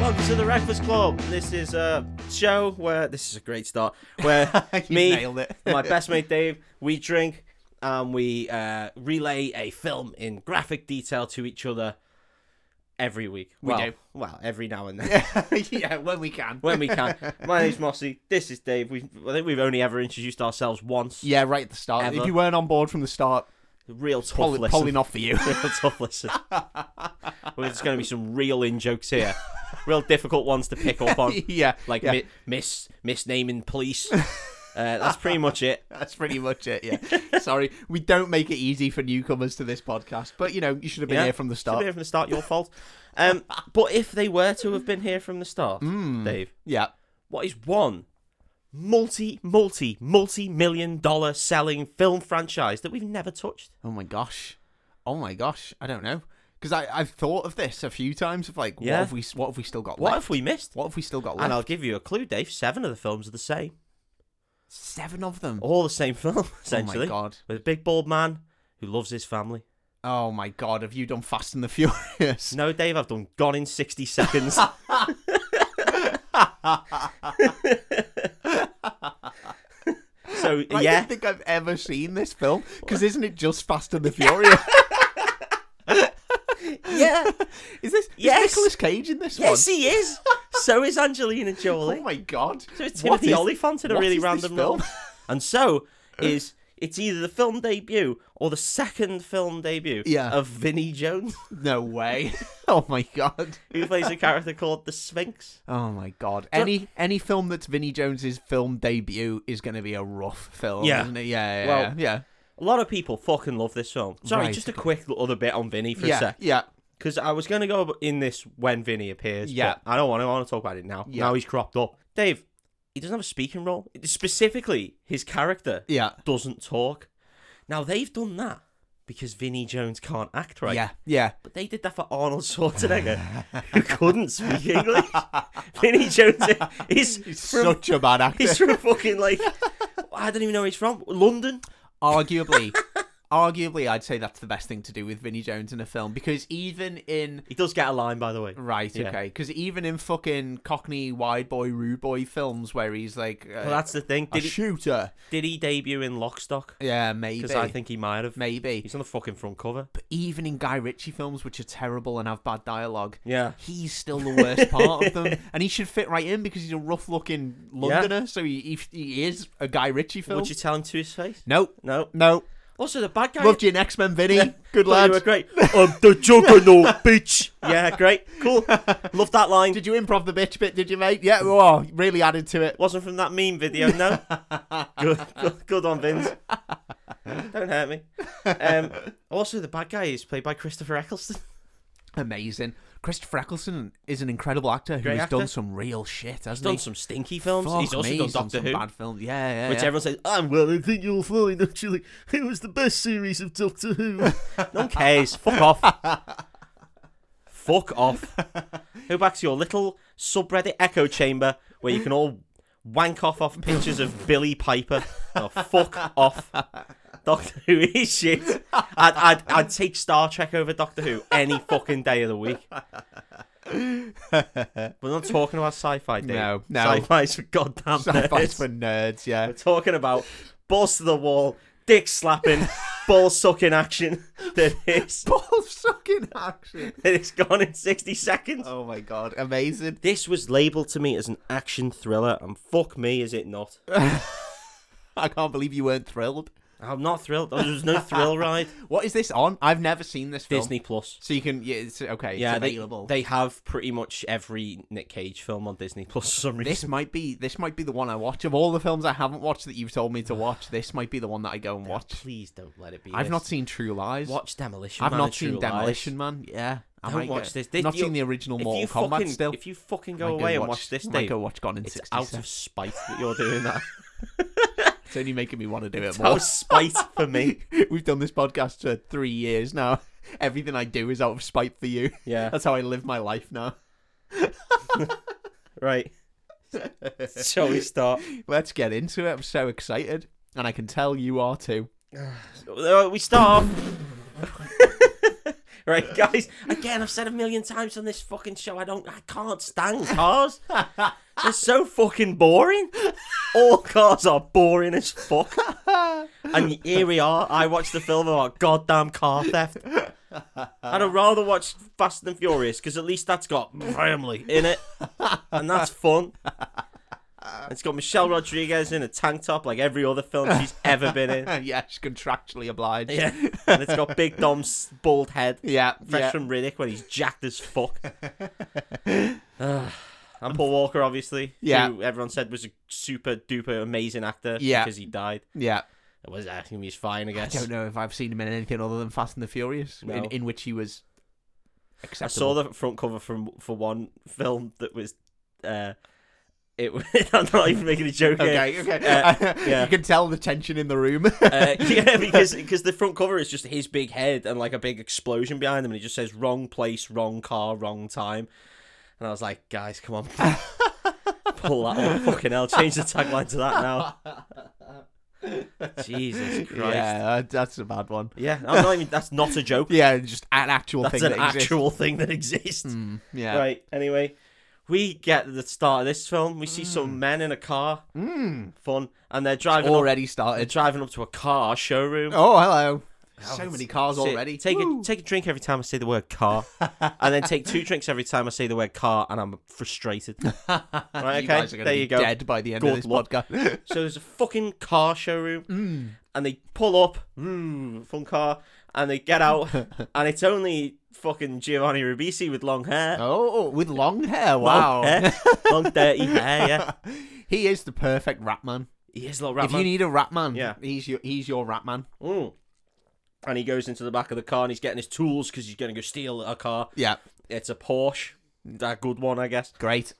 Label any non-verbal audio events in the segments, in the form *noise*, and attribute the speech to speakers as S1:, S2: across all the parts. S1: welcome to the Breakfast Club. This is a show where this is a great start.
S2: *laughs*
S1: Where me,
S2: nailed it. *laughs*
S1: my best mate Dave, we drink and we uh, relay a film in graphic detail to each other every week.
S2: We
S1: well,
S2: do.
S1: Well, every now and then *laughs*
S2: *laughs* yeah, when we can.
S1: when we can. My name's Mossy. This is Dave. We I think we've only ever introduced ourselves once.
S2: yeah, right at the start.
S1: Ever.
S2: If you weren't on board from the start,
S1: Real tough
S2: probably,
S1: listen.
S2: probably not for *laughs* you.
S1: *laughs* Real tough listen. well, there's going to be some real in jokes here. Real difficult ones to pick up
S2: *laughs*
S1: on.
S2: yeah,
S1: like
S2: yeah,
S1: mi- mis misnaming police.
S2: *laughs*
S1: uh, that's pretty much it.
S2: that's pretty much it. *laughs* Yeah, sorry, we don't make it easy for newcomers to this podcast, but you know you should have been
S1: Yeah,
S2: here from the
S1: Should be
S2: start.
S1: here from the start. Your fault.
S2: *laughs*
S1: Um, but if they were to have been here from the start,
S2: Hmm.
S1: Dave,
S2: Yeah,
S1: what is one multi, multi, multi-million dollar selling film franchise that we've never touched?
S2: Oh my gosh. Oh my gosh. I don't know. Because I I've thought of this a few times of like what
S1: Yeah.
S2: have we what have we still got
S1: What
S2: left?
S1: have we missed?
S2: What have we still got
S1: And
S2: left?
S1: I'll give you a clue, Dave. Seven of the films are the same,
S2: Seven of them.
S1: all the same film *laughs* essentially.
S2: Oh my god.
S1: With a big bald man who loves his family.
S2: Oh my god. Have you done Fast and the Furious?
S1: No, Dave, I've done Gone in sixty *laughs* seconds. so
S2: I
S1: yeah,
S2: don't think I've ever seen
S1: *laughs*
S2: this film. Because isn't it just Fast and the Furious?
S1: yeah,
S2: is this
S1: Yes.
S2: is Nicolas Cage in this
S1: yes,
S2: one?
S1: he is. So is Angelina
S2: Oh
S1: Jolie.
S2: my god.
S1: So it's
S2: *laughs* What
S1: Timothy
S2: is-
S1: Olyphant in a
S2: what
S1: really
S2: is this
S1: random
S2: film?
S1: role, *laughs* and so is it's either the film debut or the second film debut
S2: Yeah.
S1: of Vinnie Jones, *laughs*
S2: No way. *laughs* Oh my god.
S1: who plays a character called the Sphinx.
S2: Oh my god. Any any film that's Vinnie Jones's film debut is going to be a rough film,
S1: Yeah.
S2: isn't it? Yeah, yeah,
S1: Well,
S2: yeah, yeah.
S1: A lot of people fucking love this film. Sorry,
S2: Right.
S1: just a quick other bit on Vinny for
S2: yeah,
S1: a sec.
S2: yeah.
S1: Because I was going to go in this when Vinny appears.
S2: Yeah.
S1: Yeah. I don't want to. I want to talk about it now.
S2: Yeah.
S1: Now he's cropped up. Dave, he doesn't have a speaking role. Specifically, his character
S2: Yeah.
S1: doesn't talk. Now, they've done that because Vinny Jones can't act right.
S2: Yeah. Yeah.
S1: But they did that for Arnold Schwarzenegger, who couldn't speak
S2: *laughs*
S1: English. Vinny Jones is
S2: He's
S1: from,
S2: such a bad actor.
S1: he's from fucking like, I don't even know where he's from. London? *laughs*
S2: Arguably, arguably, I'd say that's the best thing to do with Vinnie Jones in a film because even in
S1: He does get a line, by the way.
S2: right,
S1: Yeah.
S2: okay, because even in fucking Cockney wide boy, rude boy films where he's like uh,
S1: Well, that's the thing.
S2: a
S1: Did he,
S2: shooter,
S1: did he debut in Lockstock?
S2: yeah, maybe,
S1: Because I think he might have.
S2: maybe,
S1: He's on the fucking front cover.
S2: but even in Guy Ritchie films which are terrible and have bad dialogue.
S1: Yeah.
S2: He's still the
S1: *laughs*
S2: worst part of them, and he should fit right in because he's a rough-looking Londoner. So he, he he is a Guy Ritchie film.
S1: Would you tell him to his face?
S2: Nope,
S1: No.
S2: no,
S1: Also, the bad guy.
S2: Loved you in X Men, Vinny.
S1: Thought
S2: Good lad.
S1: You were great. *laughs* I'm the
S2: *laughs*
S1: juggernaut, bitch. Yeah, great. *laughs* Cool. Love that line.
S2: Did you improv the bitch bit? Did you, mate? Yeah. Oh, really added to
S1: *laughs*
S2: it.
S1: Wasn't from that meme video, *laughs* no. good, good, good on Vince. Don't hurt me. Um, *laughs* also, the bad guy is played by Christopher Eccleston.
S2: Amazing. Christopher Eccleston is an incredible actor who
S1: Great
S2: has
S1: actor.
S2: done some real shit, hasn't
S1: Done
S2: he?
S1: some stinky films.
S2: Fuck
S1: he's also
S2: me,
S1: done
S2: he's done
S1: Doctor
S2: some
S1: Who,
S2: bad films. Yeah, yeah.
S1: which
S2: yeah.
S1: everyone says, "I'm well, I think you'll find actually it was the best series of Doctor
S2: *laughs*
S1: Who." no one cares. Fuck off. Fuck off. Who backs your little subreddit echo chamber where you can all wank off off pictures of Billy Piper? Oh, fuck off. Doctor Who is shit. I'd, I'd, I'd take Star Trek over Doctor Who any fucking day of the week. We're not talking about sci-fi, Dave.
S2: No, no.
S1: Sci-fi's for goddamn
S2: *laughs* Sci-fi's
S1: nerds.
S2: for nerds. Yeah. *laughs*
S1: We're talking about balls to the wall, dick
S2: *laughs*
S1: slapping, ball sucking action that is
S2: Ball sucking
S1: *laughs*
S2: action.
S1: that is gone in sixty seconds.
S2: Oh my god, amazing.
S1: This was labelled to me as an action thriller, and fuck me, is it not?
S2: I can't believe you weren't thrilled.
S1: I'm not thrilled. There was no
S2: *laughs*
S1: thrill ride.
S2: What is this on? I've never seen this film.
S1: Disney Plus.
S2: So you can, yeah, it's okay.
S1: Yeah,
S2: it's
S1: they,
S2: available.
S1: they have pretty much every Nick Cage film on Disney Plus for some reason.
S2: this might be this might be the one I watch of all the films I haven't watched that you've told me to watch. This might be the one that I go and watch.
S1: Please don't let it be.
S2: I've
S1: this.
S2: not seen True Lies.
S1: watch Demolition.
S2: I've
S1: Man
S2: not
S1: and True
S2: seen
S1: Lies.
S2: Demolition Man. Yeah, I
S1: Don't
S2: might
S1: watch
S2: go-
S1: this. This-
S2: not
S1: you-
S2: seen the original
S1: If
S2: Mortal
S1: you
S2: Kombat
S1: fucking,
S2: still.
S1: if you fucking
S2: Might
S1: go away and
S2: watch-
S1: watch this,
S2: might
S1: Dave,
S2: go watch Gone in
S1: It's
S2: 60
S1: out of
S2: Seconds.
S1: spite that you're
S2: *laughs*
S1: doing that.
S2: It's only making me want to do it
S1: It's
S2: more.
S1: out of spite for me.
S2: *laughs* We've done this podcast for three years now. *laughs* Everything I do is out of spite for you.
S1: Yeah.
S2: *laughs* That's how I live my life now.
S1: *laughs* *laughs* Right. Shall we start?
S2: Let's get into it. I'm so excited. And *laughs* I can tell you are too.
S1: Uh, we start off *laughs* right, guys? Again, I've said a million times on this fucking show, I don't, I can't stand cars. They're so fucking boring. All cars are boring as fuck. And here we are. I watched the film about goddamn car theft. And I'd rather watch Fast and Furious because at least that's got family in it, and that's fun. It's got Michelle Rodriguez in a tank top like every other film she's ever been in.
S2: yeah, she's contractually obliged. *laughs*
S1: Yeah, and it's got Big Dom's bald head,
S2: yeah,
S1: fresh
S2: yeah.
S1: from Riddick when he's jacked as
S2: *laughs*
S1: fuck. *sighs* Ah, and Paul Walker, obviously,
S2: Yeah.
S1: who everyone said was a super duper amazing actor
S2: Yeah.
S1: because he died.
S2: yeah.
S1: It was uh, he's fine, I
S2: I
S1: guess.
S2: don't know if I've seen him in anything other than Fast and the Furious,
S1: No.
S2: in, in which he was.
S1: I saw
S2: Acceptable.
S1: the front cover from for one film that was, uh, it. *laughs* was- I'm not even making a joke. here.
S2: Okay, okay.
S1: Uh, yeah.
S2: *laughs* You can tell the tension in the room. *laughs*
S1: Uh, yeah, because because the front cover is just his big head and like a big explosion behind him, and he just says "wrong place, wrong car, wrong time," and I was like, guys, come on, *laughs* pull that off, fucking hell, change the tagline to that now. Jesus Christ.
S2: *laughs* Yeah,
S1: Yeah.
S2: that- that's a bad one.
S1: I'm not even. That's not a
S2: *laughs*
S1: joke.
S2: Yeah, just an actual
S1: That's
S2: thing
S1: an
S2: that exists.
S1: actual thing that exists.
S2: Mm, yeah.
S1: Right. Anyway, we get the start of this film. We see some men in a car,
S2: Mm,
S1: fun, and they're driving. Up,
S2: Hmm. already
S1: they're
S2: started.
S1: driving up to a car showroom.
S2: Oh, hello.
S1: Oh,
S2: so
S1: it's-
S2: many cars
S1: Sit-
S2: already.
S1: Take
S2: Woo.
S1: a take a drink every time I say the word
S2: *laughs*
S1: car, and then take two drinks every time I say the word car, and I'm
S2: *laughs*
S1: frustrated. Right,
S2: you
S1: okay,
S2: guys are gonna
S1: there
S2: be
S1: you go.
S2: dead by the end
S1: Good
S2: of this
S1: luck.
S2: podcast.
S1: *laughs* so there's a fucking car showroom,
S2: Mm.
S1: and they pull up, mm, fun car, and they get out,
S2: *laughs*
S1: and it's only fucking Giovanni Ribisi with long hair.
S2: oh, with long hair. Wow.
S1: Long hair, long dirty hair. Yeah,
S2: *laughs* he is the perfect rat man.
S1: he is a little rat
S2: if
S1: man.
S2: you need a rat man,
S1: Yeah.
S2: he's your he's your rat man.
S1: Mm. And he goes into the back of the car and he's getting his tools because he's going to go steal a car.
S2: Yeah,
S1: It's a Porsche, that good one, I guess.
S2: great.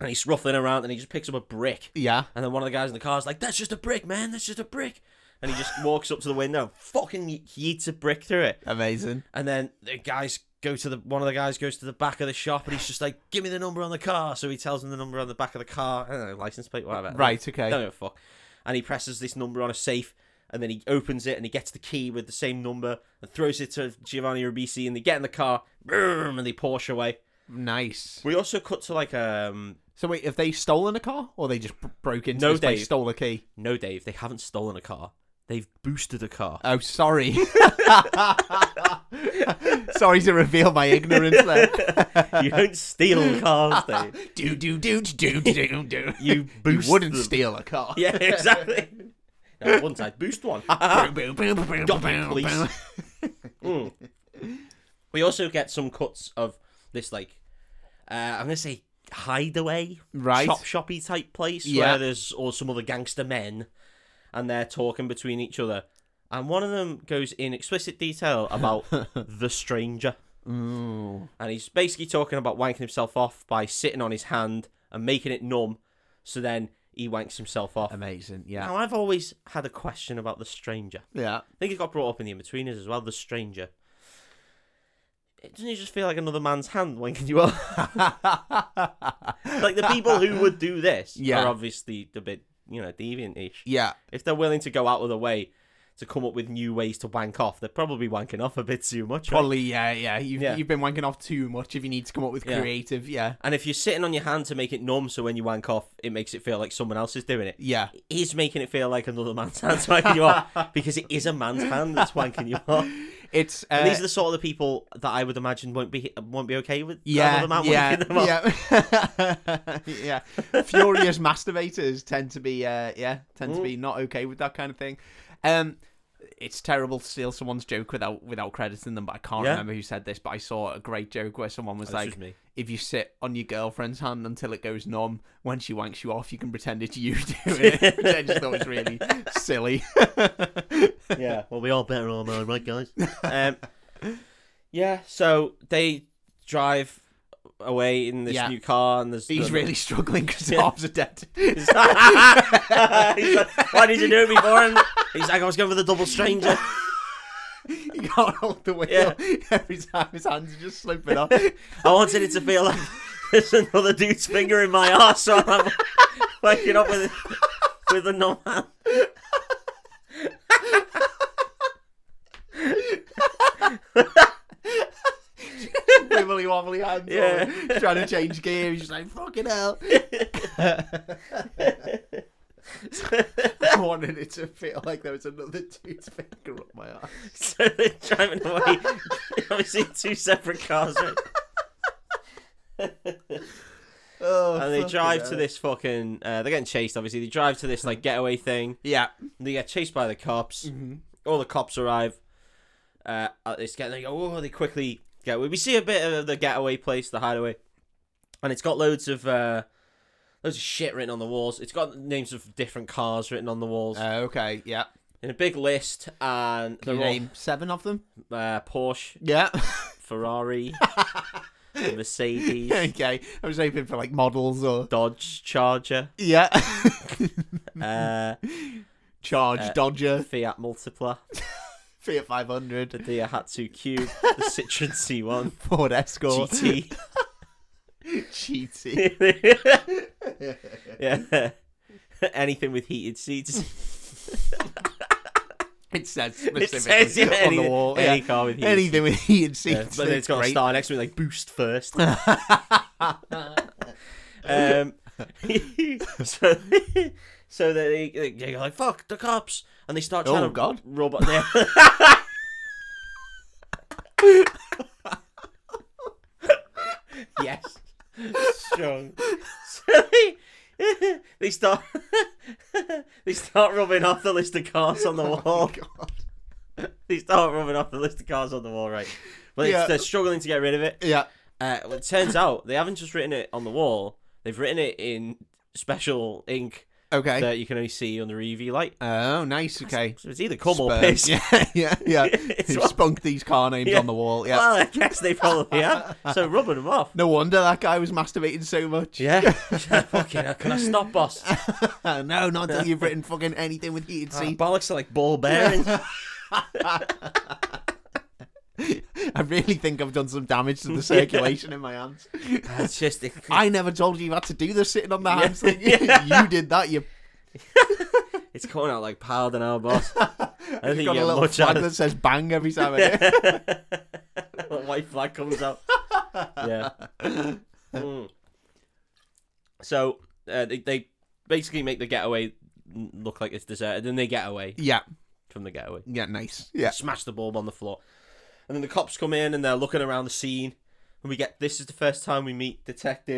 S1: And he's ruffling around and he just picks up a brick.
S2: Yeah,
S1: And then one of the guys in the car's like, "That's just a brick, man. That's just a brick." And he just walks up to the window, fucking ye- yeets a brick through it.
S2: amazing.
S1: And then the guys go to the one of the guys goes to the back of the shop, and he's just like, "Give me the number on the car." So he tells him the number on the back of the car, I don't know, license plate, whatever.
S2: Right, okay.
S1: Don't give a fuck. And he presses this number on a safe, and then he opens it, and he gets the key with the same number, and throws it to Giovanni Ribisi, and they get in the car, boom, and they Porsche away.
S2: Nice.
S1: We also cut to like um,
S2: So wait, have they stolen a car or they just b- broke into
S1: No,
S2: this place,
S1: Dave.
S2: stole a key?
S1: no, Dave, they haven't stolen a car. They've boosted a car.
S2: Oh, sorry. *laughs* sorry to reveal my ignorance there.
S1: you don't steal cars, Dave.
S2: *laughs* do do do do do do do.
S1: You
S2: You
S1: boost.
S2: wouldn't
S1: them.
S2: steal a car.
S1: Yeah, exactly. No, once I boost one. *laughs*
S2: Boom, boom, boom, boom,
S1: Got me,
S2: boom,
S1: please.
S2: boom.
S1: Mm. We also get some cuts of this, like, uh, I'm gonna say hideaway,
S2: Right.
S1: chop shoppy type place
S2: Yeah.
S1: where there's or some other gangster men, and they're talking between each other. And one of them goes in explicit detail
S2: *laughs*
S1: about the stranger.
S2: Ooh.
S1: and he's basically talking about wanking himself off by sitting on his hand and making it numb, so then he wanks himself off.
S2: *laughs* Amazing. Yeah.
S1: Now, I've always had a question about the stranger.
S2: Yeah.
S1: I think it got brought up in the in-betweeners as well. The stranger. It- Doesn't it just feel like another man's hand wanking you off? *laughs* like the people who would do this
S2: Yeah.
S1: are obviously a bit, you know, deviant-ish.
S2: yeah.
S1: If they're willing to go out of the way to come up with new ways to wank off, they're probably wanking off a bit too much. right?
S2: Probably, yeah, yeah. You've,
S1: Yeah.
S2: you've been wanking off too much if you need to come up with
S1: Yeah.
S2: creative, yeah.
S1: And if you're sitting on your hand to make it numb, so when you wank off, it makes it feel like someone else is doing it.
S2: Yeah.
S1: He's making it feel like another man's *laughs* hand's wanking you off because it is a man's hand that's wanking you off.
S2: It's. Uh,
S1: And these are the sort of the people that I would imagine won't be won't be okay with
S2: yeah,
S1: another man
S2: yeah,
S1: wanking them off.
S2: yeah, *laughs* yeah. Furious masturbators tend to be, uh, yeah, tend to be
S1: Mm.
S2: not okay with that kind of thing. Um, it's terrible to steal someone's joke without without crediting them. But I can't
S1: Yeah. Oh,
S2: remember who said this, but I saw a great joke where someone was
S1: This
S2: like,
S1: was me.
S2: "If you sit on your girlfriend's hand until it goes numb, when she wanks you off, you can pretend it's you *laughs* doing
S1: *laughs*
S2: it." Which I just thought was really silly.
S1: yeah. *laughs* Well, we all better on our own, right,
S2: *laughs*
S1: guys? Um, yeah. So they drive away in this
S2: Yeah.
S1: new car, and there's
S2: He's
S1: the-
S2: really struggling because his
S1: Yeah.
S2: arms are dead.
S1: *laughs*
S2: *laughs*
S1: He's like, Why did you do it before? And he's like, I was going for the double stranger.
S2: He can't hold the wheel *laughs* every time. His hands are just slipping
S1: *laughs*
S2: off.
S1: I wanted it to feel like *laughs* there's another dude's finger in my ass, so I'm *laughs* waking up with with a numb hand.
S2: wobbly hands. or
S1: Yeah.
S2: trying to change gear. He's just like, fucking hell.
S1: *laughs*
S2: *laughs* I wanted it to feel like there was another dude's finger up my ass.
S1: *laughs* so they're driving away. *laughs* Obviously, two separate cars.
S2: *laughs*
S1: right?
S2: Oh,
S1: And they
S2: fucking
S1: drive to
S2: hell.
S1: this fucking. Uh, they're getting chased, obviously. They drive to this, like, getaway thing.
S2: Yeah.
S1: They get chased by the cops.
S2: Mm-hmm.
S1: All the cops arrive. Uh, at this get they go. Oh, they quickly get. away. We see a bit of the getaway place, the hideaway, and it's got loads of uh, loads of shit written on the walls. It's got names of different cars written on the walls
S2: Uh, okay. Yeah.
S1: in a big list, and
S2: Can
S1: they're
S2: you
S1: all
S2: name seven of them?
S1: uh, Porsche,
S2: Yeah. *laughs*
S1: Ferrari, Mercedes,
S2: okay. I was hoping for like models or
S1: Dodge Charger,
S2: yeah, *laughs*
S1: uh,
S2: Mm-hmm. Charge
S1: Uh,
S2: Dodger,
S1: Fiat Multipla,
S2: Fiat 500,
S1: the Daihatsu Cube, the
S2: *laughs*
S1: Citroen C1,
S2: Ford Escort,
S1: GT.
S2: *laughs*
S1: *laughs*
S2: GT.
S1: yeah. *laughs* Anything with heated seats.
S2: It says
S1: It
S2: specifically
S1: says yeah,
S2: on
S1: any,
S2: the wall.
S1: any
S2: yeah.
S1: car with heated seats.
S2: Anything with heated
S1: Yeah,
S2: seats.
S1: but then it's got
S2: great.
S1: a star next to it like boost first. um, *laughs* so, *laughs* so they they they go like fuck the cops, and they start trying
S2: Oh,
S1: to
S2: God.
S1: rob. They, yes, strong. So they *laughs* they start they start rubbing off the list of cars on the
S2: *laughs* Oh,
S1: wall.
S2: God.
S1: they start rubbing off the list of cars on the wall, right? But it's,
S2: Yeah.
S1: they're struggling to get rid of it.
S2: Yeah.
S1: Uh, well, it turns out they haven't just written it on the wall; they've written it in special ink
S2: Okay.
S1: that you can only see under UV light.
S2: oh, nice. Okay.
S1: So it's either cum or
S2: Sperm.
S1: piss.
S2: *laughs* Yeah, yeah, yeah.
S1: It's
S2: They've
S1: what-
S2: spunked these car names
S1: Yeah.
S2: on the wall. Yeah.
S1: *laughs* Well, I guess they probably have. So rubbing them off.
S2: no wonder that guy was masturbating so much.
S1: *laughs* Yeah. Fucking hell, can I stop, boss?
S2: *laughs* no, not until you've written fucking anything with heated
S1: See,
S2: seats.
S1: Ah, bollocks are like ball bearings.
S2: I really think I've done some damage to
S1: *laughs*
S2: the circulation in my hands.
S1: Ah, it's just it,
S2: I never told you you had to do this sitting on the
S1: Yeah.
S2: hands *laughs* thing.
S1: *laughs* Yeah.
S2: you did that. You
S1: it's coming out like powder now,
S2: *laughs*
S1: boss. I don't think you
S2: got a
S1: get
S2: little
S1: much out
S2: flag
S1: of
S2: that says bang
S1: *laughs*
S2: every time I do. it.
S1: The *laughs* white flag comes
S2: *laughs*
S1: out. yeah. Mm. So uh, they they basically make the getaway n- look like it's deserted, and they get away
S2: Yeah,
S1: from the getaway.
S2: yeah, nice. Yeah,
S1: Smash the bulb on the floor, and then the cops come in and they're looking around the scene. And we get this is the first time we meet detective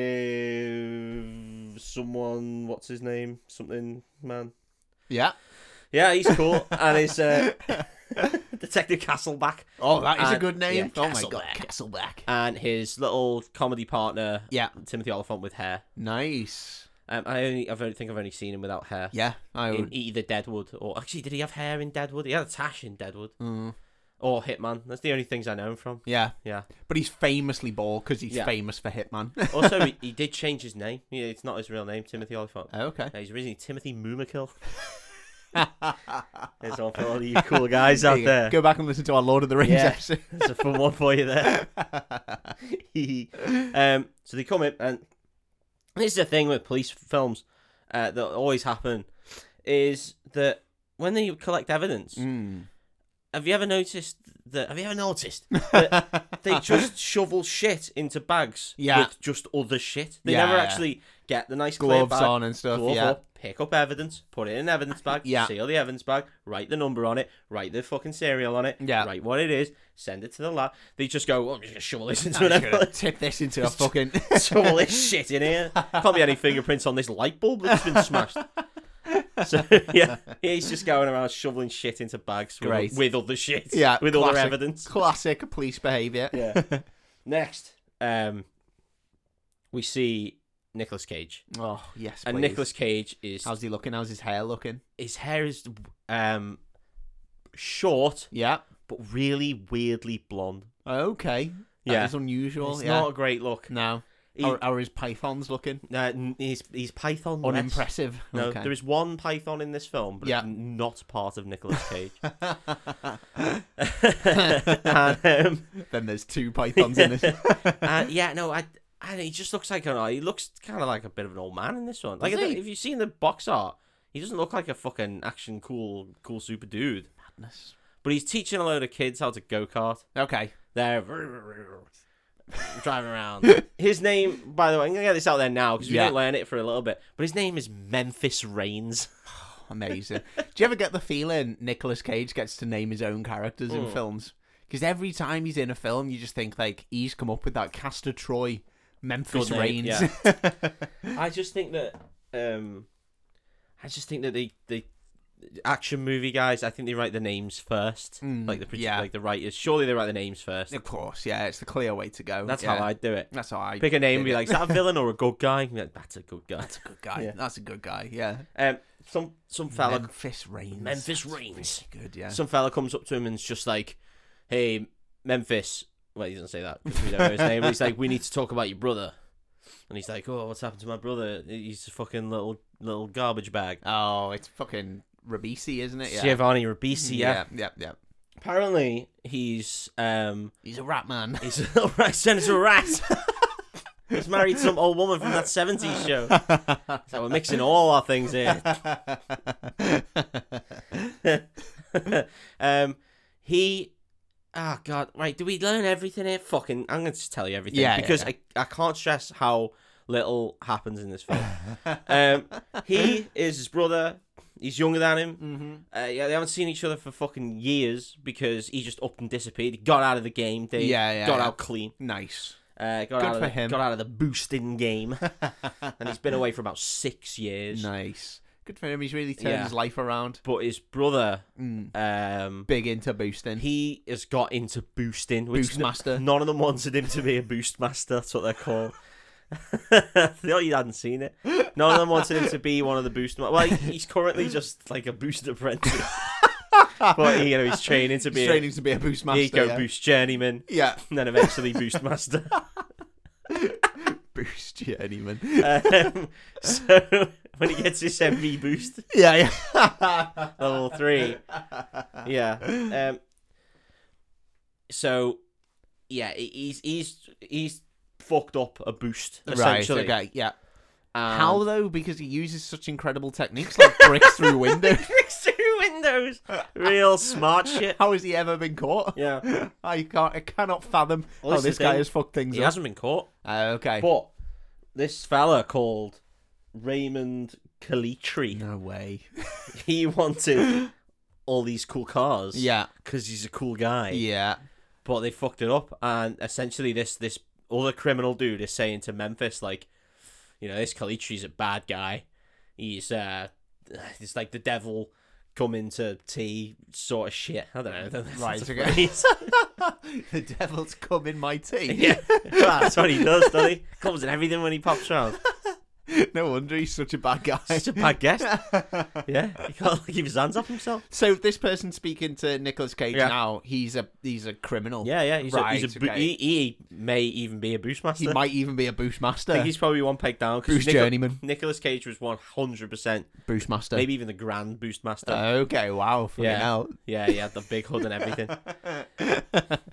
S1: someone. What's his name? Something man.
S2: yeah.
S1: Yeah, he's cool, and it's
S2: *laughs*
S1: uh, Detective Castleback
S2: Oh, that is
S1: And-
S2: a good name.
S1: Uh, yeah,
S2: oh my god,
S1: Castleback.
S2: Castleback.
S1: and his little comedy partner
S2: Yeah,
S1: Timothy Oliphant with hair.
S2: nice.
S1: Um, I only, I've only think I've only seen him without hair
S2: Yeah, I
S1: in
S2: would.
S1: either Deadwood or actually, did he have hair in Deadwood? He had a tash in Deadwood
S2: Mm,
S1: or Hitman. That's the only things I know him from.
S2: yeah,
S1: Yeah.
S2: but he's famously bald because he's
S1: Yeah.
S2: famous for Hitman. *laughs*
S1: Also, he, he did change his name. Yeah, it's not his real name, Timothy Oliphant. *laughs*
S2: Oh, okay. *laughs*
S1: No, he's originally Timothy Mumakill.
S2: There
S1: There's all for all you cool guys out
S2: you go.
S1: there.
S2: Go back and listen to our Lord of the Rings
S1: Yeah.
S2: episode.
S1: That's a fun one for you
S2: *laughs*
S1: there. um, so they come in, and this is the thing with police films uh, that always happen is that when they collect evidence,
S2: Mm.
S1: have you ever noticed that? Have you ever
S2: *laughs*
S1: noticed that they just shovel shit into bags
S2: Yeah.
S1: with just other shit? They
S2: Yeah,
S1: never
S2: yeah.
S1: actually get the nice clear
S2: *laughs* Gloves
S1: bag,
S2: on and stuff.
S1: glove
S2: yeah.
S1: up, pick up evidence, put it in an evidence bag,
S2: Yeah.
S1: seal the evidence bag, write the number on it, write the fucking serial on it,
S2: Yeah.
S1: write what it is, send it to the lab. They just go, oh, I'm just gonna shovel
S2: *laughs*
S1: this into
S2: I'm
S1: an
S2: just gonna
S1: envelope.
S2: tip this into a fucking.
S1: *laughs* Shovel this shit in here. Can't be any fingerprints on this light bulb that's been smashed. So *laughs* yeah, he's just going around shoveling shit into bags
S2: Great.
S1: with, with other shit,
S2: Yeah,
S1: with other
S2: classic.
S1: evidence.
S2: *laughs* Classic police behaviour.
S1: Yeah.
S2: *laughs*
S1: Next, um, we see Nicolas Cage,
S2: Oh yes.
S1: and
S2: please.
S1: Nicolas Cage is
S2: *laughs* how's he looking? How's his hair looking?
S1: his hair is um short
S2: Yeah.
S1: but really weirdly blonde.
S2: Okay. That
S1: Yeah.
S2: is unusual.
S1: It's
S2: yeah.
S1: not a great look.
S2: No.
S1: He,
S2: How, how are his pythons looking?
S1: uh, n- he's he's Python. less.
S2: Unimpressive.
S1: No,
S2: okay.
S1: there is one Python in this film, but
S2: Yeah.
S1: it's not part of Nicolas Cage. *laughs* and, um,
S2: then there's two pythons in
S1: *laughs*
S2: this.
S1: uh, yeah, no, I, I he just looks like I don't know, he looks kind of like a bit of an old man in this one. Like,
S2: Does
S1: I don't-
S2: he?
S1: if you've seen the box art, he doesn't look like a fucking action cool, cool super dude.
S2: Madness.
S1: But he's teaching a load of kids how to go kart.
S2: Okay.
S1: They're *laughs* driving around. *laughs* His name, by the way, I'm gonna get this out there now because we
S2: Yeah.
S1: didn't learn it for a little bit. But his name is Memphis *laughs* Reigns.
S2: Amazing. Do you ever get the feeling Nicolas Cage gets to name his own characters in
S1: Hmm.
S2: films? Because every time he's in a film, you just think like he's come up with that Castor Troy, Memphis
S1: Good name,
S2: Reigns.
S1: *laughs* I just think that, um, I just think that the the action movie guys, I think they write the names first, like the produ-
S2: Hmm, yeah.
S1: like the writers. Surely they write the names first.
S2: *laughs* of course, yeah, it's the clear way to go.
S1: That's
S2: yeah.
S1: how I'd do it.
S2: That's how I
S1: Pick a name and
S2: did
S1: be
S2: it.
S1: like, is that a villain or a good
S2: *laughs*
S1: guy? And be like, That's a good guy.
S2: That's a good guy.
S1: Yeah.
S2: That's a good guy. Yeah.
S1: Um, some some fella
S2: Memphis Reigns.
S1: Memphis
S2: That's
S1: Reigns.
S2: pretty Good. Yeah.
S1: some fella comes up to him and's just like, "Hey, Memphis." Well, he doesn't say that 'cause we don't know his name. But he's like, "We need to talk about your brother." And he's like, "Oh, what's happened to my brother? He's a fucking little little garbage bag."
S2: Oh, it's fucking Rabisi, isn't it? Yeah.
S1: Giovanni Ribisi. Yeah.
S2: yeah. Yeah. Yeah.
S1: Apparently, he's um
S2: He's a rat man.
S1: he's right senator rat. *laughs* he's married some old woman from that '70s show. *laughs* So we're mixing all our things here. *laughs* um, he. Oh God! Right? Do we learn everything here? Fucking! I'm gonna just tell you everything
S2: Yeah, yeah,
S1: because
S2: yeah.
S1: I I can't stress how little happens in
S2: *laughs*
S1: this film. um, he is his brother. He's younger than him.
S2: *laughs* mm-hmm.
S1: Uh, yeah, they haven't seen each other for fucking years because he just up and disappeared. He got out of the game. They
S2: Yeah, yeah,
S1: got
S2: yeah.
S1: out clean.
S2: Nice.
S1: Uh, got
S2: Good
S1: out of
S2: for
S1: the,
S2: him.
S1: Got out of the boosting
S2: *laughs*
S1: game, and he's been away for about six years.
S2: Nice. Good for him. He's really turned
S1: Yeah.
S2: his life around.
S1: But his brother,
S2: Mm.
S1: um,
S2: Big into boosting.
S1: he has got into boosting, which
S2: Boost master.
S1: None of them wanted him to be a boost master. That's what they're called. *laughs* I thought you hadn't seen it. None of them wanted him to be one of the boost. Ma- well, he- he's currently just like a boost
S2: *laughs*
S1: apprentice, but you know he's training to be
S2: He's training to be a boost
S1: a
S2: master.
S1: here you go
S2: yeah.
S1: boost journeyman,
S2: Yeah.
S1: and then eventually boost master.
S2: *laughs* Boost journeyman.
S1: *laughs* um, so *laughs* when he gets his MV boost
S2: yeah,
S1: *laughs* level three,
S2: *laughs*
S1: yeah. Um, so yeah, he- he's he's he's fucked up a boost
S2: yeah. Right.
S1: essentially. Um,
S2: Okay. Yeah.
S1: And- *laughs*
S2: How though? Because he uses such incredible techniques like bricks through windows.
S1: bricks through windows. Real smart shit.
S2: How has he ever been caught?
S1: Yeah.
S2: I can't. I cannot fathom.
S1: Well,
S2: oh,
S1: this
S2: this
S1: is the
S2: guy
S1: thing.
S2: has fucked things
S1: He
S2: up.
S1: hasn't been caught.
S2: Uh, okay.
S1: But this fella called Raymond Calitri,
S2: no way.
S1: he
S2: *gasps*
S1: wanted all these cool cars.
S2: Yeah.
S1: Because he's a cool guy. *laughs*
S2: Yeah.
S1: But they fucked it up. And essentially, this, this other criminal dude is saying to Memphis, like, you know, this Calitri's a bad guy. He's, uh, it's like the devil coming to tea sort of shit. I don't know. *laughs* That's-
S2: Right,
S1: that's a
S2: okay.
S1: phrase.
S2: the devil's come in my *laughs* tea.
S1: Yeah, well, that's what he does, doesn't
S2: *laughs*
S1: he? Comes in everything when he pops *laughs* round.
S2: No wonder he's such a bad guy.
S1: Such a bad guest. Yeah, he can't keep his hands off himself.
S2: *laughs* So this person speaking to Nicolas Cage
S1: Yeah.
S2: now, he's a he's a criminal.
S1: Yeah, yeah. He's a, he's a
S2: Right,
S1: bo-
S2: okay.
S1: he, he may even be a boost master.
S2: He might even be a boost
S1: I
S2: master.
S1: think he's probably one peg down.
S2: Boost journeyman.
S1: Nicholas Cage was one hundred percent,
S2: boost master.
S1: maybe even the grand boost master.
S2: Okay, wow. Fucking
S1: Yeah.
S2: hell.
S1: yeah, he had the big hood and everything.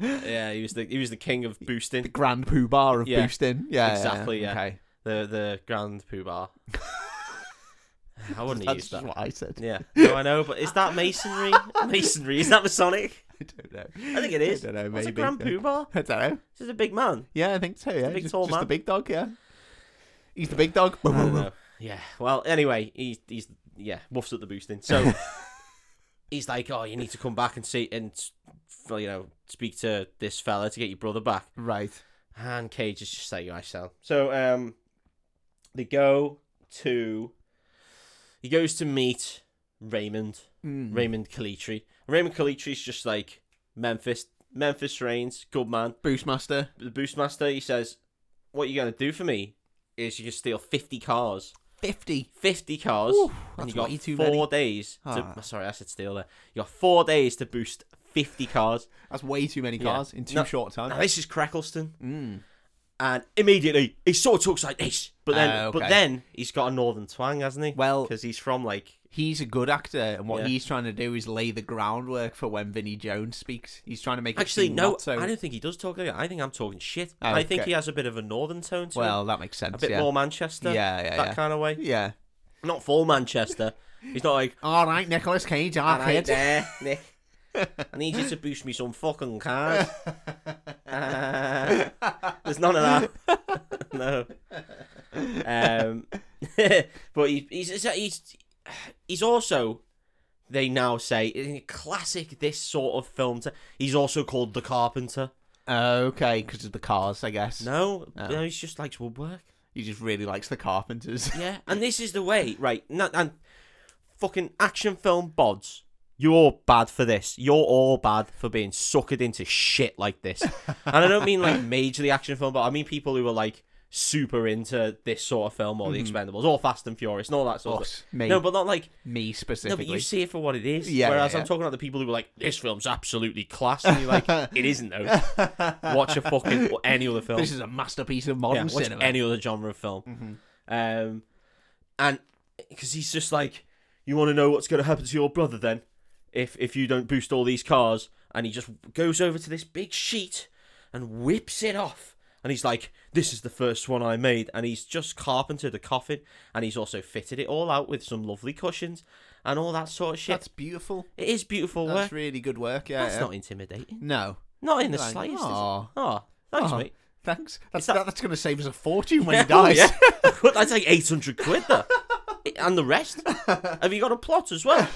S1: yeah, he was the he was the king of boosting.
S2: The grand poobah of
S1: Yeah.
S2: boosting. Yeah.
S1: Exactly, yeah.
S2: Okay.
S1: The the grand poobah. I wouldn't have
S2: That's
S1: used that.
S2: just what I said. *laughs*
S1: Yeah, no, I know, but is that masonry? *laughs* masonry? Is that masonic?
S2: I don't know.
S1: I think it is.
S2: I don't know,
S1: What's a
S2: maybe.
S1: grand poobah?
S2: I don't know.
S1: This is a big man.
S2: Yeah, I think so. Yeah,
S1: big
S2: just,
S1: tall
S2: just
S1: man.
S2: the big dog. Yeah, he's the big dog.
S1: I don't know. Yeah. Well, anyway, he's he's yeah, muffs at the boosting. So he's like, "Oh, you need to come back and see and well, you know speak to this fella to get your brother back."
S2: *laughs* Right.
S1: And Cage is just like, "I shall." So um, they go to he goes to meet Raymond
S2: Mm.
S1: Raymond Calitri. Raymond Calitri's just like Memphis Memphis Reigns, good man.
S2: Boostmaster.
S1: The Boostmaster. He says, "What you gonna do for me?" Is you can steal fifty cars.
S2: Fifty.
S1: 50 cars
S2: Ooh,
S1: and you
S2: that's
S1: got
S2: way too
S1: four
S2: many.
S1: days to,
S2: Ah.
S1: sorry i said steal there you got four days to boost 50 cars
S2: That's way too many
S1: Yeah.
S2: cars in too
S1: No-
S2: short
S1: now
S2: time.
S1: this is crackleston
S2: Mm.
S1: and immediately he sort of talks like this but then
S2: Ah,
S1: but
S2: okay.
S1: then he's got a northern twang hasn't he
S2: Well,
S1: because he's from like
S2: he's a good actor, and what
S1: Yeah.
S2: he's trying to do is lay the groundwork for when Vinnie Jones speaks. He's trying to make it
S1: actually
S2: seem
S1: no
S2: not so.
S1: i don't think he does talk like that i think i'm talking shit
S2: Ah,
S1: i think
S2: okay.
S1: he has a bit of a northern tone to him
S2: Well, that makes sense.
S1: a bit
S2: yeah.
S1: more manchester
S2: Yeah, yeah,
S1: that
S2: yeah.
S1: kind of way
S2: Yeah.
S1: *laughs* not full manchester he's not like
S2: All right, Nicholas Cage,
S1: all right
S2: our kid.
S1: there nick I need you to boost me some fucking cars. Uh, there's none of that. *laughs* no. Um, *laughs* but he, he's he's he's also they now say in a classic this sort of film. To, he's also called the carpenter.
S2: okay, because of the cars, I guess.
S1: No,
S2: Oh.
S1: no, he just likes woodwork.
S2: He just really likes
S1: *laughs*
S2: the carpenters.
S1: Yeah, and this is the way, right? No, and fucking action film bods. You're bad for this. You're all bad for being suckered into shit like
S2: *laughs*
S1: this. and I don't mean like majorly action film, but I mean people who are like super into this sort of film or The
S2: Mm-hmm.
S1: Expendables or Fast and Furious and all that sort of
S2: Us,
S1: stuff.
S2: me,
S1: No, but not like.
S2: me
S1: No,
S2: specifically.
S1: but you see it for what it is.
S2: Yeah,
S1: Whereas
S2: yeah, yeah.
S1: I'm talking about the people who were like, this film's absolutely class. And you're like,
S2: *laughs*
S1: it isn't though. Watch a fucking, or any other film
S2: this is a masterpiece of
S1: yeah,
S2: modern
S1: watch
S2: cinema.
S1: any other genre of
S2: Mm-hmm.
S1: film. Um, and because he's just like, you want to know what's going to happen to your brother then, if if you don't boost all these cars, and he just goes over to this big sheet and whips it off, and he's like, this is the first one I made, and he's just carpentered a coffin, and he's also fitted it all out with some lovely cushions and all that sort of shit.
S2: That's beautiful.
S1: it is beautiful work.
S2: That's really good work. Yeah,
S1: That's
S2: yeah.
S1: not intimidating.
S2: no.
S1: Not in the
S2: Like,
S1: slightest. Oh,
S2: aw,
S1: oh thanks,
S2: aw,
S1: mate.
S2: Thanks. That's
S1: that-
S2: that's going to save us a
S1: *laughs*
S2: fortune when
S1: Yeah,
S2: he dies. *laughs*
S1: oh, yeah. That's like 800 quid, though. and the rest. Have you got a plot as well?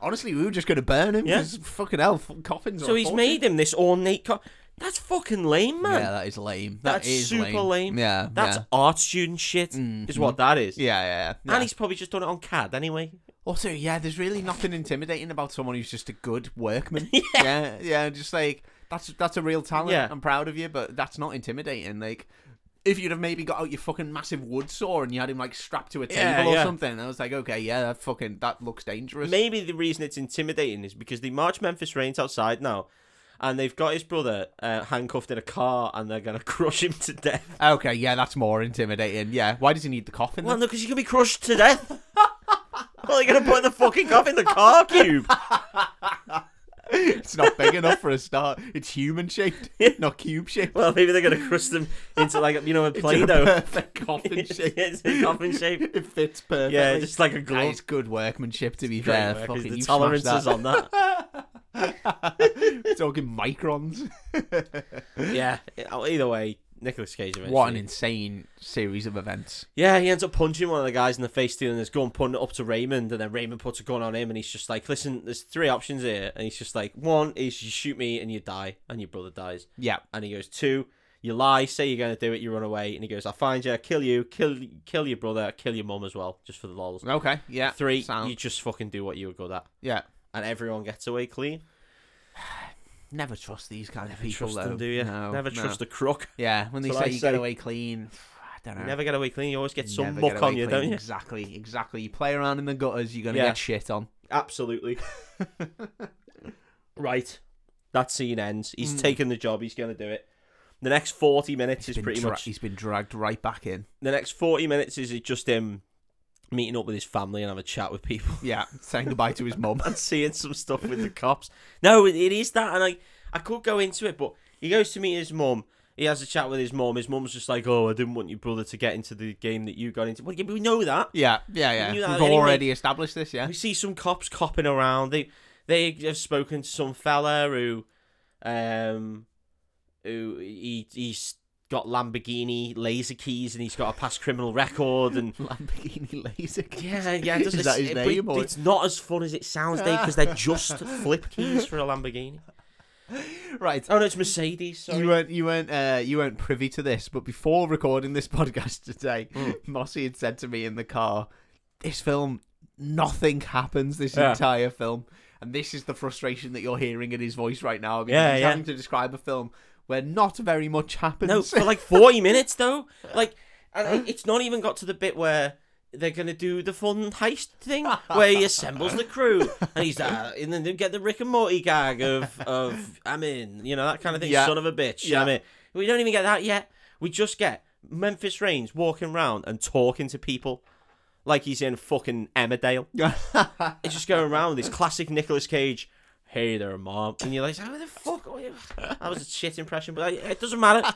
S2: Honestly, we were just going to burn him.
S1: Yeah.
S2: 'cause Fucking hell, f- coffins.
S1: So
S2: are a
S1: he's
S2: fortune.
S1: made him this ornate car. That's fucking lame, man.
S2: Yeah, that is lame. That
S1: That's
S2: is
S1: super lame.
S2: Yeah,
S1: That's
S2: yeah.
S1: art student shit, is what that is.
S2: yeah, yeah. yeah.
S1: And he's probably just done it on CAD anyway.
S2: Also, yeah, there's really nothing intimidating about someone who's just a good
S1: *laughs*
S2: workman. yeah. yeah, just like that's that's a real talent.
S1: Yeah.
S2: I'm proud of you, but that's not intimidating. Like, if you'd have maybe got out your fucking massive wood saw and you had him like strapped to a table
S1: Yeah,
S2: or
S1: yeah.
S2: something, I was like, okay, yeah, that fucking that looks dangerous.
S1: Maybe the reason it's intimidating is because they march Memphis Reigns outside now. And they've got his brother uh, handcuffed in a car, and they're gonna *laughs* crush him to death.
S2: Okay, yeah, that's more intimidating. Yeah, why does he need the coffin?
S1: Well,
S2: then?
S1: no, because you can be crushed to death. *laughs* well, they're gonna put in the fucking coffin, the car cube.
S2: *laughs* it's not big enough for a start. It's human
S1: *laughs*
S2: shaped, not cube shaped.
S1: Well, maybe they're gonna crush them *laughs* into like you know a play
S2: It's a
S1: doh. *laughs*
S2: perfect coffin shape.
S1: it's in coffin shape.
S2: *laughs* It fits perfectly.
S1: Yeah, just like a
S2: That
S1: glove.
S2: is good workmanship, to
S1: *laughs*
S2: be
S1: Great
S2: fair.
S1: work, 'cause
S2: Fucking,
S1: the
S2: you
S1: tolerances
S2: smashed
S1: on that. *laughs*
S2: that. *laughs* Talking
S1: *laughs*
S2: microns.
S1: yeah. Oh, Either way, Nicholas Cage eventually.
S2: What an insane series of events.
S1: Yeah, he ends up punching one of the guys in the face, stealing his gun, putting it up to Raymond, and then Raymond puts a gun on him, and he's just like, "Listen, there's three options here," and he's just like, "One is you shoot me and you die, and your brother dies."
S2: Yeah.
S1: And he goes, two, you lie, say you're going to do it, you run away. And he goes, I'll find you, I'll kill you, kill kill your brother, kill your mum as well, just for the lols.
S2: Okay. Yeah.
S1: Three,
S2: Sound.
S1: you just fucking do what you were good at.
S2: Yeah.
S1: And everyone gets away clean.
S2: Never trust these kind of
S1: Never
S2: people,
S1: trust
S2: though.
S1: them, do you?
S2: No,
S1: never
S2: no.
S1: trust a crook.
S2: Yeah, when they
S1: That's
S2: say
S1: what I
S2: you get
S1: say.
S2: away clean, *sighs* I don't know.
S1: You never get away clean. You always get some
S2: Never
S1: muck
S2: get
S1: on
S2: away
S1: you,
S2: clean. *laughs*
S1: don't you?
S2: Exactly. Exactly. You play around in the gutters, you're gonna
S1: Yeah.
S2: get shit on.
S1: Absolutely. right. That scene ends. He's taken the job. He's going to do it. The next 40 minutes is
S2: Been
S1: pretty
S2: dra-
S1: much.
S2: Hmm. He's been dragged right back in.
S1: The next 40 minutes is just him meeting up with his family and have a chat with people.
S2: Yeah, saying goodbye to
S1: *laughs*
S2: his mum.
S1: and seeing some stuff with the cops. No, it, it is that, and I I could go into it, but he goes to meet his mum. He has a chat with his mum. His mum's just like, "Oh, I didn't want your brother to get into the game that you got into." Well, yeah, we know that.
S2: Yeah, yeah,
S1: You knew
S2: yeah.
S1: that
S2: We've
S1: anyway.
S2: already established this, yeah.
S1: We see some cops copping around. They they have spoken to some fella who, um, who he he's got Lamborghini laser keys and he's got a past criminal record and.
S2: Lamborghini *laughs*
S1: *laughs*
S2: LASIK.
S1: Yeah, yeah. it *laughs*
S2: Is
S1: doesn't-
S2: that his
S1: it- but
S2: name, or-
S1: It's not as fun as it sounds, Dave, because they're *laughs* just flip keys for a Lamborghini.
S2: Right.
S1: Oh no, it's Mercedes. Sorry.
S2: You weren't, you weren't, uh, you weren't privy to this, but before recording this *laughs* podcast today,
S1: Mm.
S2: Mossy had said to me in the car, "This film, nothing happens this
S1: Yeah.
S2: entire film," and this is the frustration that you're hearing in his voice right now because
S1: Yeah,
S2: he's
S1: yeah.
S2: having to describe a film where not very much happens. *laughs*
S1: No, for like forty minutes though. Like, and it- it's not even got to the bit where they're gonna do the fun heist
S2: *laughs*
S1: thing where he assembles the crew and he's uh, and then they get the Rick and Morty gag of of I'm in, you know that kind of thing.
S2: Yeah.
S1: Son of a bitch,
S2: Yeah.
S1: I'm in. We don't even get that yet. We just get Memphis Reigns walking around and talking to people. Like he's in fucking Emmerdale. It's just going around with this classic Nicolas Cage. Hey there, mom, and you're like, how the fuck? Are you? That was a shit impression, but I, it doesn't matter.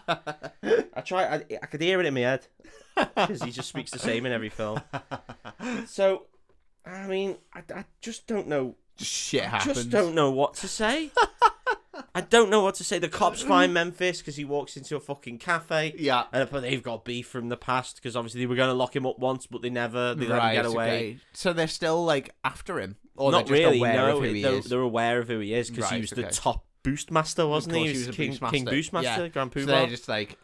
S1: I try. I, I could hear it in my head because he just speaks the same in every film. So, I mean, I, I just don't know
S2: Just shit
S1: I
S2: happens.
S1: just don't know what to
S2: *laughs*
S1: say. I don't know what to say. The cops find Memphis because he walks into a fucking cafe.
S2: Yeah.
S1: And but they've got beef from the past because obviously they were going to lock him up once, but they never. They let him get away.
S2: okay. So they're still like after him, or
S1: Not
S2: they're just
S1: really.
S2: aware
S1: No,
S2: of who he
S1: they're,
S2: is.
S1: they're aware of who he is because he
S2: Right,
S1: was
S2: okay.
S1: the top boost master, wasn't he?
S2: course
S1: He
S2: he
S1: was,
S2: was a
S1: king,
S2: boost
S1: king
S2: master.
S1: boost master,
S2: Yeah.
S1: Grand
S2: So
S1: Poobah.
S2: they're just like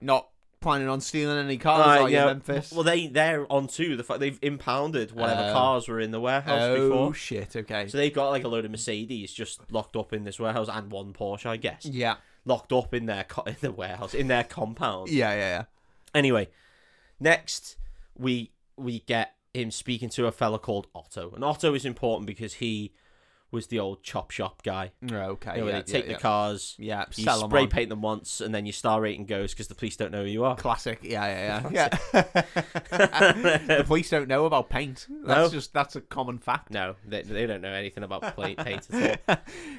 S2: not planning on stealing any cars,
S1: Uh,
S2: are you,
S1: yeah.
S2: Memphis?
S1: Well, they they're on to the fact they've impounded whatever
S2: Oh.
S1: cars were in the warehouse
S2: oh
S1: before.
S2: shit! Okay.
S1: So they've got like a load of Mercedes just locked up in this warehouse and one Porsche, I guess,
S2: yeah.
S1: locked up in their co- *laughs* in the warehouse in their compound.
S2: Yeah. Yeah.
S1: Anyway, next we we get him speaking to a fella called Otto, and Otto is important because he was the old chop shop guy.
S2: Yeah. Okay.
S1: You know, where
S2: yeah,
S1: they take
S2: yeah,
S1: the cars,
S2: yeah.
S1: you
S2: Yeah. Sell 'em
S1: spray
S2: on.
S1: paint them once, and then your star rating goes because the police don't know who you are.
S2: Classic. Yeah. Yeah. Yeah. *laughs* the police don't know about paint. That's just that's a common fact.
S1: No, they, they don't know anything about *laughs* plate paint at all.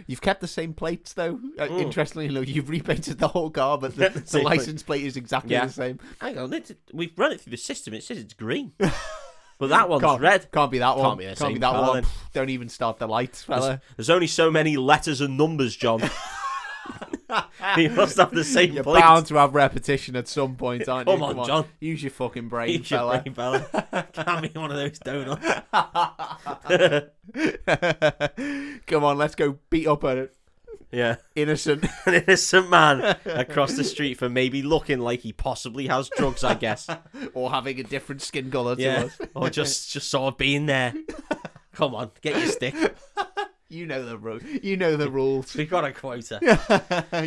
S2: You've kept the same plates though. Uh, Interestingly enough, you've repainted the whole car,
S1: *laughs*
S2: but the, the
S1: Same plate.
S2: license plate is exactly
S1: Yeah.
S2: the same.
S1: Hang on, it- we've run it through the system. It says it's *laughs* green, but that one's
S2: Can't,
S1: red.
S2: can't be that
S1: Can't
S2: one.
S1: be the
S2: can't
S1: same
S2: be that
S1: car,
S2: one.
S1: then.
S2: Don't even start the lights, fella.
S1: There's only so many letters and numbers,
S2: *laughs*
S1: John. *laughs* you must have the same
S2: You're
S1: plate. *laughs*
S2: bound to have repetition at some point, aren't
S1: Come
S2: you?
S1: on, John.
S2: Use your fucking brain,
S1: You should
S2: fella.
S1: brain
S2: *laughs*
S1: fella. Can't be one of those donuts.
S2: *laughs* Come on, let's go beat up an
S1: Yeah, *laughs*
S2: innocent. *laughs*
S1: an innocent man across the street for maybe looking like he possibly has drugs. I
S2: *laughs*
S1: guess.
S2: or having a different skin colour to
S1: Yeah,
S2: us.
S1: or just just sort of being
S2: *laughs*
S1: there. Come on, get your stick.
S2: You know the ru- You know the rules. *laughs*
S1: We've got a quota.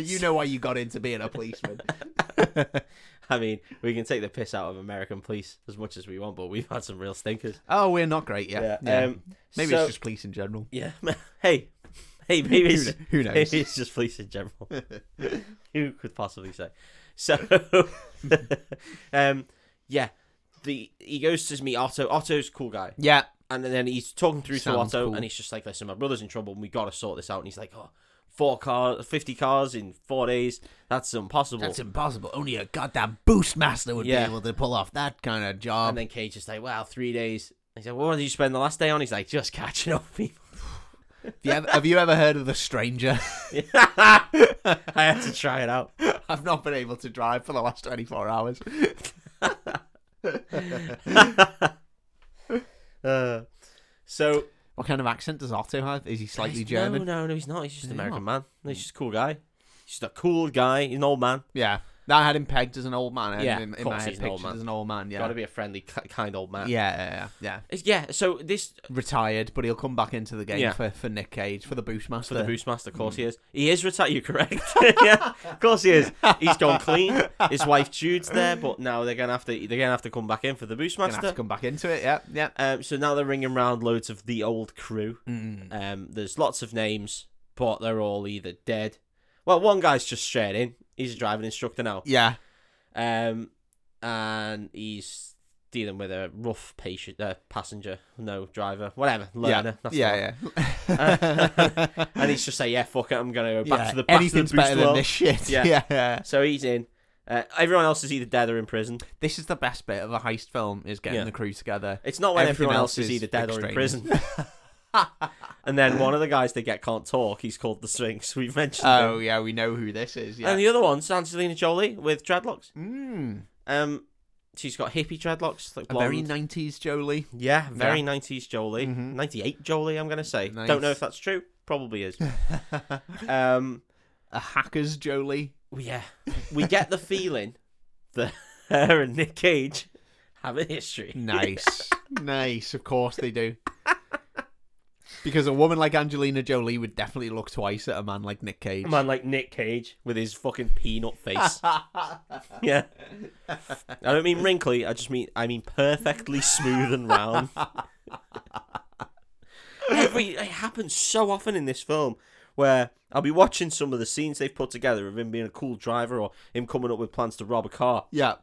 S2: you know why you got into being
S1: *laughs*
S2: a policeman.
S1: I mean, we can take the piss out of American police as much as we want, but we've had some real stinkers.
S2: Oh, we're not great yet. Yeah.
S1: Um,
S2: Maybe
S1: so-
S2: it's just police in general.
S1: *laughs* Yeah. hey. Hey, maybe
S2: Who
S1: it's,
S2: kn- who knows?
S1: *laughs* maybe it's just police in
S2: *laughs*
S1: general. who could possibly say? So, um, yeah, the he goes to meet Otto. Otto's a cool guy,
S2: Yeah.
S1: and then he's talking through to
S2: Sounds
S1: Otto,
S2: cool.
S1: and he's just like, "Listen, my brother's in trouble, and we gotta sort this out." And he's like, "Oh, four cars, fifty cars in four days. That's impossible."
S2: That's impossible. Only a goddamn boost master would
S1: Yeah.
S2: be able to pull off that kind of job.
S1: and then Cage is like, "Well, three days." He's like, well, "What did you spend the last day on?" He's like, "Just catching up, people."
S2: *laughs* have, you ever, have you ever heard of the stranger? *laughs*
S1: I had to try it out.
S2: I've not been able to drive for the last 24 hours.
S1: Uh, so
S2: What kind of accent does Otto have? Is he slightly
S1: he's-
S2: German?
S1: No, no, no, he's not. He's just an
S2: he
S1: American man. No, he's just a cool guy. He's just a cool guy. He's an old man.
S2: Yeah. No, I had him pegged as an old man. I had
S1: Yeah,
S2: him in,
S1: of
S2: in my
S1: course
S2: head
S1: he's an old
S2: pictured
S1: man.
S2: as an old man. Yeah.
S1: Got to be a friendly, ki- kind old
S2: yeah,
S1: man.
S2: yeah, yeah, yeah.
S1: It's- yeah. So this
S2: Retired, but he'll come back into the game
S1: Yeah.
S2: for, for Nick Cage for the Mm. Boostmaster.
S1: for the Boostmaster, of course he is. He is retired. *laughs* You're correct. yeah, of course he is. He's gone clean. His wife Jude's there, but now they're gonna have to they're gonna have to come back in for the
S2: Gonna have to
S1: Boostmaster.
S2: come back into it. Yeah, yeah.
S1: Um, so now they're ringing round loads of the old crew.
S2: Mm.
S1: Um, there's lots of names, but they're all either dead. Well, one guy's just straight in. He's a driving instructor now.
S2: Yeah.
S1: Um, and he's dealing with a rough patient, uh, passenger, no driver, whatever, learner. That's the one.
S2: yeah,
S1: Uh, *laughs*
S2: yeah.
S1: And he's just like, yeah, fuck it, I'm gonna go back
S2: Yeah,
S1: to the back to the
S2: anything's
S1: booster
S2: better than
S1: world."
S2: this shit.
S1: Yeah.
S2: Yeah. *laughs* yeah.
S1: So he's in. Uh, everyone else is either dead or in prison.
S2: This is the best bit of a heist film is getting
S1: Yeah.
S2: the crew together.
S1: It's not when
S2: Everything
S1: everyone
S2: else
S1: else is
S2: is
S1: either dead or in
S2: extraneous. *laughs*
S1: prison. *laughs* and then one of the guys they get can't talk. He's called the Sphinx. We've mentioned him.
S2: Oh yeah, we know who this is. Yeah.
S1: And the other one's Angelina Jolie with dreadlocks.
S2: Mm,
S1: Um, she's got hippie dreadlocks, like
S2: a very
S1: blonde.
S2: nineties Jolie.
S1: Yeah, very 90s Jolie. 98 Jolie, I'm going to say.
S2: Mm-hmm. Nice.
S1: Don't know if that's true. Probably
S2: *laughs*
S1: is. um,
S2: A hacker's Jolie.
S1: well, yeah. We get the feeling that *laughs* her and Nick Cage have a history.
S2: Nice. *laughs* nice. Of course they do. Because a woman like Angelina Jolie would definitely look twice at a man like Nick Cage.
S1: A man like Nick Cage with his fucking peanut face. yeah. I don't mean wrinkly, I just mean I mean perfectly smooth and round. Every it happens so often in this film where I'll be watching some of the scenes they've put together of him being a cool driver or him coming up with plans to rob a car.
S2: *laughs* Yeah.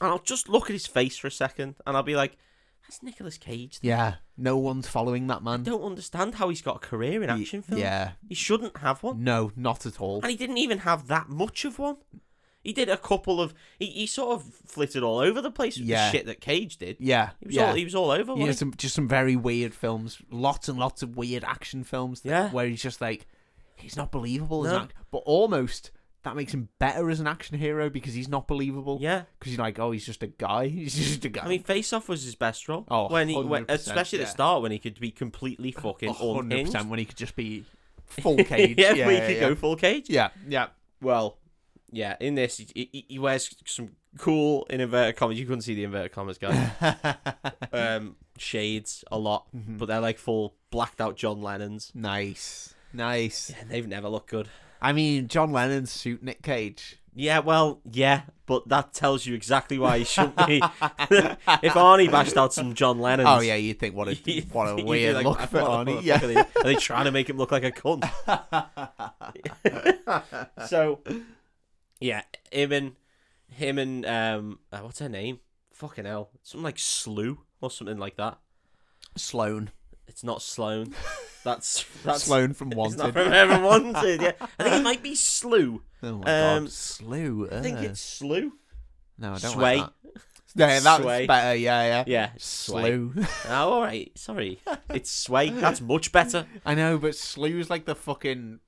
S1: and I'll just look at his face for a second, and I'll be like, "That's Nicolas Cage."
S2: Yeah. No one's following that
S1: I
S2: man.
S1: don't understand how he's got a career in action film.
S2: Yeah.
S1: he shouldn't have one,
S2: No, not at all.
S1: and he didn't even have that much of one. He did a couple of. He, he sort of flitted all over the place with
S2: Yeah.
S1: the shit that Cage did.
S2: Yeah,
S1: He was
S2: yeah.
S1: all he was all over.
S2: yeah,
S1: wasn't
S2: some just some very weird films, lots and lots of weird action films. That,
S1: Yeah.
S2: where he's just like, he's not believable as
S1: No.
S2: an act, but almost that makes him better as an action hero because he's not believable.
S1: he? yeah.
S2: because you're like, oh, he's just a guy. *laughs* He's just a guy.
S1: I mean, Face Off was his best role.
S2: Oh,
S1: when he, when,
S2: 100%,
S1: especially at
S2: yeah.
S1: the start when he could be completely fucking
S2: hundred
S1: unhinged. *laughs*
S2: percent when he could just be full cage.
S1: yeah,
S2: yeah,
S1: where he
S2: yeah,
S1: could
S2: yeah.
S1: go full Cage.
S2: Yeah, yeah.
S1: Well, yeah. In this, he, he- he wears some cool in inverted commas. You couldn't see the inverted commas, guys. *laughs* um, shades a lot, but they're like full blacked out John Lennon's.
S2: nice, nice.
S1: And they've never looked good.
S2: I mean, John Lennon's suit, Nick Cage.
S1: Yeah, well, yeah, but that tells you exactly why he shouldn't be. *laughs* if Arnie bashed out some John Lennon's.
S2: Oh yeah, you'd think
S1: *laughs*
S2: what a
S1: you'd
S2: what a
S1: be
S2: weird
S1: like, *laughs*
S2: look
S1: "What
S2: for
S1: the
S2: Arnie.
S1: fuck
S2: Yeah.
S1: Are they, are they trying to make him look like a cunt? *laughs* so, yeah, him and him and um, uh, what's her name? Fucking hell, something like Slew or something like that.
S2: Sloan,
S1: It's not Sloan.
S2: *laughs*
S1: That's that's
S2: Sloan
S1: *laughs*
S2: from
S1: It's not
S2: Wanted.
S1: from Ever Wanted. Yeah, I think it might be Slew.
S2: *laughs* Oh my
S1: Um,
S2: god, Slew.
S1: I think
S2: ugh.
S1: it's Slew.
S2: no, I don't
S1: Sway.
S2: like that. Yeah, that's
S1: Sway.
S2: better. Yeah, yeah.
S1: Yeah, Slew.
S2: Slew.
S1: Oh, all right. Sorry, *laughs* it's Sway. That's much better.
S2: *laughs* I know, but Slew's like the fucking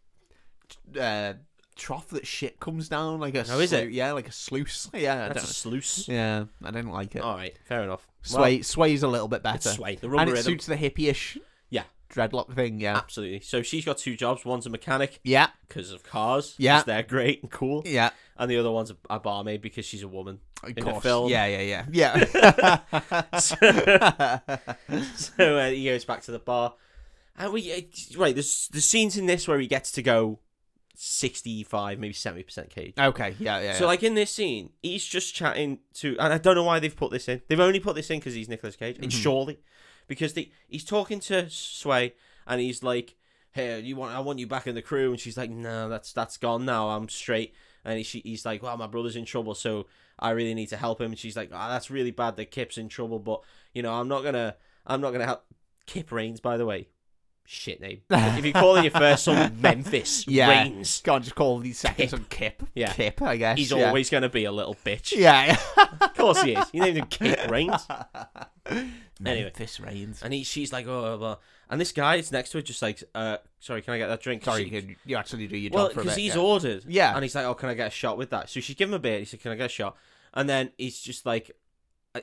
S2: uh, trough that shit comes down. Like a
S1: Oh, is
S2: slough-
S1: it?
S2: Yeah, like a sluice. *laughs* Yeah, I
S1: That's a
S2: don't-
S1: sluice.
S2: yeah. I didn't like it.
S1: All right, fair enough. Well,
S2: Sway Sway's a little bit better.
S1: It's sway. The
S2: and
S1: rubber
S2: it
S1: rhythm.
S2: suits the hippie-ish
S1: Yeah. Ah.
S2: dreadlock thing, yeah.
S1: Absolutely. So she's got two jobs. One's a mechanic
S2: Yeah,
S1: because of cars. 'cause
S2: Yeah.
S1: they're great and cool.
S2: yeah.
S1: And the other one's a, a barmaid because she's a *laughs* woman.
S2: Of
S1: a
S2: course.
S1: film.
S2: Yeah, yeah,
S1: *laughs*
S2: yeah. Yeah.
S1: So uh, he goes back to the bar, and we uh, right. There's the scenes in this where he gets to go sixty-five, maybe seventy percent cage.
S2: okay, yeah, yeah.
S1: So like in this scene, he's just chatting to, and I don't know why they've put this in. They've only put this in because he's Nicolas Cage. I
S2: Mm-hmm.
S1: mean, surely, because they, he's talking to Sway, and he's like, "Hey, you want? I want you back in the crew." And she's like, "No, that's that's gone now. I'm straight." And she, he's like, "Well, my brother's in trouble, so I really need to help him." And she's like, "Ah, that's really bad that Kip's in trouble, but you know, I'm not gonna, I'm not gonna help." Kip Reigns, by the way, shit name. if you call in your first
S2: *laughs*
S1: son Memphis
S2: Yeah.
S1: Reigns,
S2: Can't just call these seconds on Kip.
S1: Yeah.
S2: Kip, I guess.
S1: he's
S2: yeah.
S1: always gonna be a little bitch.
S2: Yeah. *laughs*
S1: Of course he is. You named him *laughs* Kip Reigns. *laughs* Anyway.
S2: This rains.
S1: And he, she's like, oh, blah, blah. and this guy is next to her, just like, uh, sorry, can I get that drink?
S2: Sorry,
S1: She-
S2: you, can, you actually do your
S1: well,
S2: job for a
S1: because
S2: bit.
S1: he's
S2: yeah.
S1: ordered.
S2: Yeah.
S1: And he's like, oh, can I get a shot with that? So she's giving him a beer. He said, can I get a shot? And then he's just like,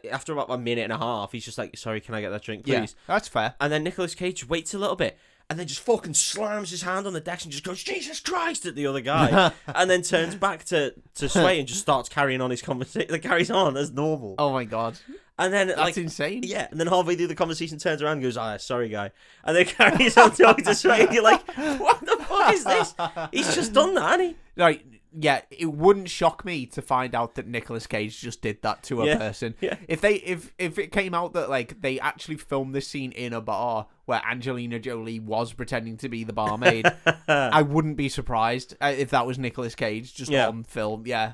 S1: after about a minute and a half, he's just like, sorry, can I get that drink, please?
S2: Yeah, that's fair.
S1: And then Nicolas Cage waits a little bit and then just fucking slams his hand on the desk and just goes, Jesus Christ, at the other
S2: *laughs*
S1: guy. and then turns back to, to Sway and just starts carrying on his conversation. Like, carries on as normal.
S2: Oh my god,
S1: and then,
S2: that's
S1: like,
S2: insane.
S1: yeah, and then halfway through the conversation turns around and goes, ah, sorry, guy. And then *laughs* carries on talking to Sway, and you're like, what the fuck is this? He's just done that, hasn't he?
S2: Like, yeah, it wouldn't shock me to find out that Nicolas Cage just did that to a
S1: Yeah,
S2: person.
S1: *laughs* yeah.
S2: If they if if it came out that like they actually filmed this scene in a bar where Angelina Jolie was pretending to be
S1: *laughs*
S2: the barmaid, I wouldn't be surprised uh, if that was Nicolas Cage just
S1: Yeah.
S2: on film. Yeah.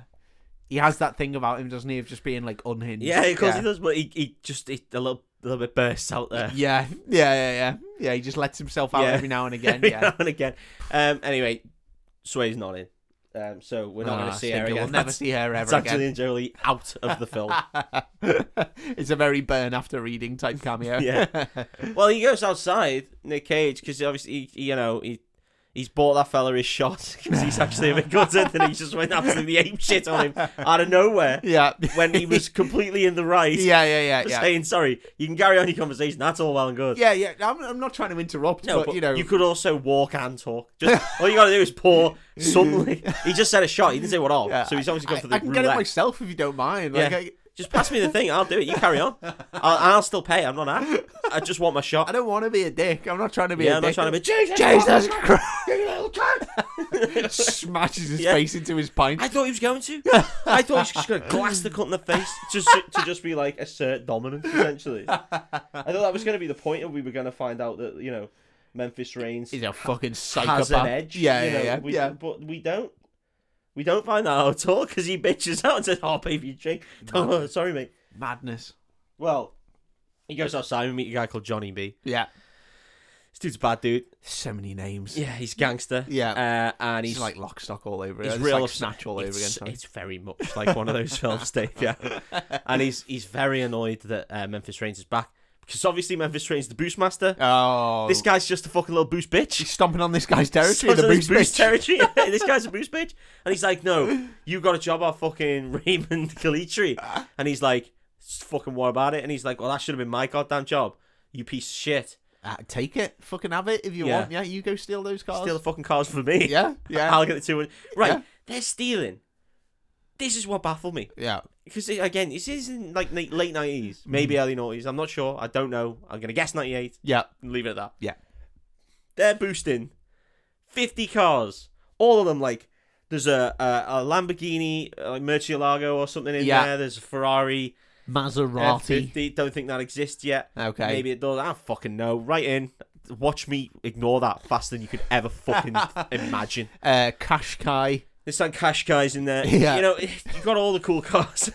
S2: He has that thing about him, doesn't he, of just being like unhinged.
S1: Yeah, of course he does, but he, he just he, a little, little bit bursts out there.
S2: Yeah, yeah, yeah, yeah. Yeah, he just lets himself out
S1: Yeah. *laughs*
S2: every now and *laughs* again.
S1: Every
S2: Yeah.
S1: now and again. Um, anyway, Sway's not in. Um, so we're not going
S2: Ah,
S1: to see her
S2: stinker,
S1: again.
S2: We'll never see her
S1: That's
S2: ever again.
S1: Angelina Jolie out *laughs* of the film.
S2: *laughs* it's a very burn after reading type cameo.
S1: Yeah. *laughs* well, he goes outside, Nick Cage, because obviously, he, he, you know, he he's bought that fella his shot *laughs* because he's actually a bit gutted and he just went
S2: *laughs*
S1: absolutely ape shit on him out of nowhere *laughs*
S2: yeah.
S1: when he was completely in the right.
S2: *laughs* yeah, yeah, yeah,
S1: for
S2: yeah.
S1: Saying sorry, you can carry on your conversation. That's all well and good.
S2: Yeah, yeah. I'm, I'm not trying to interrupt,
S1: No,
S2: but, you know,
S1: could also walk and talk.
S2: *laughs*
S1: Just all you gotta do is pour. Suddenly, he just said a shot. He didn't say what of,
S2: yeah,
S1: so he's obviously
S2: uh, I,
S1: gone for the
S2: I can
S1: roulette.
S2: get it myself if you don't mind. Like,
S1: Yeah.
S2: I,
S1: Just pass me the thing. I'll do it. You carry
S2: *laughs*
S1: on. I'll, I'll still pay. I'm not. a- I just want my shot.
S2: I don't want to be a dick. I'm not trying to be
S1: yeah,
S2: a
S1: I'm not
S2: dick.
S1: trying to be Jesus. *laughs*
S2: *laughs* Jesus
S1: Christ. *laughs*
S2: Christ! *laughs* Smashes his
S1: Yeah.
S2: face into his pint.
S1: I thought he was going *laughs* to. I thought he was just going to glass the cut in the face just to just be like assert dominance essentially. I thought that was going to be the point, and we were going to find out that you know Memphis Reigns
S2: He's a fucking psychopath.
S1: has an edge.
S2: Yeah,
S1: you
S2: yeah,
S1: know,
S2: yeah.
S1: we-
S2: yeah.
S1: But we don't. We don't find that out at all because he bitches out and says, "Oh, baby, you drink." Oh, sorry, mate.
S2: Madness.
S1: Well, he goes outside and meet a guy called Johnny B.
S2: Yeah.
S1: This dude's a bad dude.
S2: So many names.
S1: Yeah, he's gangster.
S2: Yeah.
S1: uh, and
S2: He's,
S1: he's
S2: like lock stock all over.
S1: he's
S2: it.
S1: real
S2: it's like
S1: upset.
S2: snatch all over again.
S1: it's,
S2: sorry.
S1: it's very much like one of those films, Dave. Yeah,
S2: *laughs*
S1: and he's he's very annoyed that uh, Memphis Reigns is back because obviously Memphis Reigns is the boost master.
S2: oh,
S1: This guy's just a fucking little boost bitch. *laughs*
S2: he's stomping on this guy's territory.
S1: Sons
S2: the
S1: of this
S2: boost
S1: boost
S2: bitch. *laughs*
S1: territory. *laughs* this guy's a boost bitch, and he's like, "No, you got a job off fucking *laughs* Raymond
S2: *laughs*
S1: Calitri," and he's like, "S- "Fucking what about it?" And he's like, "Well, that should have been my goddamn job, you piece of shit.
S2: Uh, take it, fucking have it if you
S1: Yeah.
S2: want. Yeah, you go steal those cars.
S1: Steal the fucking cars for me.
S2: *laughs* yeah,
S1: *laughs*
S2: yeah,
S1: I'll get the two one. Right,
S2: Yeah.
S1: they're stealing. This is what baffled me."
S2: yeah.
S1: because again, this is in like na- late
S2: Mm.
S1: nineties, maybe early nineties. I'm not sure. I don't know. I'm gonna guess ninety eight
S2: Yeah,
S1: and leave it at that.
S2: Yeah.
S1: they're boosting fifty cars, all of them. Like there's a a, a Lamborghini, uh, like Murcielago or something in
S2: Yeah.
S1: there. There's a Ferrari
S2: Maserati.
S1: F50. Don't think that exists yet.
S2: Okay.
S1: maybe it does. I don't fucking know. Right in. Watch me ignore that faster than you could ever
S2: *laughs*
S1: fucking imagine.
S2: Uh, Qashqai.
S1: There's some cash guys in there.
S2: Yeah.
S1: You know, *laughs* you've got all the cool cars.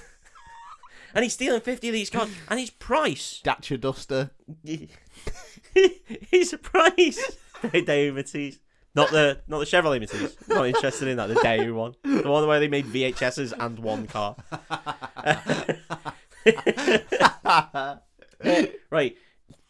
S1: *laughs* and he's stealing 50 of these cars. And his
S2: *laughs*
S1: price.
S2: Dacia Duster.
S1: *laughs* He's a price. They Day Matisse. Not the not the Chevrolet Matisse. Not interested in that. The Daewoo one. The one where they made VHSs and one car. *laughs* right.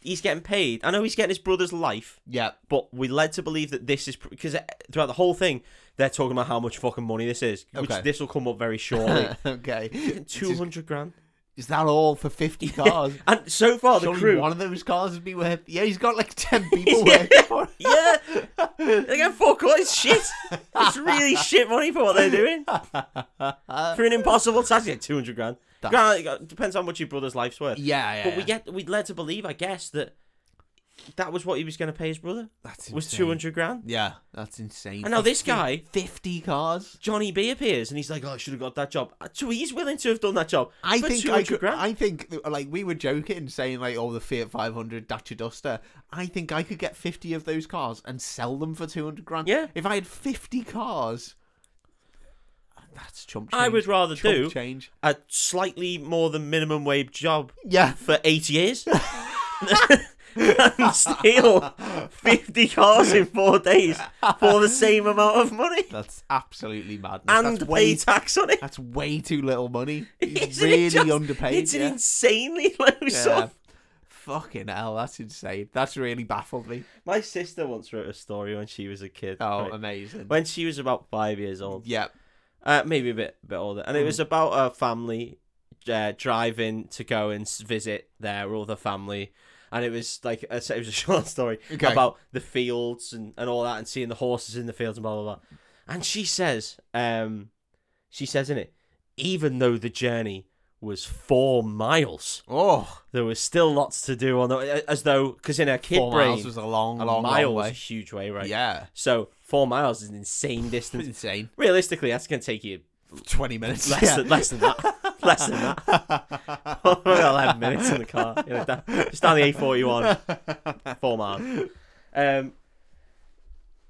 S1: He's getting paid. I know he's getting his brother's life,
S2: Yeah,
S1: *laughs* but we're led to believe that this is because throughout the whole thing, they're talking about how much fucking money this is, which
S2: Okay.
S1: this will come up
S2: *laughs*
S1: very shortly.
S2: okay. It's
S1: Two
S2: just-
S1: hundred grand.
S2: Is that all for 50 cars?
S1: And so far, *laughs* the
S2: Surely
S1: crew.
S2: one of those cars would be worth. Yeah, he's got like 10 people working for it.
S1: *laughs* yeah, they get fuck all. It's shit. It's
S2: *laughs*
S1: really shit money for what they're doing for an impossible task. Yeah, two hundred grand.
S2: That's-
S1: Grand- Depends how much your brother's life's worth.
S2: Yeah, yeah.
S1: But we get we led to believe, I guess, that that was what he was going to pay his brother
S2: That's
S1: was
S2: insane.
S1: two hundred grand.
S2: Yeah, that's insane.
S1: And now this guy,
S2: 50 cars.
S1: Johnny B, appears and he's like, "Oh, I should have got that job." So he's willing to have done that job.
S2: I
S1: for
S2: think I,
S1: 200
S2: could,
S1: grand.
S2: I think that, like we were joking saying like oh the Fiat 500 Dacia Duster I think I could get 50 of those cars and sell them for 200 grand
S1: Yeah.
S2: if I had 50 cars that's chump change
S1: I would rather
S2: chump
S1: do
S2: change
S1: a slightly more than minimum wage job
S2: yeah
S1: for eight
S2: *laughs*
S1: years *laughs* and steal 50 cars in four days for the same amount of money
S2: that's absolutely madness
S1: and
S2: that's
S1: pay
S2: way
S1: tax on it.
S2: that's way too little money *laughs* it's
S1: *laughs* Isn't it
S2: really
S1: just-
S2: underpaid
S1: It's
S2: yeah.
S1: an insanely low
S2: Yeah.
S1: sum.
S2: fucking hell that's insane that's really baffled me
S1: My sister once wrote a story when she was a kid.
S2: oh
S1: right?
S2: amazing
S1: When she was about five years old,
S2: yeah
S1: uh, maybe a bit, bit older, and it
S2: Hmm.
S1: was about a family uh, driving to go and s- visit their other family, and it was like a, *laughs* it was a short story
S2: Okay.
S1: about the fields and, and all that, and seeing the horses in the fields and blah blah blah. And she says, um, she says in it, even though the journey was four miles,
S2: oh
S1: there was still lots to do on the as though because in her kid
S2: four
S1: brain,
S2: miles was a long
S1: a
S2: long,
S1: mile
S2: long
S1: was a
S2: way
S1: huge way, right?
S2: yeah
S1: So four miles is an insane distance.
S2: *laughs* insane.
S1: Realistically, that's gonna take you
S2: 20 minutes.
S1: less
S2: yeah.
S1: than less than that. less than
S2: *laughs*
S1: that. *laughs* About eleven minutes in the car. You know, down, just down the A forty one. Four miles. Um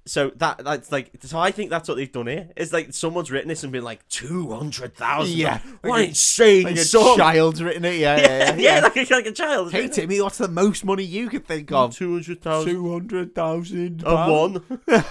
S1: so that that's like so I think that's what they've done here. It's like someone's written this and been like two hundred thousand.
S2: Yeah.
S1: What
S2: Like a-
S1: insane
S2: Like a
S1: sum.
S2: child's written it. Yeah, yeah, yeah.
S1: *laughs* yeah, like a like a child.
S2: hey, Timmy, what's the most money you could think of?
S1: two hundred thousand
S2: 200,000
S1: of one.
S2: *laughs*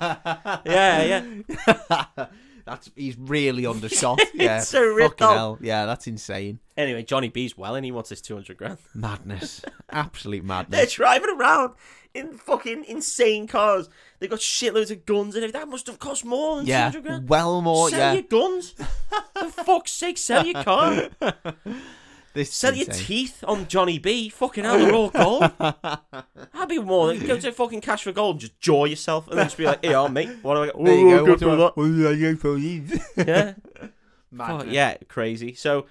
S1: yeah, yeah.
S2: That's he's really
S1: *laughs*
S2: undershot. yeah.
S1: so ripped
S2: Fucking
S1: off.
S2: hell. Yeah, that's insane.
S1: Anyway, Johnny B's well and he wants his two hundred grand.
S2: Madness. Absolute
S1: *laughs* They're
S2: madness.
S1: driving around in fucking insane cars. They've got shitloads of guns and everything. That must have cost more than
S2: Yeah.
S1: 200 grand.
S2: Well more,
S1: sell
S2: yeah.
S1: your guns. For
S2: *laughs*
S1: fuck's sake, sell your car.
S2: This is
S1: Sell your
S2: insane.
S1: teeth on Johnny B. Fucking hell, they're all
S2: *laughs*
S1: gold. I'd be more than go to fucking cash for gold and just jaw yourself and then just be like, yeah, mate, what do I got?
S2: There you
S1: Ooh,
S2: go.
S1: Oh, good
S2: What do
S1: for
S2: I-
S1: that.
S2: what do I get for *laughs* these?
S1: Yeah. Fuck,
S2: Madness.
S1: Oh, yeah, crazy. So,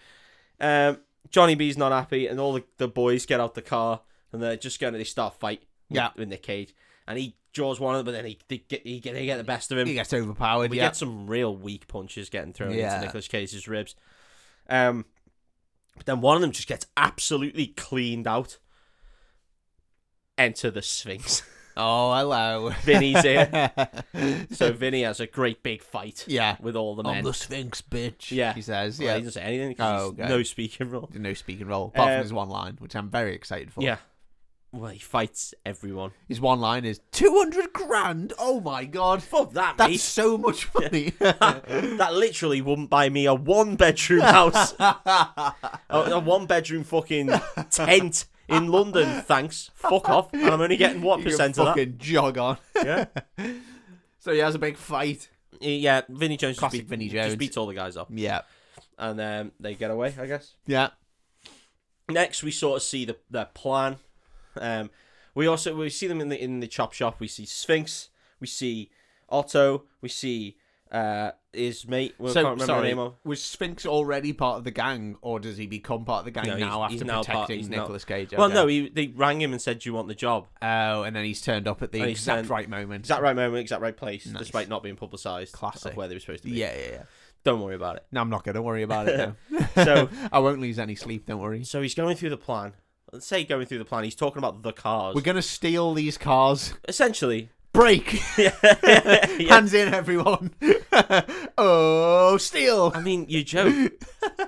S1: um, Johnny B's not happy, and all the, the boys get out the car, and they're just going to they start a fight. with-
S2: Yeah.
S1: in the cage, and he draws one of them, but then he they get he get, they get the best of him.
S2: He gets overpowered.
S1: we
S2: yeah.
S1: get some real weak punches getting thrown
S2: Yeah.
S1: into Nicolas Cage's ribs. Um, but then one of them just gets absolutely cleaned out. Enter the
S2: *laughs*
S1: Sphinx.
S2: *laughs* Oh, hello.
S1: Vinny's here,
S2: *laughs*
S1: so Vinny has a great big fight
S2: yeah.
S1: with all the men.
S2: I'm the Sphinx, bitch.
S1: Yeah.
S2: He says.
S1: Well,
S2: Yeah.
S1: he doesn't say anything because
S2: Oh, okay.
S1: no speaking role.
S2: no speaking role apart
S1: Uh,
S2: from his one line, which I'm very excited for.
S1: Yeah. Well, he fights everyone.
S2: His one line is 200 grand. Oh my god.
S1: Fuck that,
S2: That's
S1: mate.
S2: so much money.
S1: that literally wouldn't buy me a one
S2: *laughs*
S1: bedroom house, a, a one bedroom fucking tent in London. Thanks. Fuck off. And I'm only getting what
S2: *laughs* You can
S1: percent of that?
S2: fucking jog on. *laughs*
S1: Yeah.
S2: So he has a big fight.
S1: Yeah. Vinnie Jones just,
S2: Classic
S1: beat,
S2: Vinnie Jones.
S1: just beats all the guys up,
S2: Yeah.
S1: and um, they get away. I guess.
S2: Yeah.
S1: Next, we sort of see the their plan. Um, we also we see them in the in the chop shop. We see Sphinx. We see Otto. We see uh, his mate. Well, I can't remember the name of.
S2: was Sphinx already part of the gang, or does he become part of the gang
S1: No, he's-
S2: now
S1: he's
S2: after
S1: now part-
S2: protecting
S1: he's now-
S2: Nicholas Cage?
S1: Well,
S2: Okay.
S1: no, he, they rang him and said, "Do you want the job?"
S2: Oh, and then he's turned up at the
S1: And he's
S2: exact
S1: turned-
S2: right moment.
S1: Exact right moment, exact right place,
S2: Nice.
S1: despite not being publicised.
S2: Classic.
S1: Of where they were supposed to be.
S2: Yeah, yeah, yeah.
S1: Don't worry about it.
S2: No, I'm not going to worry
S1: *laughs*
S2: about it. now.
S1: So-
S2: *laughs* I won't lose any sleep. Don't worry.
S1: So he's going through the plan. Let's say going through the plan. He's talking about the cars.
S2: We're going to steal these cars. *laughs*
S1: Essentially.
S2: Break.
S1: Yeah. *laughs* Yeah.
S2: Hands in, everyone. *laughs* oh, steal.
S1: I mean, you
S2: *laughs*
S1: joke,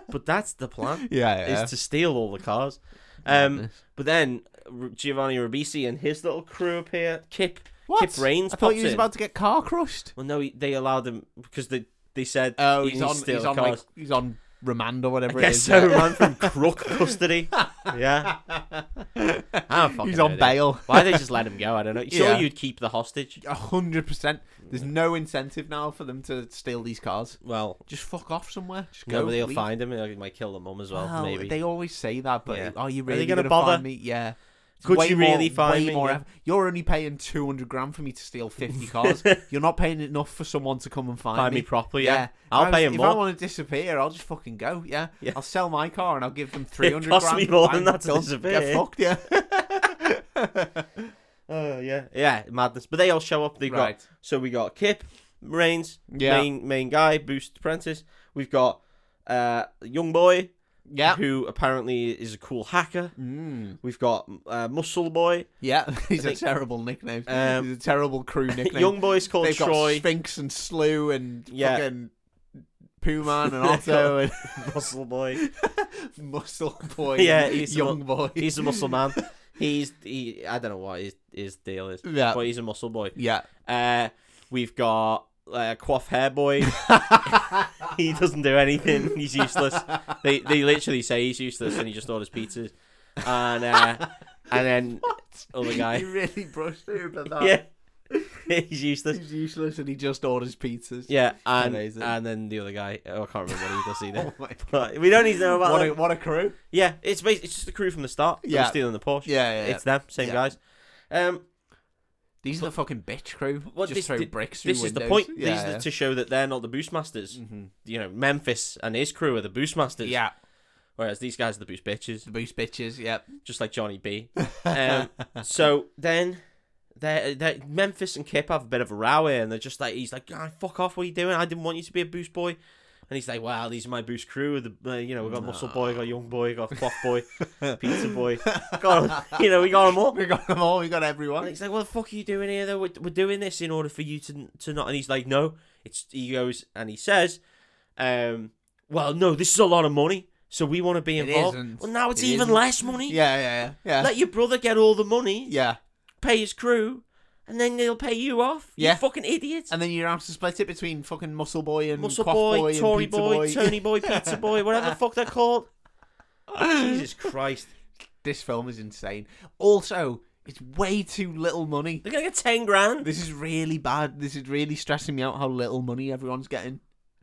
S1: but that's the plan.
S2: Yeah, yeah.
S1: Is to steal all the cars. Um, but then R- Giovanni Ribisi and his little crew appear. Kip.
S2: what?
S1: Kip Rains
S2: I thought
S1: pops
S2: he was
S1: in.
S2: about to get car crushed.
S1: Well, no, he, they allowed him because they they said
S2: Oh,
S1: he
S2: he's
S1: needs
S2: on.
S1: to steal
S2: He's
S1: the
S2: on. Like,
S1: cars.
S2: he's on remand or whatever.
S1: I
S2: it
S1: guess
S2: is.
S1: so, *laughs*
S2: yeah.
S1: man, from crook custody. *laughs* Yeah. I don't fucking
S2: He's
S1: know,
S2: on
S1: dude.
S2: bail.
S1: Why they just let him go? I don't know. Sure,
S2: Yeah.
S1: you'd keep the hostage.
S2: A hundred percent. There's no incentive now for them to steal these cars.
S1: Well,
S2: Just fuck off somewhere. Just
S1: no,
S2: go.
S1: but they'll
S2: leave.
S1: find him. and They might kill the mum as well.
S2: Well,
S1: maybe.
S2: they always say that, but
S1: Yeah.
S2: are you
S1: they
S2: really
S1: gonna
S2: gonna,
S1: bother?
S2: find me? Yeah. It's
S1: Could
S2: way
S1: you really
S2: more,
S1: find
S2: way
S1: me?
S2: More
S1: Yeah.
S2: eff- You're only paying two hundred grand for me to steal
S1: *laughs*
S2: fifty cars. You're not paying enough for someone to come and find,
S1: Find me
S2: me.
S1: properly. Yeah.
S2: Yeah.
S1: I'll
S2: If I
S1: pay him
S2: was- if
S1: more.
S2: I want to disappear, I'll just fucking go. Yeah,
S1: Yeah.
S2: I'll sell my car and I'll
S1: *laughs*
S2: give them three hundred.
S1: costs me more than that to disappear.
S2: Get fucked, yeah.
S1: Oh yeah. Yeah, madness. But they all show up. They got
S2: Right.
S1: so we got Kip, Reigns,
S2: Yeah.
S1: main main guy, Boost Apprentice. We've got uh young boy
S2: Yeah.
S1: who apparently is a cool hacker.
S2: Mm.
S1: We've got uh, Muscle Boy.
S2: Yeah, *laughs* these are
S1: think-
S2: terrible nicknames.
S1: Um,
S2: These are terrible
S1: *laughs*
S2: crew nicknames.
S1: young boy's called
S2: They've
S1: Troy.
S2: got Sphinx and Slew and
S1: Yeah.
S2: fucking
S1: *laughs*
S2: Puman and Otto and
S1: muscle Boy.
S2: *laughs* Muscle Boy.
S1: Yeah,
S2: and
S1: he's the
S2: young boy.
S1: He's a muscle man. He's he. I don't know what his his deal *laughs* is,
S2: *laughs* yeah,
S1: but he's a muscle boy.
S2: yeah.
S1: Uh, we've got uh, Quaff Hair
S2: *laughs*
S1: Boy. *laughs* he doesn't do anything. He's useless. They they literally say he's useless and he just orders pizzas. And uh, *laughs*
S2: *laughs*
S1: and then *laughs* other guy.
S2: You really brushed
S1: *laughs*
S2: over that.
S1: yeah, he's useless.
S2: He's useless and he just orders pizzas.
S1: Yeah, and
S2: Amazing.
S1: and then the other guy. Oh, I can't remember what he does either. *laughs*
S2: *laughs* Oh my God.
S1: But we don't need to know about
S2: What
S1: them.
S2: a, what a crew.
S1: Yeah, it's basically, it's just the crew from the start. Yeah,
S2: Yeah.
S1: stealing the Porsche.
S2: Yeah, yeah, yeah.
S1: it's them, same
S2: Yeah.
S1: guys. Um,
S2: These are the fucking bitch crew.
S1: what
S2: just
S1: this-
S2: throw
S1: thi-
S2: bricks through
S1: this is the
S2: windows.
S1: point.
S2: Yeah,
S1: These are
S2: yeah.
S1: to show that they're not the Boostmasters.
S2: Mhm.
S1: You know, Memphis and his crew are the Boostmasters.
S2: Yeah,
S1: Whereas these guys are the Boost bitches,
S2: the boost
S1: *laughs*
S2: bitches. Yep.
S1: just like Johnny
S2: *laughs*
S1: B. Um, so then. They're, they're, Memphis and Kip have a bit of a row here, and they're just like, he's like, "Ah, fuck off, what are you doing? I didn't want you to be a boost boy. And he's like, wow, these are my boost crew. The, uh, you know, we got Muscle Boy, we got Young Boy, we got Clock
S2: *laughs*
S1: Boy, Pizza Boy. Got 'em- *laughs* you know, we got them all.
S2: we got them all. We got
S1: And
S2: everyone.
S1: he's like, "What the fuck are you doing here? Though we're, we're doing this in order for you to to not." And he's like, "No, it's." He goes and he says, um, "Well, no, this is a lot of money, so we want to be
S2: It
S1: involved."
S2: isn't.
S1: Well, now it's
S2: It
S1: even
S2: isn't.
S1: less money.
S2: Yeah, yeah, yeah, yeah.
S1: Let your brother get all the money,
S2: Yeah.
S1: pay his crew, and then they'll pay you off.
S2: Yeah.
S1: You fucking idiots.
S2: And then you have to split it between fucking Muscle Boy and
S1: Muscle
S2: Quaff
S1: boy,
S2: Boy,
S1: Tory
S2: and Pizza
S1: boy, Tony
S2: *laughs*
S1: boy, Pizza boy, whatever the fuck they're called. Jesus Christ.
S2: This film is insane. Also, it's way too little money.
S1: They're going to get 10 grand.
S2: This is really bad. This is really stressing me out how little money everyone's getting.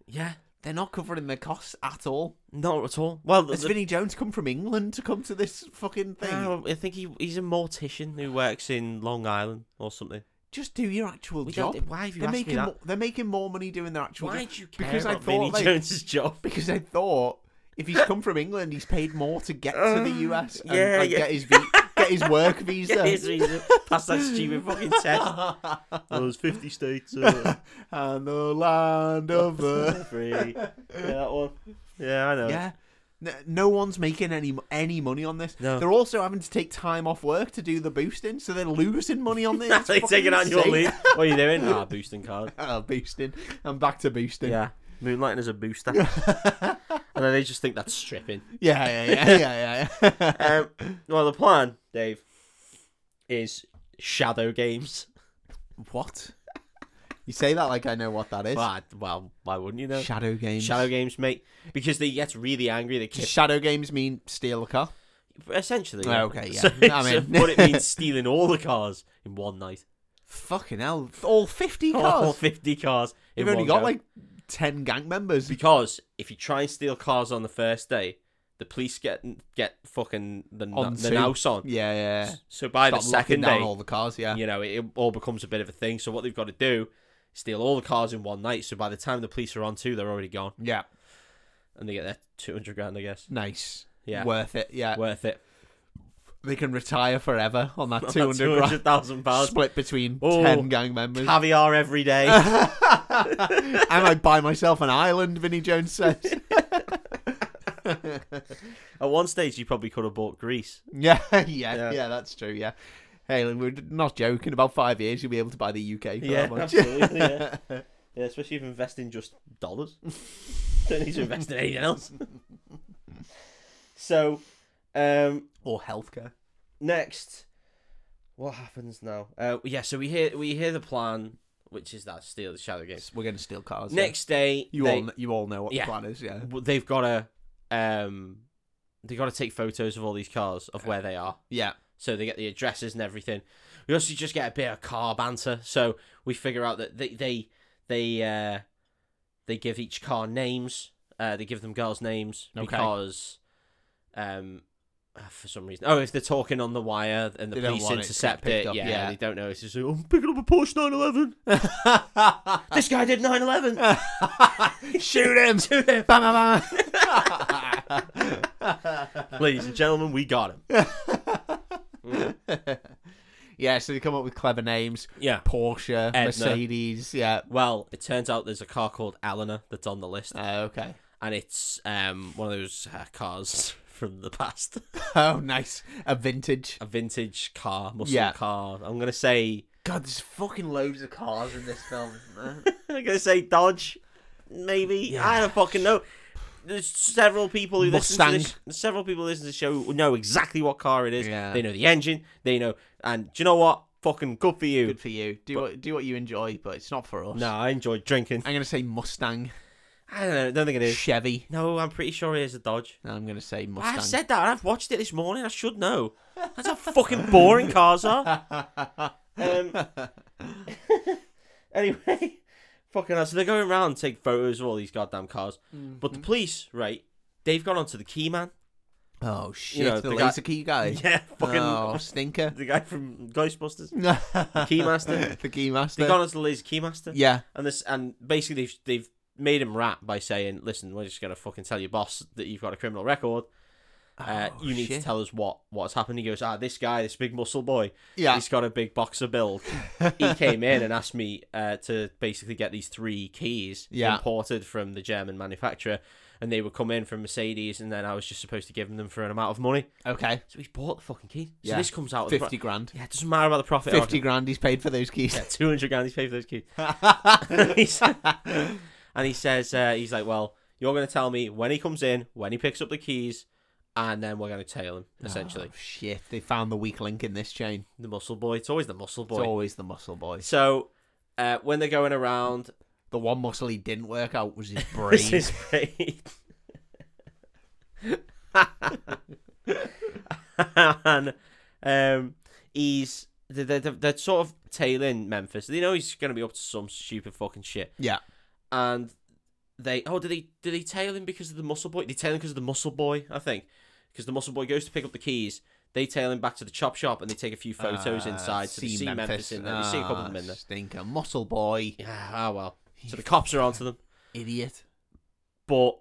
S1: Yeah,
S2: They're not covering their costs at all.
S1: not at all. Well, the,
S2: Has
S1: the-
S2: Vinnie Jones come from England to come to this fucking thing?
S1: No, I think he he's a mortician who works in Long Island or something.
S2: Just do your actual
S1: We don't-
S2: job.
S1: why have you
S2: They're
S1: asked me
S2: making
S1: that?
S2: more, they're making more money doing their actual
S1: Why
S2: job.
S1: do you care
S2: because I
S1: about
S2: thought,
S1: Vinnie
S2: like-
S1: Jones's job?
S2: *laughs* Because I thought if he's come from England, he's paid more to get to the US and,
S1: Uh, yeah,
S2: and
S1: yeah.
S2: get his vi- get
S1: *laughs*
S2: his work visa.
S1: Yeah, he's- he's- Pass that stupid fucking
S2: *laughs*
S1: test. Those fifty states *laughs*
S2: and the land of the
S1: free. Yeah, that one. Yeah, I know.
S2: yeah. No, no one's making any any money on this.
S1: No.
S2: They're also having to take time off work to do the boosting, so they're losing money
S1: *laughs*
S2: on this. It's
S1: they
S2: fucking
S1: taking annual
S2: insane.
S1: leave. *laughs* What are you doing? Ah, boosting card.
S2: Ah, boosting. I'm back to boosting.
S1: Yeah, moonlighting as a booster. *laughs* and then they just think that's stripping. *laughs*
S2: yeah, *laughs* yeah, yeah, yeah. yeah, yeah.
S1: Um, well, the plan, Dave, is Shadow Games.
S2: What? You say that like I know what that is.
S1: Well, I- well, why wouldn't you know?
S2: Shadow games.
S1: Shadow Games, mate, because they get really angry. They
S2: Does
S1: kick
S2: Shadow games mean steal a car.
S1: essentially.
S2: Oh, okay, yeah.
S1: So,
S2: I
S1: so-
S2: mean-
S1: but it
S2: *laughs*
S1: means stealing all the cars in one night.
S2: Fucking hell! All fifty
S1: All
S2: cars.
S1: fifty cars. in
S2: You've only
S1: one
S2: got
S1: go.
S2: like ten gang members.
S1: because if you try and steal cars on the first day, the police get get fucking the
S2: On
S1: on
S2: to-
S1: the house on.
S2: Yeah, yeah.
S1: So by
S2: Stop
S1: the
S2: locking
S1: second
S2: down
S1: day,
S2: all the cars. Yeah.
S1: you know, it, it all becomes a bit of a thing. So what they've got to do, is steal all the cars in one night. So by the time the police are on two, they're already gone,
S2: Yeah.
S1: and they get their two hundred grand, I guess.
S2: Nice.
S1: Yeah.
S2: Worth it. Yeah.
S1: Worth it.
S2: They can retire forever on
S1: *laughs*
S2: that two hundred grand.
S1: 200,000
S2: *laughs*
S1: pounds.
S2: Split between
S1: Oh.
S2: ten
S1: *laughs*
S2: gang members.
S1: Caviar every
S2: *laughs*
S1: day.
S2: I might buy myself an island, Vinnie Jones
S1: *laughs*
S2: says. *laughs*
S1: At one stage, you probably could have bought Greece.
S2: yeah, yeah, yeah,
S1: Yeah.
S2: that's true, yeah. Hey, we're not joking. About five years, you'll be able to buy the UK for that
S1: *laughs*
S2: much. *laughs*
S1: absolutely. Yeah. yeah, especially if you invest in just dollars. *laughs* Don't need to invest in anything
S2: *laughs*
S1: else. So, um,
S2: or healthcare.
S1: next, what happens now? Uh, yeah, so we hear we hear the plan, which is that steal the shadow game.
S2: We're going to steal cars. yeah.
S1: Next day,
S2: you
S1: they,
S2: all, kn- you all know what
S1: Yeah.
S2: the plan is,
S1: *laughs*
S2: yeah. *laughs*
S1: w- they've got to um, they got to take photos of all these cars of where they are.
S2: Yeah,
S1: So they get the addresses and everything. We also just get a bit of car banter. So we figure out that they they they uh, they give each car names. Uh, they give them girls' names
S2: Okay.
S1: because, um, uh, for some reason, oh, if they're talking on the wire and the
S2: They don't
S1: police
S2: want it to get
S1: intercept
S2: picked
S1: it,
S2: up,
S1: yeah,
S2: yeah.
S1: they don't know. It's just like, oh, I'm picking up a Porsche 911. *laughs* this guy did
S2: *laughs*
S1: 911.
S2: shoot
S1: *laughs*
S2: him!
S1: Shoot him.
S2: Bam, bam, *laughs*
S1: Ladies and gentlemen, we got him.
S2: bam. yeah, so they come up with clever names:
S1: Yeah.
S2: Porsche,
S1: Edna.
S2: Mercedes. Yeah.
S1: Well, it turns out there's a car called Eleanor that's on the list.
S2: Oh, okay. *laughs*
S1: and it's um one of those uh, cars *laughs* from the past,
S2: Oh, nice. A vintage.
S1: a vintage car, muscle
S2: Yeah.
S1: car. I'm gonna say, *laughs*
S2: God, there's fucking loads of cars in this film.
S1: I'm gonna say Dodge, maybe. I don't fucking know. There's several people who listen to
S2: Mustang.
S1: this, several people who listen to the show who know exactly what car it is.
S2: Yeah.
S1: They know the engine. They know, and do you know what? Fucking good for you.
S2: *laughs* Good for you. Do what do what you enjoy, but it's not for us.
S1: No, I enjoy drinking.
S2: I'm gonna say Mustang,
S1: I don't know. I don't think it is.
S2: Chevy.
S1: No, I'm pretty sure it is a Dodge.
S2: No, I'm gonna say
S1: I
S2: Mustang.
S1: said that. and I've watched it this morning. I should know. That's how fucking boring cars are. Um, *laughs* anyway, fucking hell. So they're going around take photos of all these goddamn cars. But
S2: Mm-hmm.
S1: the police, right? They've gone onto the key man.
S2: oh shit,
S1: know,
S2: the,
S1: the guy-
S2: laser key *laughs* guy.
S1: *laughs* Yeah, fucking
S2: Oh, *laughs* stinker.
S1: *laughs* the guy from Ghostbusters.
S2: the
S1: Keymaster.
S2: *laughs* the keymaster.
S1: They've gone onto the laser key master.
S2: Yeah.
S1: And this, and basically they've they've made him rap by saying, "Listen, we're just gonna fucking tell your boss that you've got a criminal record. Uh,
S2: Oh,
S1: you need
S2: shit.
S1: to tell us what what's happened." He goes, "Ah, this guy, this big muscle boy."
S2: Yeah.
S1: he's got a big boxer build. he came in and asked me uh, to basically get these three keys
S2: Yeah.
S1: imported from the German manufacturer, and they would come in from Mercedes, and then I was just supposed to give them them for an amount of money.
S2: Okay.
S1: So he's bought the fucking keys. So
S2: Yeah.
S1: this comes out of the pro-
S2: Fifty grand.
S1: yeah, it doesn't matter about the profit. I
S2: Fifty grand. He's paid for those keys.
S1: reckon. 200 grand he's paid for those
S2: *laughs*
S1: keys. *laughs* He's- and he says, uh, he's like, well, you're going to tell me when he comes in, when he picks up the keys, and then we're going to tail him, essentially.
S2: Oh, shit, they found the weak link in this chain.
S1: The muscle boy. It's always the muscle boy.
S2: It's always the muscle boy.
S1: So uh, when they're going around,
S2: The one muscle he didn't work out was his
S1: *laughs* This
S2: brain.
S1: is great. and um, he's they're, they're, they're sort of tailing Memphis. They know he's going to be up to some stupid fucking shit.
S2: yeah.
S1: And they oh did they did they tail him because of the muscle boy? They tail him because of the muscle boy, I think, because the muscle boy goes to pick up the keys. They tail him back to the chop shop and they take a few photos
S2: Uh,
S1: inside. So they Ah, see Memphis, in there. They see a couple of them in
S2: Ah,
S1: there.
S2: Stinker. Muscle boy.
S1: Yeah, ah well. So the cops are onto them.
S2: Idiot.
S1: but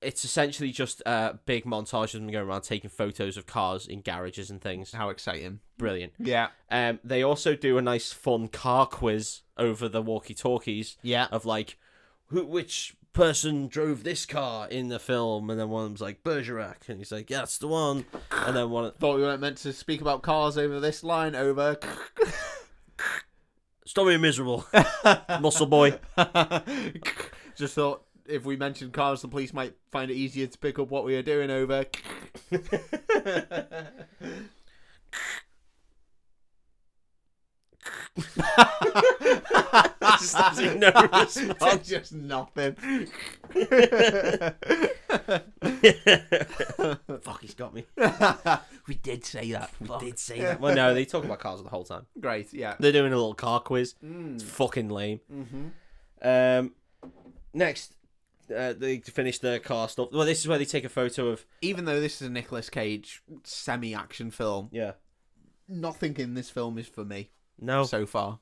S1: it's essentially just a big montage of them going around taking photos of cars in garages and things.
S2: How exciting.
S1: Brilliant.
S2: Yeah.
S1: Um, they also do a nice, fun car quiz over the walkie-talkies
S2: Yeah.
S1: of like, who, which person drove this car in the film, and then one of them's like Bergerac, and he's like, yeah, that's the one, and then one,
S2: Thought we weren't meant to speak about cars over this line. Over. *laughs*
S1: stop being *laughs* miserable, muscle boy. *laughs*
S2: Just thought if we mentioned cars, the police might find it easier to pick up what we are
S1: *laughs*
S2: doing. *laughs* Over.
S1: Just *laughs* absolutely no response.
S2: just nothing.
S1: Fuck, he's got me.
S2: we did say that. Fuck.
S1: Did say that. Well, no, they talk about cars the whole time.
S2: Great, yeah.
S1: They're doing a little car quiz. It's fucking lame. Um, next, uh, they finish their car stuff. Well, this is where they take a photo of
S2: Even though this is a Nicolas Cage semi-action film,
S1: yeah.
S2: nothing in this film is for me
S1: No,
S2: so far.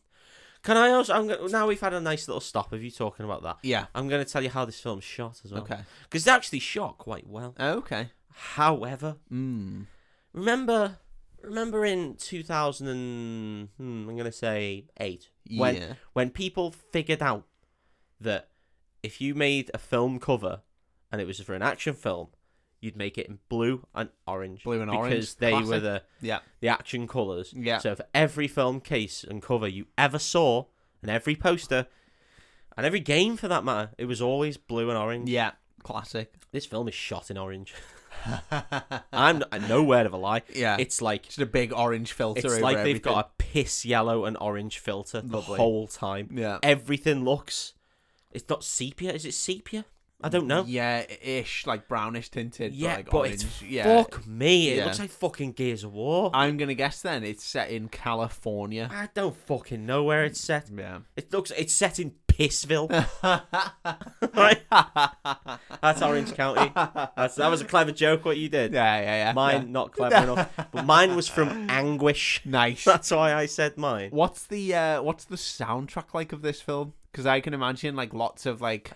S1: can I also? I'm gonna, now we've had a nice little stop of you talking about that.
S2: Yeah.
S1: I'm going to tell you how this film's shot as well.
S2: Okay.
S1: Because it's actually shot quite well.
S2: Okay.
S1: However,
S2: Mm.
S1: remember, remember in 2000, and, hmm, I'm going to say eight, when
S2: Yeah.
S1: when people figured out that if you made a film cover and it was for an action film, you'd make it in blue and orange.
S2: Blue and
S1: because
S2: orange,
S1: they were
S2: classic.
S1: the
S2: Yeah.
S1: the action colours.
S2: Yeah.
S1: So for every film case and cover you ever saw, and every poster, and every game for that matter, it was always blue and orange.
S2: Yeah. Classic.
S1: This film is shot in
S2: *laughs*
S1: orange. I'm n- no word of a lie.
S2: Yeah.
S1: It's like
S2: Just a big orange filter
S1: it's
S2: over
S1: like they've
S2: everything.
S1: got a piss yellow and orange filter the
S2: Lovely.
S1: whole time.
S2: Yeah.
S1: Everything looks. It's not sepia. Is it sepia? I don't know.
S2: Yeah, ish, like brownish tinted.
S1: Yeah,
S2: but, like
S1: but
S2: orange.
S1: it's
S2: yeah.
S1: Fuck me! It
S2: Yeah. Ah.
S1: looks like fucking Gears of War. I,
S2: I'm gonna guess then it's set in California.
S1: don't fucking know where it's set.
S2: Yeah.
S1: It looks. It's set in
S2: *laughs*
S1: Pissville. right? That's Orange County. That's, that was a clever joke. What you did.
S2: Yeah, yeah, yeah.
S1: Mine
S2: yeah.
S1: not clever enough. But mine was
S2: *laughs*
S1: from anguish.
S2: Nice.
S1: That's why I said mine.
S2: what's the uh, what's the soundtrack like of this film? Because I can imagine like lots of like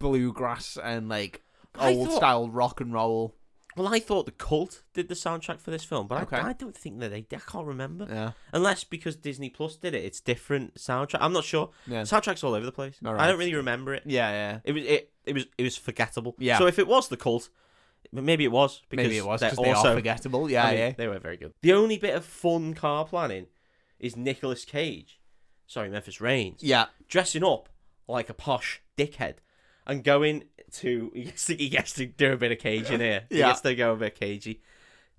S2: bluegrass and like
S1: I
S2: old
S1: thought-
S2: style rock and roll.
S1: Well, I thought the Cult did the soundtrack for this film, but
S2: Okay.
S1: I, I don't think that they. did. I can't remember.
S2: Yeah.
S1: Unless because Disney Plus did it, it's different soundtrack. I'm not sure.
S2: Yeah.
S1: Soundtrack's all over the place.
S2: All
S1: I
S2: right.
S1: don't really remember it.
S2: Yeah, yeah.
S1: It was it, it was it was forgettable.
S2: Yeah.
S1: So if it was the cult, m- maybe it was because
S2: Maybe it was
S1: they're
S2: because they
S1: also,
S2: are forgettable. Yeah,
S1: I mean,
S2: yeah.
S1: They were very good. The only bit of fun car planning is Nicolas Cage, sorry Memphis Reigns,
S2: Yeah.
S1: dressing up like a posh dickhead and going to *laughs* he gets to, he gets to do a bit of cage in here. He
S2: Yeah.
S1: gets to go a bit cagey.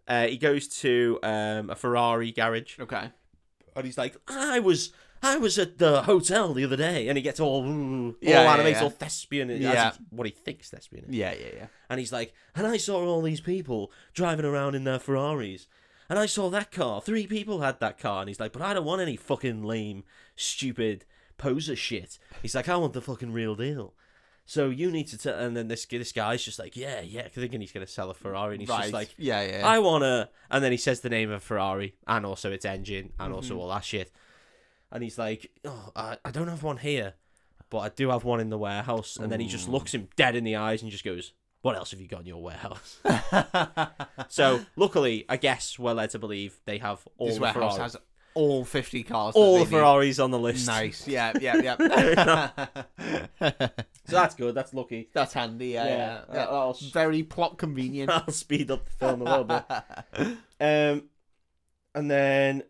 S1: Uh, he goes to um, a Ferrari garage
S2: Okay.
S1: and he's like, I was I was at the hotel the other day, and he gets all ooh,
S2: Yeah,
S1: all
S2: yeah,
S1: animated,
S2: yeah.
S1: all thespian, as
S2: Yeah.
S1: he- what he thinks thespian, is.
S2: Yeah, yeah, yeah.
S1: and he's like, and I saw all these people driving around in their Ferraris. And I saw that car. Three people had that car. And he's like, but I don't want any fucking lame, stupid poser shit. He's like, I want the fucking real deal. So you need to tell. And then this this guy's just like, yeah, yeah, thinking he's gonna sell a Ferrari. And he's
S2: right.
S1: just like,
S2: yeah, yeah.
S1: I wanna, and then he says the name of Ferrari and also its engine and
S2: Mm-hmm.
S1: also all that shit, and he's like, oh, I, I don't have one here, but I do have one in the warehouse, and then he just looks him dead in the eyes and just goes, what else have you got in your
S2: *laughs*
S1: warehouse? so luckily, I guess we're led to believe they have all
S2: this
S1: the
S2: warehouse
S1: Ferrari,
S2: has all 50 cars. that
S1: all
S2: they
S1: the
S2: need.
S1: Ferraris on the list. *laughs*
S2: Nice. Yeah, yeah, yeah.
S1: So that's good. That's lucky.
S2: *laughs* That's handy. Yeah,
S1: Yeah,
S2: yeah.
S1: that- that'll s-
S2: Very plot
S1: *laughs*
S2: convenient.
S1: I'll speed up the film a little bit. Um, and then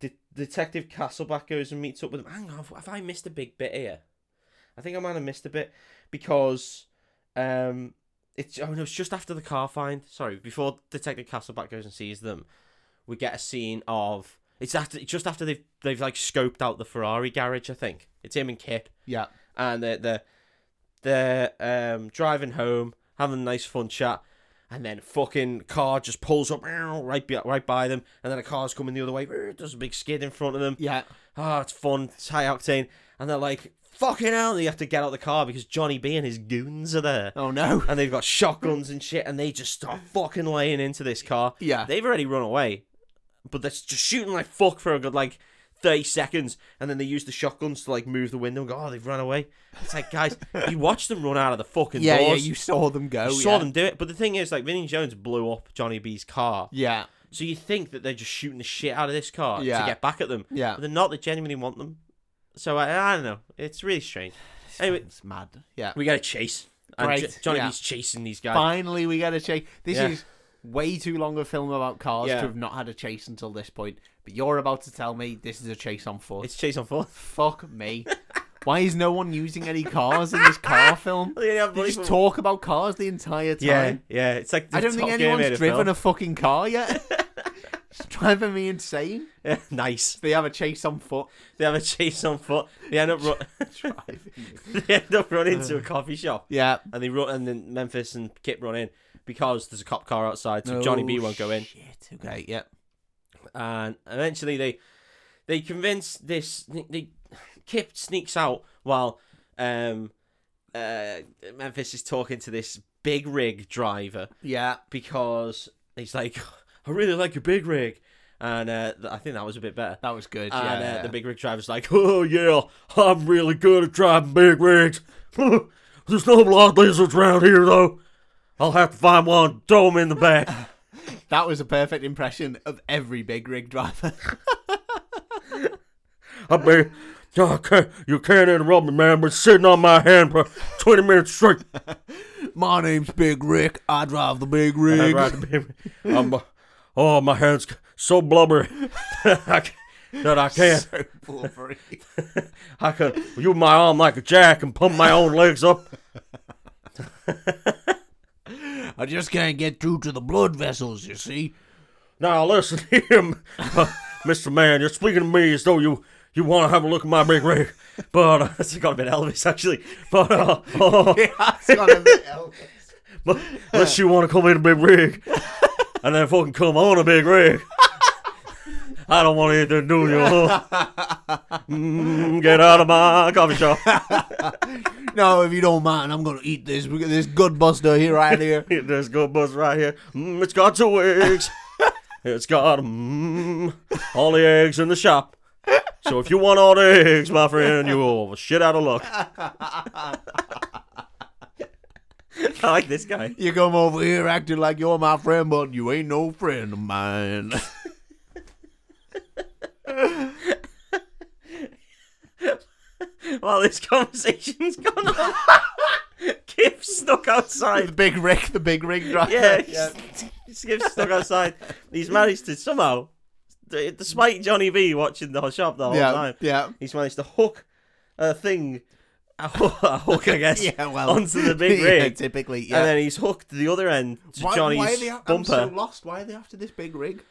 S1: De- Detective Castleback goes and meets up with him. Hang on, have- have I missed a big bit here? I think I might have missed a bit because um, it's oh no, it's just after the car find. Sorry, before Detective Castleback goes and sees them, we get a scene of it's after just after they've they've like scoped out the Ferrari garage. I think it's him and Kip
S2: *laughs* yeah.
S1: and they're they're, they're um, driving home, having a nice fun chat, and then fucking car just pulls up meow, right be, right by them, and then a car's coming the other way. meow, Does a big skid in front of them.
S2: Yeah.
S1: Ah, it's fun, it's high octane, and they're like fucking hell. They have to get out the car because Johnny B and his goons are there.
S2: Oh no.
S1: And they've got shotguns and shit, and they just start fucking laying into this car.
S2: Yeah.
S1: They've already run away, but they're just shooting like fuck for a good like 30 seconds, and then they use the shotguns to like move the window and go, oh, they've run away. It's like,
S2: *laughs*
S1: guys, you watched them run out of the fucking
S2: yeah, yeah,
S1: doors.
S2: you saw them go.
S1: You saw
S2: yeah.
S1: them do it. But the thing is, like, Vinny Jones blew up Johnny B's car.
S2: Yeah.
S1: So you think that they're just shooting the shit out of this car
S2: Yeah.
S1: to get back at them.
S2: Yeah.
S1: But they're not. They genuinely want them. So I, I don't know. It's really
S2: *sighs*
S1: strange. Anyway,
S2: It's mad. Yeah.
S1: we got a chase. And
S2: Great,
S1: Jo- Johnny
S2: yeah.
S1: B's chasing these guys.
S2: Finally, we get a chase. This
S1: Yeah.
S2: is way too long a film about cars
S1: Yeah.
S2: to have not had a chase until this point. But you're about to tell me this is a chase on foot.
S1: It's chase on foot.
S2: Fuck me. Why is no one using any cars in
S1: *laughs*
S2: this car film?
S1: *laughs* They don't have
S2: They
S1: money
S2: just
S1: for-
S2: talk about cars the entire time.
S1: Yeah, yeah. It's like the
S2: I don't think
S1: Top Gear made
S2: anyone's driven
S1: *laughs* film.
S2: a fucking car yet. Just driving me insane.
S1: *laughs* Yeah, nice.
S2: They have a chase
S1: *laughs*
S2: on foot.
S1: They have a chase on foot. They end up run-
S2: Driving
S1: *laughs*
S2: me.
S1: they end up running
S2: Uh.
S1: to a coffee shop,
S2: Yeah.
S1: and they run and then Memphis and Kip run in because there's a cop car outside, so Johnny B
S2: Oh,
S1: won't go in.
S2: Shit. Okay. Yep.
S1: and eventually they they convince this they, they Kip sneaks out while um uh Memphis is talking to this big rig driver
S2: Yeah.
S1: because he's like *laughs* I really like a big rig and uh, th- I think that was a bit better.
S2: That was good.
S1: And
S2: yeah.
S1: uh, the big rig driver's like, oh yeah, I'm really good at driving big rigs. *laughs* There's no blood lizards around here though. I'll have to find one, throw 'em in the
S2: *laughs*
S1: back.
S2: That was a perfect impression of every big rig driver. *laughs*
S1: I mean, you can't, "Oh, you can't interrupt me, man. Been sitting on my hand for 20 minutes
S2: *laughs*
S1: straight.
S2: My name's Big Rick. I drive the big
S1: I
S2: rig.
S1: ride the baby. *laughs* I'm, uh, oh, my hand's so blubbery *laughs* that I can. That I can.
S2: *laughs* So blubbery.
S1: I can use my arm like a jack and pump my own legs up.
S2: I just can't get through to the blood vessels. You see.
S1: Now listen *laughs* here, uh, Mr. Man. You're speaking to me as though you you want to have a look at my big rig, but uh, *laughs* it's got a bit Elvis actually. But uh, *laughs* oh,
S2: *laughs* That's got a bit Elvis.
S1: But unless you want to come in a big rig, and then fucking come on a big rig. I don't want anything to do with you. Mm, get out of my coffee shop.
S2: No, if you don't mind, I'm gonna eat this. We got this good buster here, right here.
S1: There's good buzz right here. Mm, it's got two *laughs* eggs. It's got mm, all the eggs in the shop. So if you want all the eggs, my friend, you're shit out of luck. I like this guy.
S2: You come over here acting like you're my friend, but you ain't no friend of mine.
S1: While this conversation's gone on, Kip snuck outside.
S2: *laughs* the big Rick, the big Rick driver.
S1: Yeah, he's Skip's stuck outside. He's managed to somehow, d- despite Johnny B watching the shop the whole
S2: yeah,
S1: time,
S2: yeah.
S1: he's managed to hook a thing, a hook, a hook I *laughs* guess,
S2: Yeah, well,
S1: onto the big *laughs*
S2: *laughs* yeah,
S1: rig.
S2: typically, yeah.
S1: And then he's hooked the other end to Johnny's
S2: why are they,
S1: bumper.
S2: I'm so lost. Why are they after this big rig?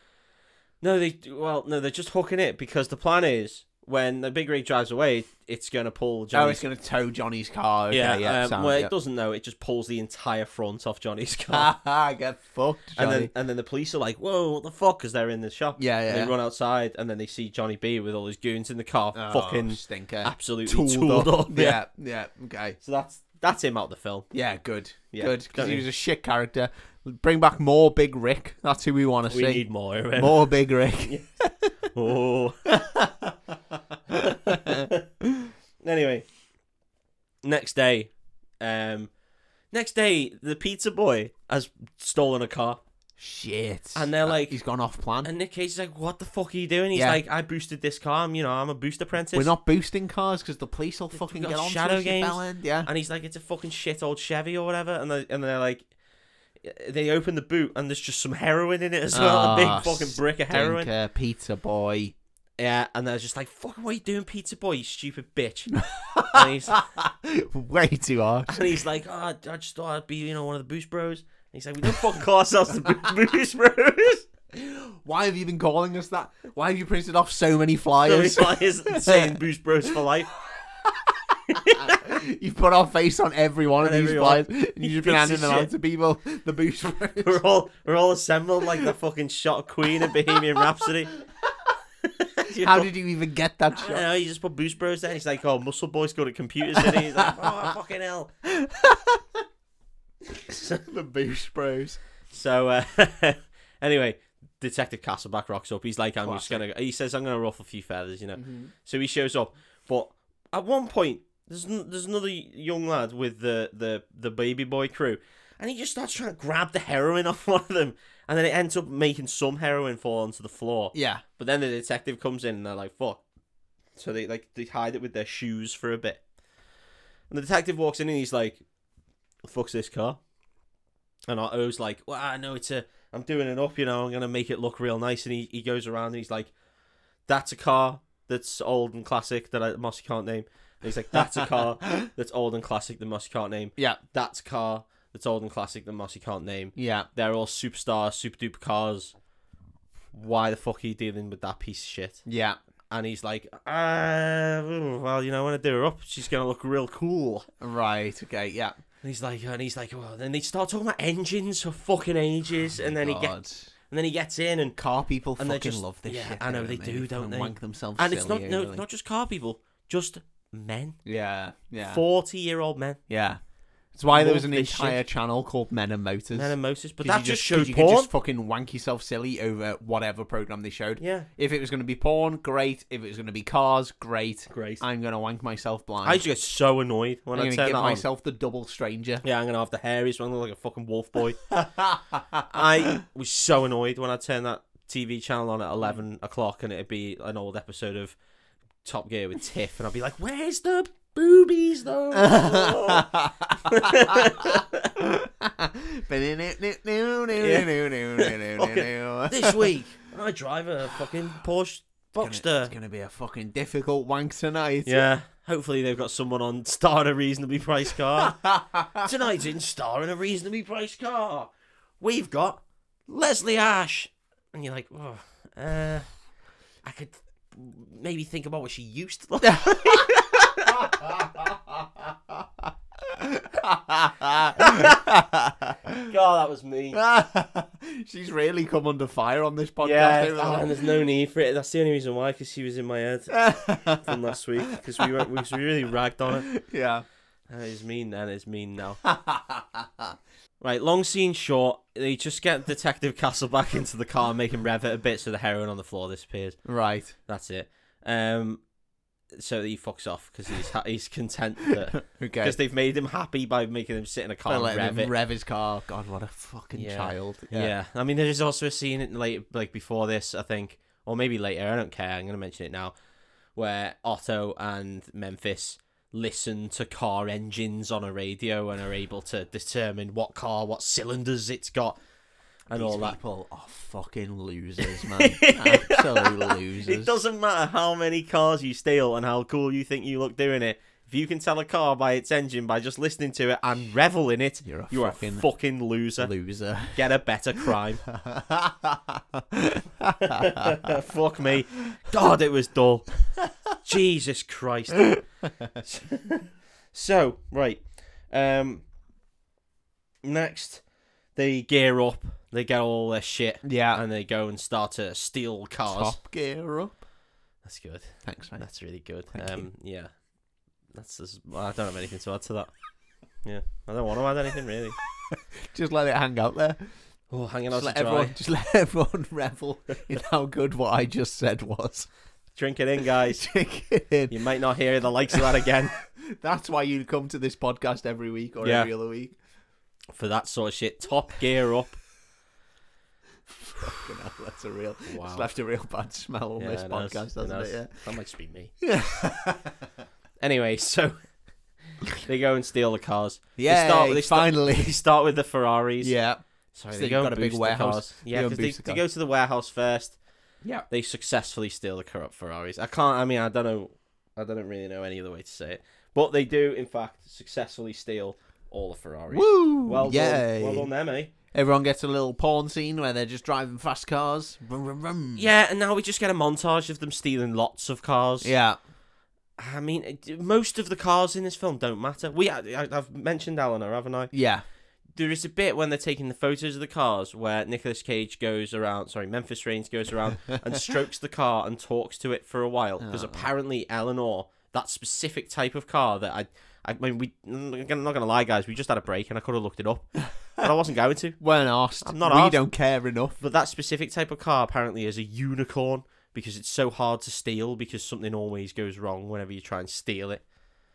S1: No, they well, no, they're just hooking it because the plan is when the big rig drives away, it's gonna pull
S2: Oh,
S1: Johnny's
S2: it's going to tow Johnny's car. Okay,
S1: Yeah, Ah,
S2: yeah.
S1: um,
S2: sound,
S1: well,
S2: yeah.
S1: it
S2: *laughs*
S1: doesn't know. It just pulls the entire front off *laughs* Johnny's car,
S2: Ha ha, get fucked,
S1: and
S2: Johnny.
S1: then and then the police are like, "Whoa, what the fuck?" Because they're in the shop.
S2: Yeah,
S1: And
S2: yeah,
S1: They
S2: yeah.
S1: run outside, and then they see Johnny B with all his goons in the car,
S2: Oh,
S1: fucking
S2: stinker.
S1: absolutely tooled, up. *laughs* Yeah.
S2: Yeah. yeah, Okay.
S1: So that's that's him out of the film.
S2: Yeah, good.
S1: Yeah,
S2: good. Because
S1: don't
S2: he
S1: you-
S2: was a shit character. Bring back more Big Rick. That's who we want to
S1: We
S2: see.
S1: need *laughs* more. of him.
S2: More Big Rick.
S1: Oh. *laughs* anyway, next day, um, next day the pizza boy has stolen a car.
S2: shit.
S1: And they're
S2: Uh,
S1: like-
S2: he's gone off plan.
S1: And Nick Cage is like, "What the fuck are you doing?" He's
S2: Yeah.
S1: like, "I boosted this car. I'm, you know, I'm a boost apprentice."
S2: We're not boosting cars because the police will fucking
S1: got
S2: get on
S1: shadow
S2: to us, you
S1: games.
S2: bellend, Yeah.
S1: And he's like, "It's a fucking shit old Chevy or whatever." And they and they're like, they open the boot and there's just some heroin in it as well, *laughs* a
S2: Ah,
S1: big fucking brick of heroin.
S2: Stinker, pizza boy. *laughs*
S1: Yeah, and they're just like, "Fucking, what are you doing, pizza boy? You stupid bitch." and he's
S2: Way too hard.
S1: and he's like, "Oh, I just thought I'd be, you know, one of the boost bros." And he's like, "We don't fucking call ourselves *laughs* the Bo- boost bros."
S2: Why have you been calling us that? Why have you printed off so
S1: *laughs*
S2: many
S1: So
S2: flyers?
S1: he's like, "Isn't saying boost bros for life."
S2: *laughs* you put our face on every one of
S1: On
S2: these
S1: every
S2: flyers.
S1: one. *laughs*
S2: and
S1: Piece
S2: You've just been
S1: of
S2: handing them
S1: shit.
S2: out to people.
S1: *laughs*
S2: The boost.
S1: We're all we're all assembled like the fucking shot queen of Bohemian Rhapsody.
S2: How did you even get that
S1: I don't *laughs*
S2: shot?
S1: know, he just put Boost Bros there. and He's like, oh, Muscle Boy's good at computers, and he's like, oh, fucking hell.
S2: the boost bros.
S1: So, uh, *laughs* anyway, Detective Castleback rocks up. He's like, I'm just going to, he says, I'm going to ruffle a few feathers, you know. So he shows up. But at one point, there's n- there's another young lad with the, the, the baby boy crew, and he just starts trying to grab the heroin *laughs* off one of them, and then it ends up making some heroin fall onto the floor.
S2: Yeah.
S1: But then the detective comes in and they're like, "Fuck!" So they like they hide it with their shoes for a bit. And the detective walks in and he's like, "The "Fuck's this car?" And Otto's like, "Well, I know it's a. I'm doing it up, you know. I'm gonna make it look real nice." And he, he goes around and he's like, "That's a car that's old and classic that I Mossy can't name." And he's like, "That's a car that's old and classic that Mossy can't name.
S2: Yeah.
S1: That's a car that's old and classic that Mossy can't name.
S2: Yeah.
S1: They're all superstar, super duper cars. why the fuck are you dealing with that piece of shit?
S2: Yeah.
S1: And he's like, uh, well, you know, when I do her up, she's gonna look real cool.
S2: Right. Okay. Yeah.
S1: And he's like, and he's like, well, then they start talking about engines for fucking ages, and then he gets,
S2: God.
S1: and then he gets in, and
S2: car people
S1: And they
S2: fucking
S1: just-
S2: love this
S1: yeah,
S2: shit.
S1: I know
S2: though,
S1: they
S2: mate.
S1: do, don't
S2: fucking
S1: they?
S2: Wank themselves
S1: and it's not
S2: silly,
S1: no,
S2: really.
S1: not just car people, just men,
S2: Yeah. Yeah.
S1: forty year old men,
S2: Yeah. It's why there was
S1: Love
S2: an
S1: this shit.
S2: entire channel called Men and Motors.
S1: men and Moses, but
S2: 'Cause
S1: that
S2: you
S1: just
S2: 'cause
S1: shows
S2: you
S1: porn.
S2: could just fucking wank yourself silly over whatever program they showed.
S1: Yeah,
S2: If it was going to be porn, great. If it was going to be cars, great.
S1: great. I,
S2: I'm going to wank myself blind.
S1: used to get so annoyed when I
S2: I'm going to
S1: turn
S2: give
S1: that on.
S2: myself the double
S1: *laughs*
S2: stranger.
S1: Yeah, I'm gonna have the hairiest one, I look like a fucking wolf boy. I was so annoyed when I turned that TV channel on at eleven o'clock, and it'd be an old episode of Top Gear with Tiff, and I'd be like, "Where's the boobies, though?" this week, I drive a fucking Porsche
S2: It's
S1: Boxster.
S2: going to be a fucking difficult wank tonight.
S1: Yeah, hopefully they've got someone on Star in a reasonably priced *laughs* car tonight. In Star in a reasonably priced car, we've got Leslie Ash, and you're like, oh, uh, I could maybe think about what she used to look. like." *laughs* God, that was me.
S2: *laughs* She's really come under fire on this podcast.
S1: Yeah,
S2: over the
S1: oh, and there's no need for it. That's the only reason why, because she was in my head from last week. Because we were, because we really ragged on it.
S2: *laughs* yeah.
S1: That is mean then. Uh, It's mean
S2: *laughs*
S1: now. Right, long scene short. They just get Detective Castle back into the car, making rev it a bit, so the heroin on the floor disappears.
S2: right.
S1: That's it. Um, so he fucks off because he's ha- he's content
S2: *laughs*
S1: that
S2: Okay.
S1: because they've made him happy by making him sit in a car
S2: By
S1: and
S2: letting
S1: rev
S2: him
S1: it.
S2: rev his car. God, what a fucking
S1: Yeah.
S2: child.
S1: Yeah. I mean, there is also a scene in late, like before this, I think, or maybe later. I don't care. I'm going to mention it now, where Otto and Memphis listen to car engines on a radio and are able to determine what car, what cylinders it's got, and
S2: These
S1: all that.
S2: people are fucking
S1: *laughs*
S2: losers, man. Absolute losers.
S1: It doesn't matter how many cars you steal and how cool you think you look doing it. If you can tell a car by its engine by just listening to it and revel in it,
S2: You're a
S1: you're
S2: fucking
S1: a fucking loser.
S2: Loser.
S1: Get a better
S2: *laughs*
S1: crime. *laughs* Fuck me. God, it was dull. Jesus Christ. *laughs* so, right. Um next they gear up, they get all their shit
S2: yeah.
S1: and they go and start to steal cars.
S2: Top gear up.
S1: That's good.
S2: Thanks, mate.
S1: That's really good.
S2: Thank
S1: um yeah. That's as well, I don't have anything to add to that. Yeah. I don't want to add anything really.
S2: Just let it hang out there.
S1: Oh, hanging out
S2: Just
S1: to
S2: let,
S1: dry.
S2: everyone, just let *laughs* everyone revel in how good what I just
S1: *laughs*
S2: said was.
S1: Drink it in, *laughs* guys.
S2: Check it in.
S1: You might not hear the likes of that again
S2: That's why you come to this podcast every week or
S1: Yeah.
S2: every other week.
S1: for that sort of shit. Top gear up.
S2: Fucking hell, that's a real.
S1: Wow.
S2: It's left a real bad smell on
S1: Yeah,
S2: this
S1: it knows,
S2: podcast,
S1: it
S2: doesn't
S1: knows.
S2: it? Yeah.
S1: That might just be
S2: *laughs*
S1: me. Anyway, so *laughs* they go and steal the cars.
S2: Yeah.
S1: start- they start-
S2: finally.
S1: They start with the Ferraris.
S2: yeah.
S1: Sorry,
S2: So
S1: they
S2: they've
S1: go
S2: got
S1: and
S2: a big
S1: boost the
S2: warehouse.
S1: cars. Yeah,
S2: Go and
S1: because they,
S2: boost the
S1: they
S2: car.
S1: go to the warehouse first.
S2: Yeah.
S1: They successfully steal the corrupt Ferraris. I can't. I mean, I don't know. I don't really know any other way to say it. But they do, in fact, successfully steal all the Ferraris.
S2: Woo!
S1: Well done.
S2: Yay!
S1: Well done them, eh?
S2: Everyone gets a little porn scene where they're just driving fast cars. Vroom, vroom, vroom.
S1: Yeah, and now we just get a montage of them stealing lots of cars.
S2: Yeah.
S1: I mean, it- most of the cars in this film don't matter. We, I, I- I've mentioned Eleanor, haven't I?
S2: Yeah.
S1: There is a bit when they're taking the photos of the cars where Nicolas Cage goes around, sorry, Memphis Reigns goes around and strokes the car and talks to it for a while because apparently Eleanor, that specific type of car that I, I mean, we, I'm not gonna lie, guys, we just had a break and I could have looked it up, but I wasn't going to.
S2: We're not asked.
S1: I'm not
S2: we
S1: arsed.
S2: don't care enough.
S1: But that specific type of car apparently is a unicorn because it's so hard to steal because something always goes wrong whenever you try and steal it.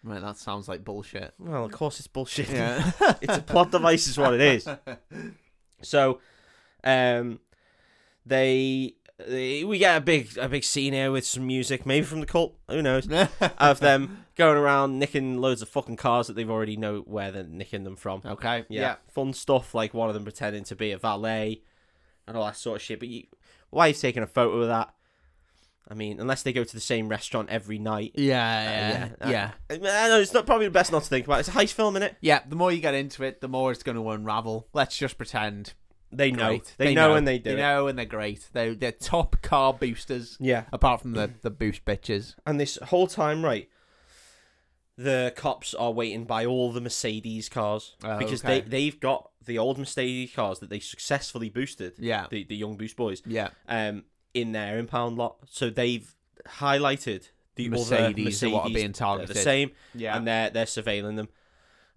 S2: Right, that sounds like
S1: *laughs*
S2: bullshit.
S1: Well, of course it's bullshit.
S2: *laughs* Yeah.
S1: it's a plot device is what it
S2: *laughs*
S1: is. So, um, they, they we get a big a big scene here with some music, maybe from the cult. Who knows? of them going around nicking loads of fucking cars that they've already know where they're nicking them from.
S2: okay.
S1: Yeah.
S2: Oh, Yeah.
S1: Fun stuff like one of them pretending to be a valet and all that sort of shit. But you, why you've taken a photo of that? I mean, unless they go to the same restaurant every night.
S2: Yeah.
S1: Uh,
S2: Yeah. yeah.
S1: I, I know it's not probably the best not to think about. It's a heist film, innit?
S2: Yeah, the more you get into it, the more it's going to unravel. Let's just pretend
S1: They know.
S2: Great.
S1: They, know, and they do.
S2: They
S1: it.
S2: know and they're great. They they're top car boosters.
S1: Yeah.
S2: Apart from the the boost bitches.
S1: And this whole time, right, the cops are waiting by all the Mercedes cars
S2: Oh,
S1: because
S2: okay.
S1: they they've got the old Mercedes cars that they successfully boosted.
S2: Yeah.
S1: The the young boost boys.
S2: Yeah.
S1: Um, in their impound lot, so they've highlighted the other
S2: Mercedes are
S1: Mercedes
S2: what are being
S1: that The
S2: targeted.
S1: same.
S2: Yeah.
S1: and they're they're surveilling them.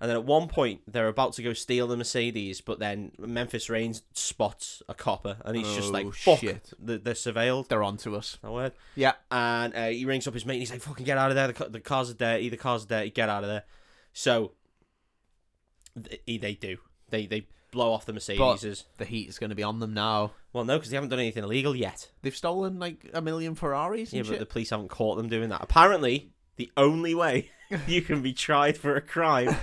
S1: And then at one point, they're about to go steal the Mercedes, but then Memphis Reigns spots a copper, and he's just
S2: Oh,
S1: like, "Fuck,
S2: shit.
S1: th- they're surveilled."
S2: they're on to us.
S1: No word.
S2: Yeah.
S1: And uh, he rings up his mate, and he's like, "Fucking get out of there! The, ca- the cars are dirty. The cars are dirty. Get out of there." So th- he- they do. They they blow off the Mercedeses.
S2: The heat is going to be on them now.
S1: Well, no, because they haven't done anything illegal yet.
S2: They've stolen like a million Ferraris.
S1: Yeah,
S2: And
S1: but the
S2: shit.
S1: police haven't caught them doing that. Apparently, the only
S2: *laughs*
S1: way you can be tried for a crime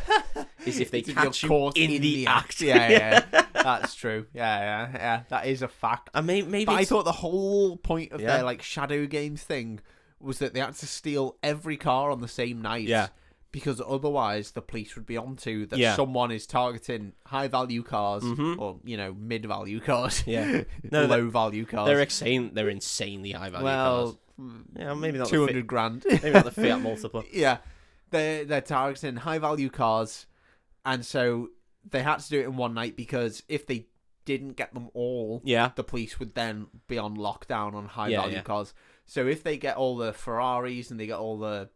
S1: is if they
S2: If you're
S1: catch you
S2: caught
S1: in, the act.
S2: Yeah,
S1: *laughs*
S2: yeah, yeah. that's true. Yeah, yeah, yeah. That is a fact.
S1: I mean, maybe
S2: But I
S1: it's-
S2: thought the whole point of
S1: Yeah.
S2: their like shadow games thing was that they had to steal every car on the same night.
S1: Yeah.
S2: Because otherwise the police would be onto that
S1: Yeah. Mm-hmm.
S2: someone is targeting high value cars or, you know, mid value cars.
S1: *laughs*
S2: *laughs*
S1: Yeah. No,
S2: No, low value cars.
S1: they're insane. They're insanely high value
S2: well
S1: cars. Yeah, maybe not.
S2: two
S1: The Fiat,
S2: hundred grand. *laughs*
S1: maybe not the Fiat multiple.
S2: yeah. They're they're targeting high value cars and so they had to do it in one night because if they didn't get them all
S1: Yeah,
S2: the police would then be on lockdown on high
S1: Yeah,
S2: value
S1: yeah.
S2: cars. So if they get all the Ferraris and they get all the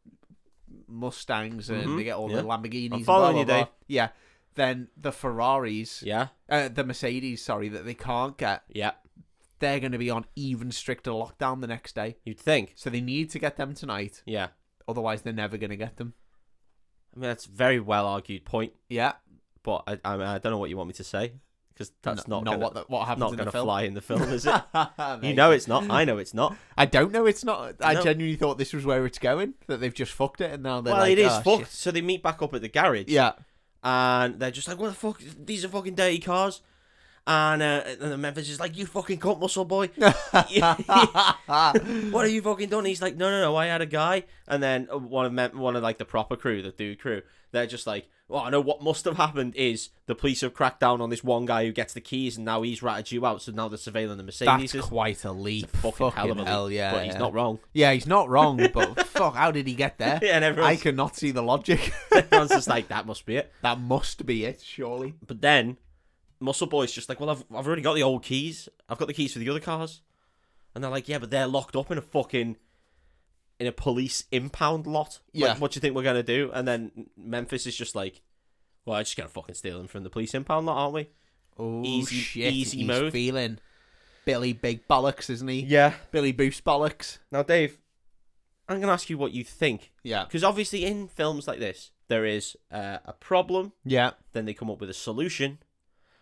S2: Mustangs and
S1: Mhm,
S2: they get all
S1: yeah.
S2: the Lamborghinis, and
S1: following
S2: blah,
S1: you,
S2: blah, blah,
S1: Dave.
S2: Yeah, then the Ferraris,
S1: yeah,
S2: uh, the Mercedes, sorry, that they can't get,
S1: yeah.
S2: they're going to be on even stricter lockdown the next day.
S1: You'd think.
S2: So they need to get them tonight,
S1: Yeah,
S2: otherwise they're never going to get them.
S1: I mean that's a very well argued point,
S2: Yeah,
S1: but I I, mean, I don't know what you want me to say because that's
S2: N-
S1: not
S2: not
S1: gonna,
S2: what the, what happens
S1: not
S2: in
S1: going
S2: the
S1: to
S2: film.
S1: fly in the film,
S2: *laughs*
S1: is it? you *laughs*
S2: Mate.
S1: know it's not. I know it's not.
S2: I don't know. It's not. I
S1: No.
S2: genuinely thought this was where it's going. That they've just fucked it, and now they're
S1: well,
S2: like,
S1: it is
S2: "Oh,
S1: fucked.
S2: shit."
S1: So they meet back up at the garage. *laughs*
S2: Yeah,
S1: and they're just like, "What the fuck? These are fucking dirty cars." And uh, and the Memphis is like, "You fucking cunt muscle
S2: *laughs*
S1: boy." *laughs* what have you fucking done? He's like, no, no, no, I had a guy, and then one of mem- one of like the proper crew, the dude crew, they're just like, well, I know what must have happened is the police have cracked down on this one guy who gets the keys, and now he's ratted you out, so now they're surveilling the Mercedes.
S2: That's quite a leap.
S1: fucking, hell of a
S2: hell,
S1: leap,
S2: yeah.
S1: but he's
S2: yeah.
S1: not wrong. *laughs*
S2: Yeah, he's not wrong, but *laughs* fuck, how did he get there?
S1: Yeah, and everyone's-
S2: I cannot see the logic. *laughs*
S1: Everyone's just like, that must be it.
S2: that must be it, surely.
S1: But then Muscle Boy's just like, well, I've I've already got the old keys. I've got the keys for the other cars, and they're like, yeah, but they're locked up in a fucking. In a police impound lot, Like,
S2: Yeah.
S1: what do you think we're gonna do? And then Memphis is just like, "Well, I just gotta fucking steal them from the police impound lot, aren't we?"
S2: Oh
S1: Easy-
S2: shit,
S1: easy
S2: he's
S1: mode.
S2: feeling Billy Big Bollocks, isn't he?
S1: Yeah.
S2: Billy Boost Bollocks.
S1: Now, Dave, I'm gonna ask you what you think,
S2: Yeah,
S1: because obviously in films like this, there is uh, a problem,
S2: yeah,
S1: then they come up with a solution,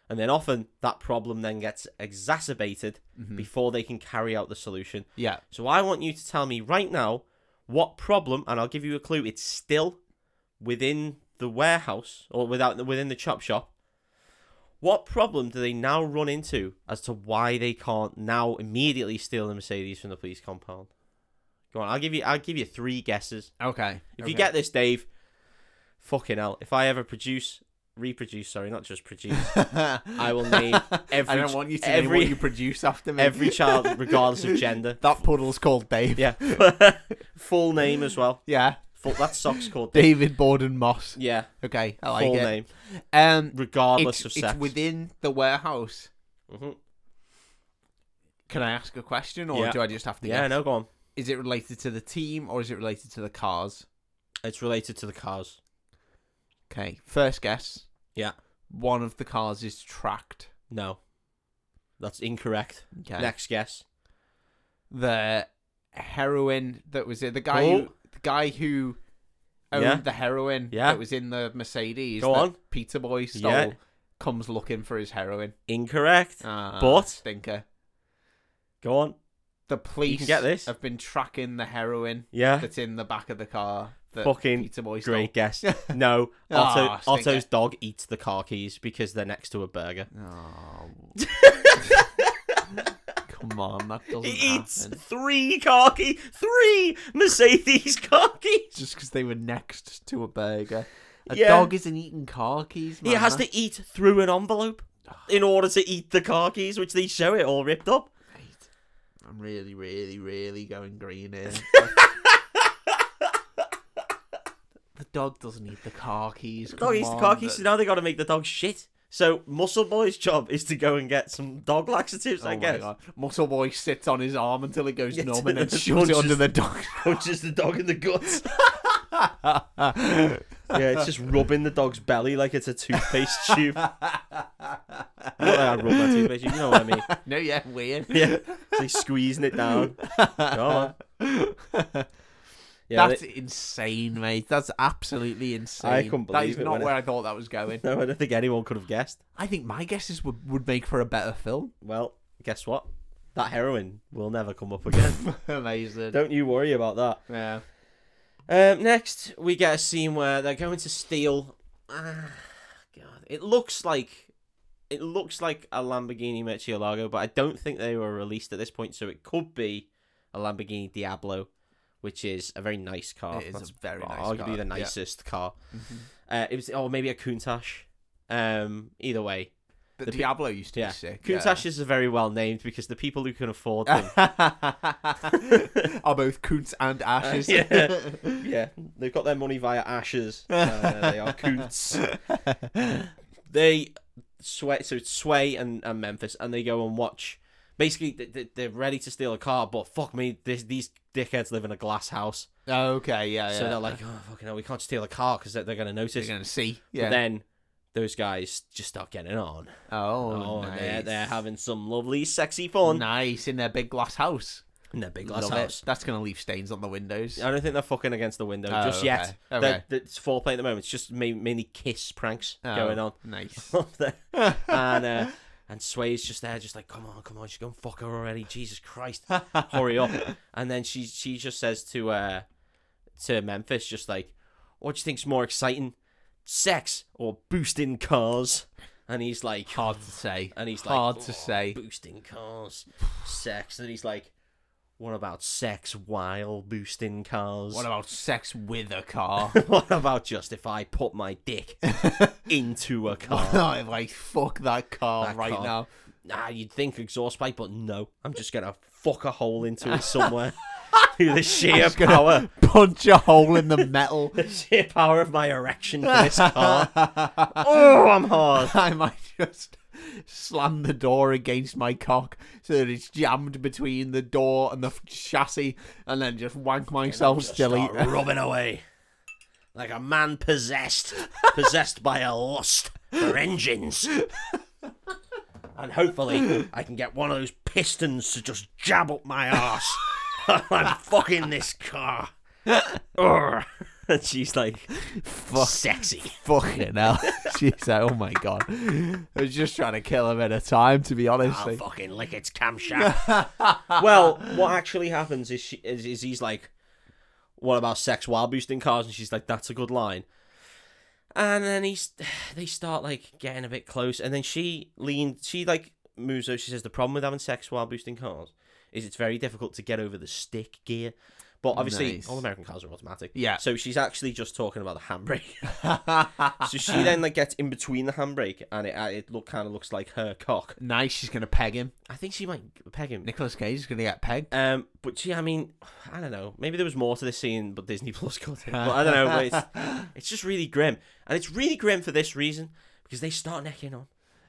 S1: and then often that problem then gets exacerbated before they can carry out the solution.
S2: yeah.
S1: So I want you to tell me right now what problem, and I'll give you a clue. It's still within the warehouse or without within the chop shop. What problem do they now run into as to why they can't now immediately steal the Mercedes from the police compound? Go on, I'll give you. I'll give you three guesses.
S2: Okay.
S1: If
S2: okay.
S1: you get this, Dave, fucking hell. If I ever produce, reproduce, sorry, not just produce,
S2: *laughs*
S1: I will name every.
S2: I don't want you to name
S1: every
S2: what you produce after me.
S1: every
S2: *laughs*
S1: child, regardless of gender.
S2: that puddle's called Dave.
S1: Yeah. Full name as well.
S2: Yeah,
S1: Full, that sock's called Dave.
S2: David Borden Moss.
S1: Yeah.
S2: Okay, I like
S1: Full
S2: it.
S1: name.
S2: Um,
S1: Regardless of
S2: it's, it's
S1: sex.
S2: within the warehouse.
S1: Mhm.
S2: Can I ask a question, or
S1: Yeah.
S2: do I just have to
S1: Yeah,
S2: guess?
S1: no, go on.
S2: Is it related to the team, or is it related to the cars?
S1: It's related to the cars.
S2: Okay, first guess.
S1: Yeah.
S2: One of the cars is tracked.
S1: No. That's incorrect.
S2: Okay.
S1: Next guess.
S2: The heroin that was in the guy who
S1: Oh.
S2: the guy who owned
S1: Yeah.
S2: the heroin
S1: Yeah.
S2: that was in the Mercedes
S1: Go
S2: that
S1: on.
S2: Peter Boy stole
S1: Yeah.
S2: comes looking for his heroin.
S1: Incorrect.
S2: Ah,
S1: But-
S2: stinker.
S1: Go on.
S2: The police
S1: get this.
S2: have been tracking the heroin
S1: Yeah.
S2: that's in the back of the car that
S1: Fucking
S2: Peter Boy stole.
S1: Great
S2: *laughs*
S1: guess. No. Otto,
S2: Ah, stinker.
S1: Otto's dog eats the car keys because they're next to a burger. *laughs*
S2: Oh. Come on, that doesn't
S1: He eats
S2: happen.
S1: three car keys. Three Mercedes car keys.
S2: Just because they were next to a burger. A
S1: Yeah.
S2: dog isn't eating car keys,
S1: *laughs*
S2: man.
S1: He has
S2: That-
S1: *sighs* to eat through an envelope. in order to eat the car keys, which they show it all ripped up.
S2: Mate, I'm really, really, really going
S1: *laughs*
S2: green here. the dog doesn't eat the car keys.
S1: The dog
S2: come
S1: eats the
S2: on.
S1: car keys, so now they got to make the dog shit. So Muscle Boy's job is to go and get some dog laxatives,
S2: Oh
S1: I
S2: my
S1: guess.
S2: God. Muscle Boy sits on his arm until it goes
S1: Yeah,
S2: numb and then
S1: just
S2: shoves it
S1: punches-
S2: under the dog. *laughs*
S1: Punches the dog in the *laughs* guts. yeah, it's just rubbing the dog's belly like it's a toothpaste tube. *laughs* Not that I rub that toothpaste tube, you know what I mean.
S2: no, yeah, weird.
S1: *laughs* Yeah, it's like squeezing it down. Go on. Yeah,
S2: That's
S1: they-
S2: insane, mate. That's absolutely insane.
S1: couldn't
S2: that is
S1: believe it
S2: not
S1: when I-
S2: where I thought that was going.
S1: no, I don't think anyone could have guessed.
S2: I think my guesses would, would make for a
S1: *laughs*
S2: better film.
S1: Well, guess what? That heroin will never come up again. *laughs*
S2: Amazing.
S1: don't you worry about that.
S2: Yeah.
S1: Um, next, we get a scene where they're going to steal. Ah, God, it looks like it looks like a Lamborghini Murcielago, but I don't think they were released at this point, so it could be a Lamborghini Diablo, which is a very nice car.
S2: It is
S1: That's
S2: a very nice
S1: arguably
S2: car,
S1: the
S2: yeah.
S1: nicest car.
S2: Mm-hmm.
S1: Uh, it was, or maybe a Countach. Um, either way,
S2: The,
S1: The pe-
S2: Diablo used to
S1: yeah,
S2: be sick.
S1: Countach is very well named because the people who can afford them
S2: yeah. Are both Koontz and Ashes.
S1: yeah. *laughs*
S2: Uh,
S1: *laughs* yeah, they've got their money via ashes. Uh, they are coots. *laughs* they sway, so it's Sway and, and Memphis, and they go and watch. Basically, they- they- they're ready to steal a car, but fuck me, this, these dickheads live in a glass house.
S2: Okay, yeah, yeah.
S1: So they're like, oh, fucking hell, we can't steal a car because they're, they're going to
S2: you're
S1: notice.
S2: going to see.
S1: But
S2: Yeah.
S1: then those guys just start getting on.
S2: oh,
S1: Oh, and
S2: nice.
S1: they're, they're having some lovely, sexy fun
S2: Nice in their big glass house.
S1: in their big glass
S2: Love it.
S1: house.
S2: That's going to leave stains on the windows.
S1: I don't think they're fucking against the window
S2: Oh,
S1: just
S2: okay.
S1: yet.
S2: Okay.
S1: They're- they're- It's foreplay at the moment. It's just ma- mainly kiss pranks
S2: Oh,
S1: going on *laughs*
S2: Nice.
S1: up
S2: *laughs*
S1: there. and uh, and Sway's just there, just like, come on, come on, she's gonna fuck her already. Jesus Christ, hurry up!
S2: *laughs*
S1: And then she she just says to uh to Memphis, just like, what do you think's more exciting, sex or boosting cars? And he's
S2: *laughs*
S1: like,
S2: Hard to say.
S1: and he's like,
S2: Hard to
S1: "Oh,
S2: say.
S1: boosting cars, sex. And he's like, what about sex while boosting cars?
S2: What about sex with
S1: *laughs*
S2: a car? *laughs*
S1: What about just if I put my dick into a
S2: What
S1: car?
S2: about if I fuck that car
S1: That
S2: right
S1: car.
S2: now?
S1: Nah, you'd think exhaust pipe, but no. I'm just gonna fuck a hole into it somewhere. Through the sheer
S2: just gonna-
S1: power,
S2: *laughs* Punch a hole in the metal.
S1: *laughs* the *laughs* sheer power of my erection for this car. oh, I'm hard.
S2: I might just slam the door against my cock so that it's jammed between the door and the f- chassis, and then just wank myself
S1: Just
S2: still.
S1: start rubbing away like a man possessed, possessed by a lust for engines. And hopefully, I can get one of those pistons to just jab up my ass. *laughs* I'm fucking this *laughs* car. Urgh. And she's like,
S2: Fuck.
S1: sexy.
S2: *laughs*
S1: *laughs*
S2: Fucking hell. She's like, oh my god. I was just trying to kill him at a time, to be honest.
S1: I'll fucking lick its camshaft.
S2: *laughs*
S1: well, what actually happens is she is, is he's like, "What about sex while boosting cars?" And she's like, "That's a good line." And then he's *sighs* they start like getting a bit close, and then she leans, she like moves over. She says, "The problem with having sex while boosting cars is it's very difficult to get over the stick gear." But obviously,
S2: Nice.
S1: all American cars are automatic.
S2: Yeah.
S1: So she's actually just talking about the handbrake.
S2: *laughs*
S1: so she then like gets in between the handbrake, and it uh, it look kind of looks like her cock.
S2: Nice, she's gonna peg him.
S1: I think she might peg him.
S2: Nicholas Cage is gonna get pegged.
S1: Um, but gee, I mean, I don't know. Maybe there was more to this scene, but Disney Plus cut it. But I don't know. But
S2: *laughs*
S1: it's, it's just really grim, and it's really grim for this reason because they start necking on.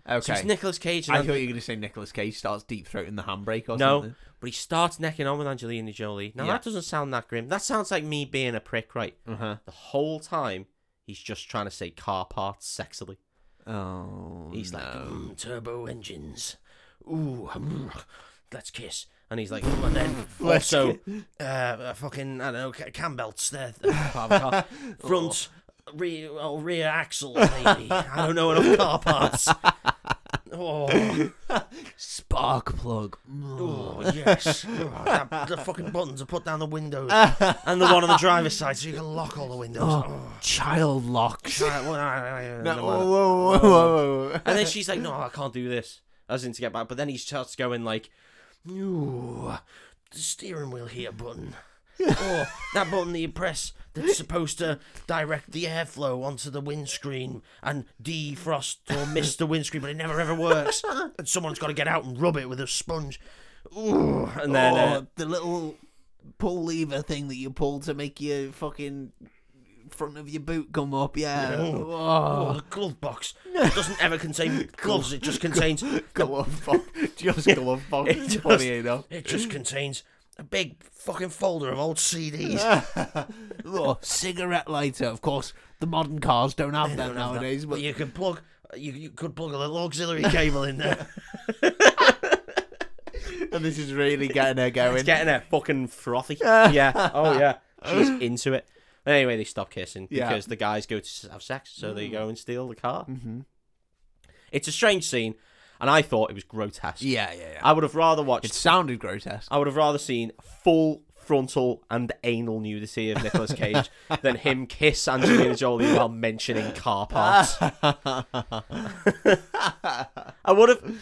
S1: So
S2: Okay.
S1: it's Nicolas Cage. And
S2: I
S1: Ange-
S2: thought you were gonna say Nicholas Cage starts deep throating the handbrake or
S1: no,
S2: something.
S1: but he starts necking on with Angelina Jolie. Now
S2: Yeah.
S1: that doesn't sound that grim. That sounds like me being a prick, right?
S2: No. Uh
S1: The whole time he's just trying to say car parts sexily.
S2: huh. Oh.
S1: He's
S2: no.
S1: like "Mm, turbo engines. Ooh, mm, let's kiss. And he's like, "Ooh," and then
S2: *laughs* Let's
S1: also uh, uh, fucking I don't know ca- cam belts there, uh, part of the car. front, rear, oh, rear axle maybe. I don't know enough car parts. Oh,
S2: *laughs* spark plug.
S1: oh, yes, Oh, that- the fucking buttons are put down the windows and the one on the driver's side, so you can lock all the windows. Oh.
S2: Child locks.
S1: Right, well, I- I- I-
S2: No,
S1: no
S2: whoa,
S1: matter.
S2: whoa, whoa, whoa, whoa.
S1: And then she's like, "No, I can't do this." As in to get back, but then he starts going like, "Ooh, the steering wheel here button, or that button that you press that's supposed to direct the airflow onto the windscreen and defrost or mist the windscreen, but it never ever works. And someone's got to get out and rub it with a sponge. Ooh, and then
S2: or
S1: uh,
S2: Oh, the little pull lever thing that you pull to make your fucking front of your boot come up. Yeah.
S1: oh, the glove box it doesn't ever
S2: *laughs*
S1: contain gloves. It just contains
S2: Glove box. *laughs* Just glove box.
S1: It just-
S2: Funny enough.
S1: it
S2: *laughs*
S1: just contains a big fucking folder of old CDs.
S2: *laughs* Oh, cigarette lighter, of course. The modern cars don't have that
S1: don't have that.
S2: nowadays. But
S1: you could plug you, you could plug a little auxiliary cable in
S2: *laughs*
S1: there.
S2: and this is really getting her going.
S1: It's getting her fucking
S2: *laughs*
S1: frothy. yeah. Oh yeah. She's into it. Anyway, they stop kissing
S2: Yeah. Mm.
S1: because the guys go to s- have sex, so they go and steal the car. Mm-hmm. It's a strange scene, and I thought it was grotesque.
S2: yeah, yeah, yeah.
S1: I would have rather watched.
S2: It sounded *laughs* grotesque.
S1: I would have rather seen full frontal and anal nudity of Nicolas *laughs* Cage than him kiss Angelina Jolie while mentioning car parts. *laughs* I would have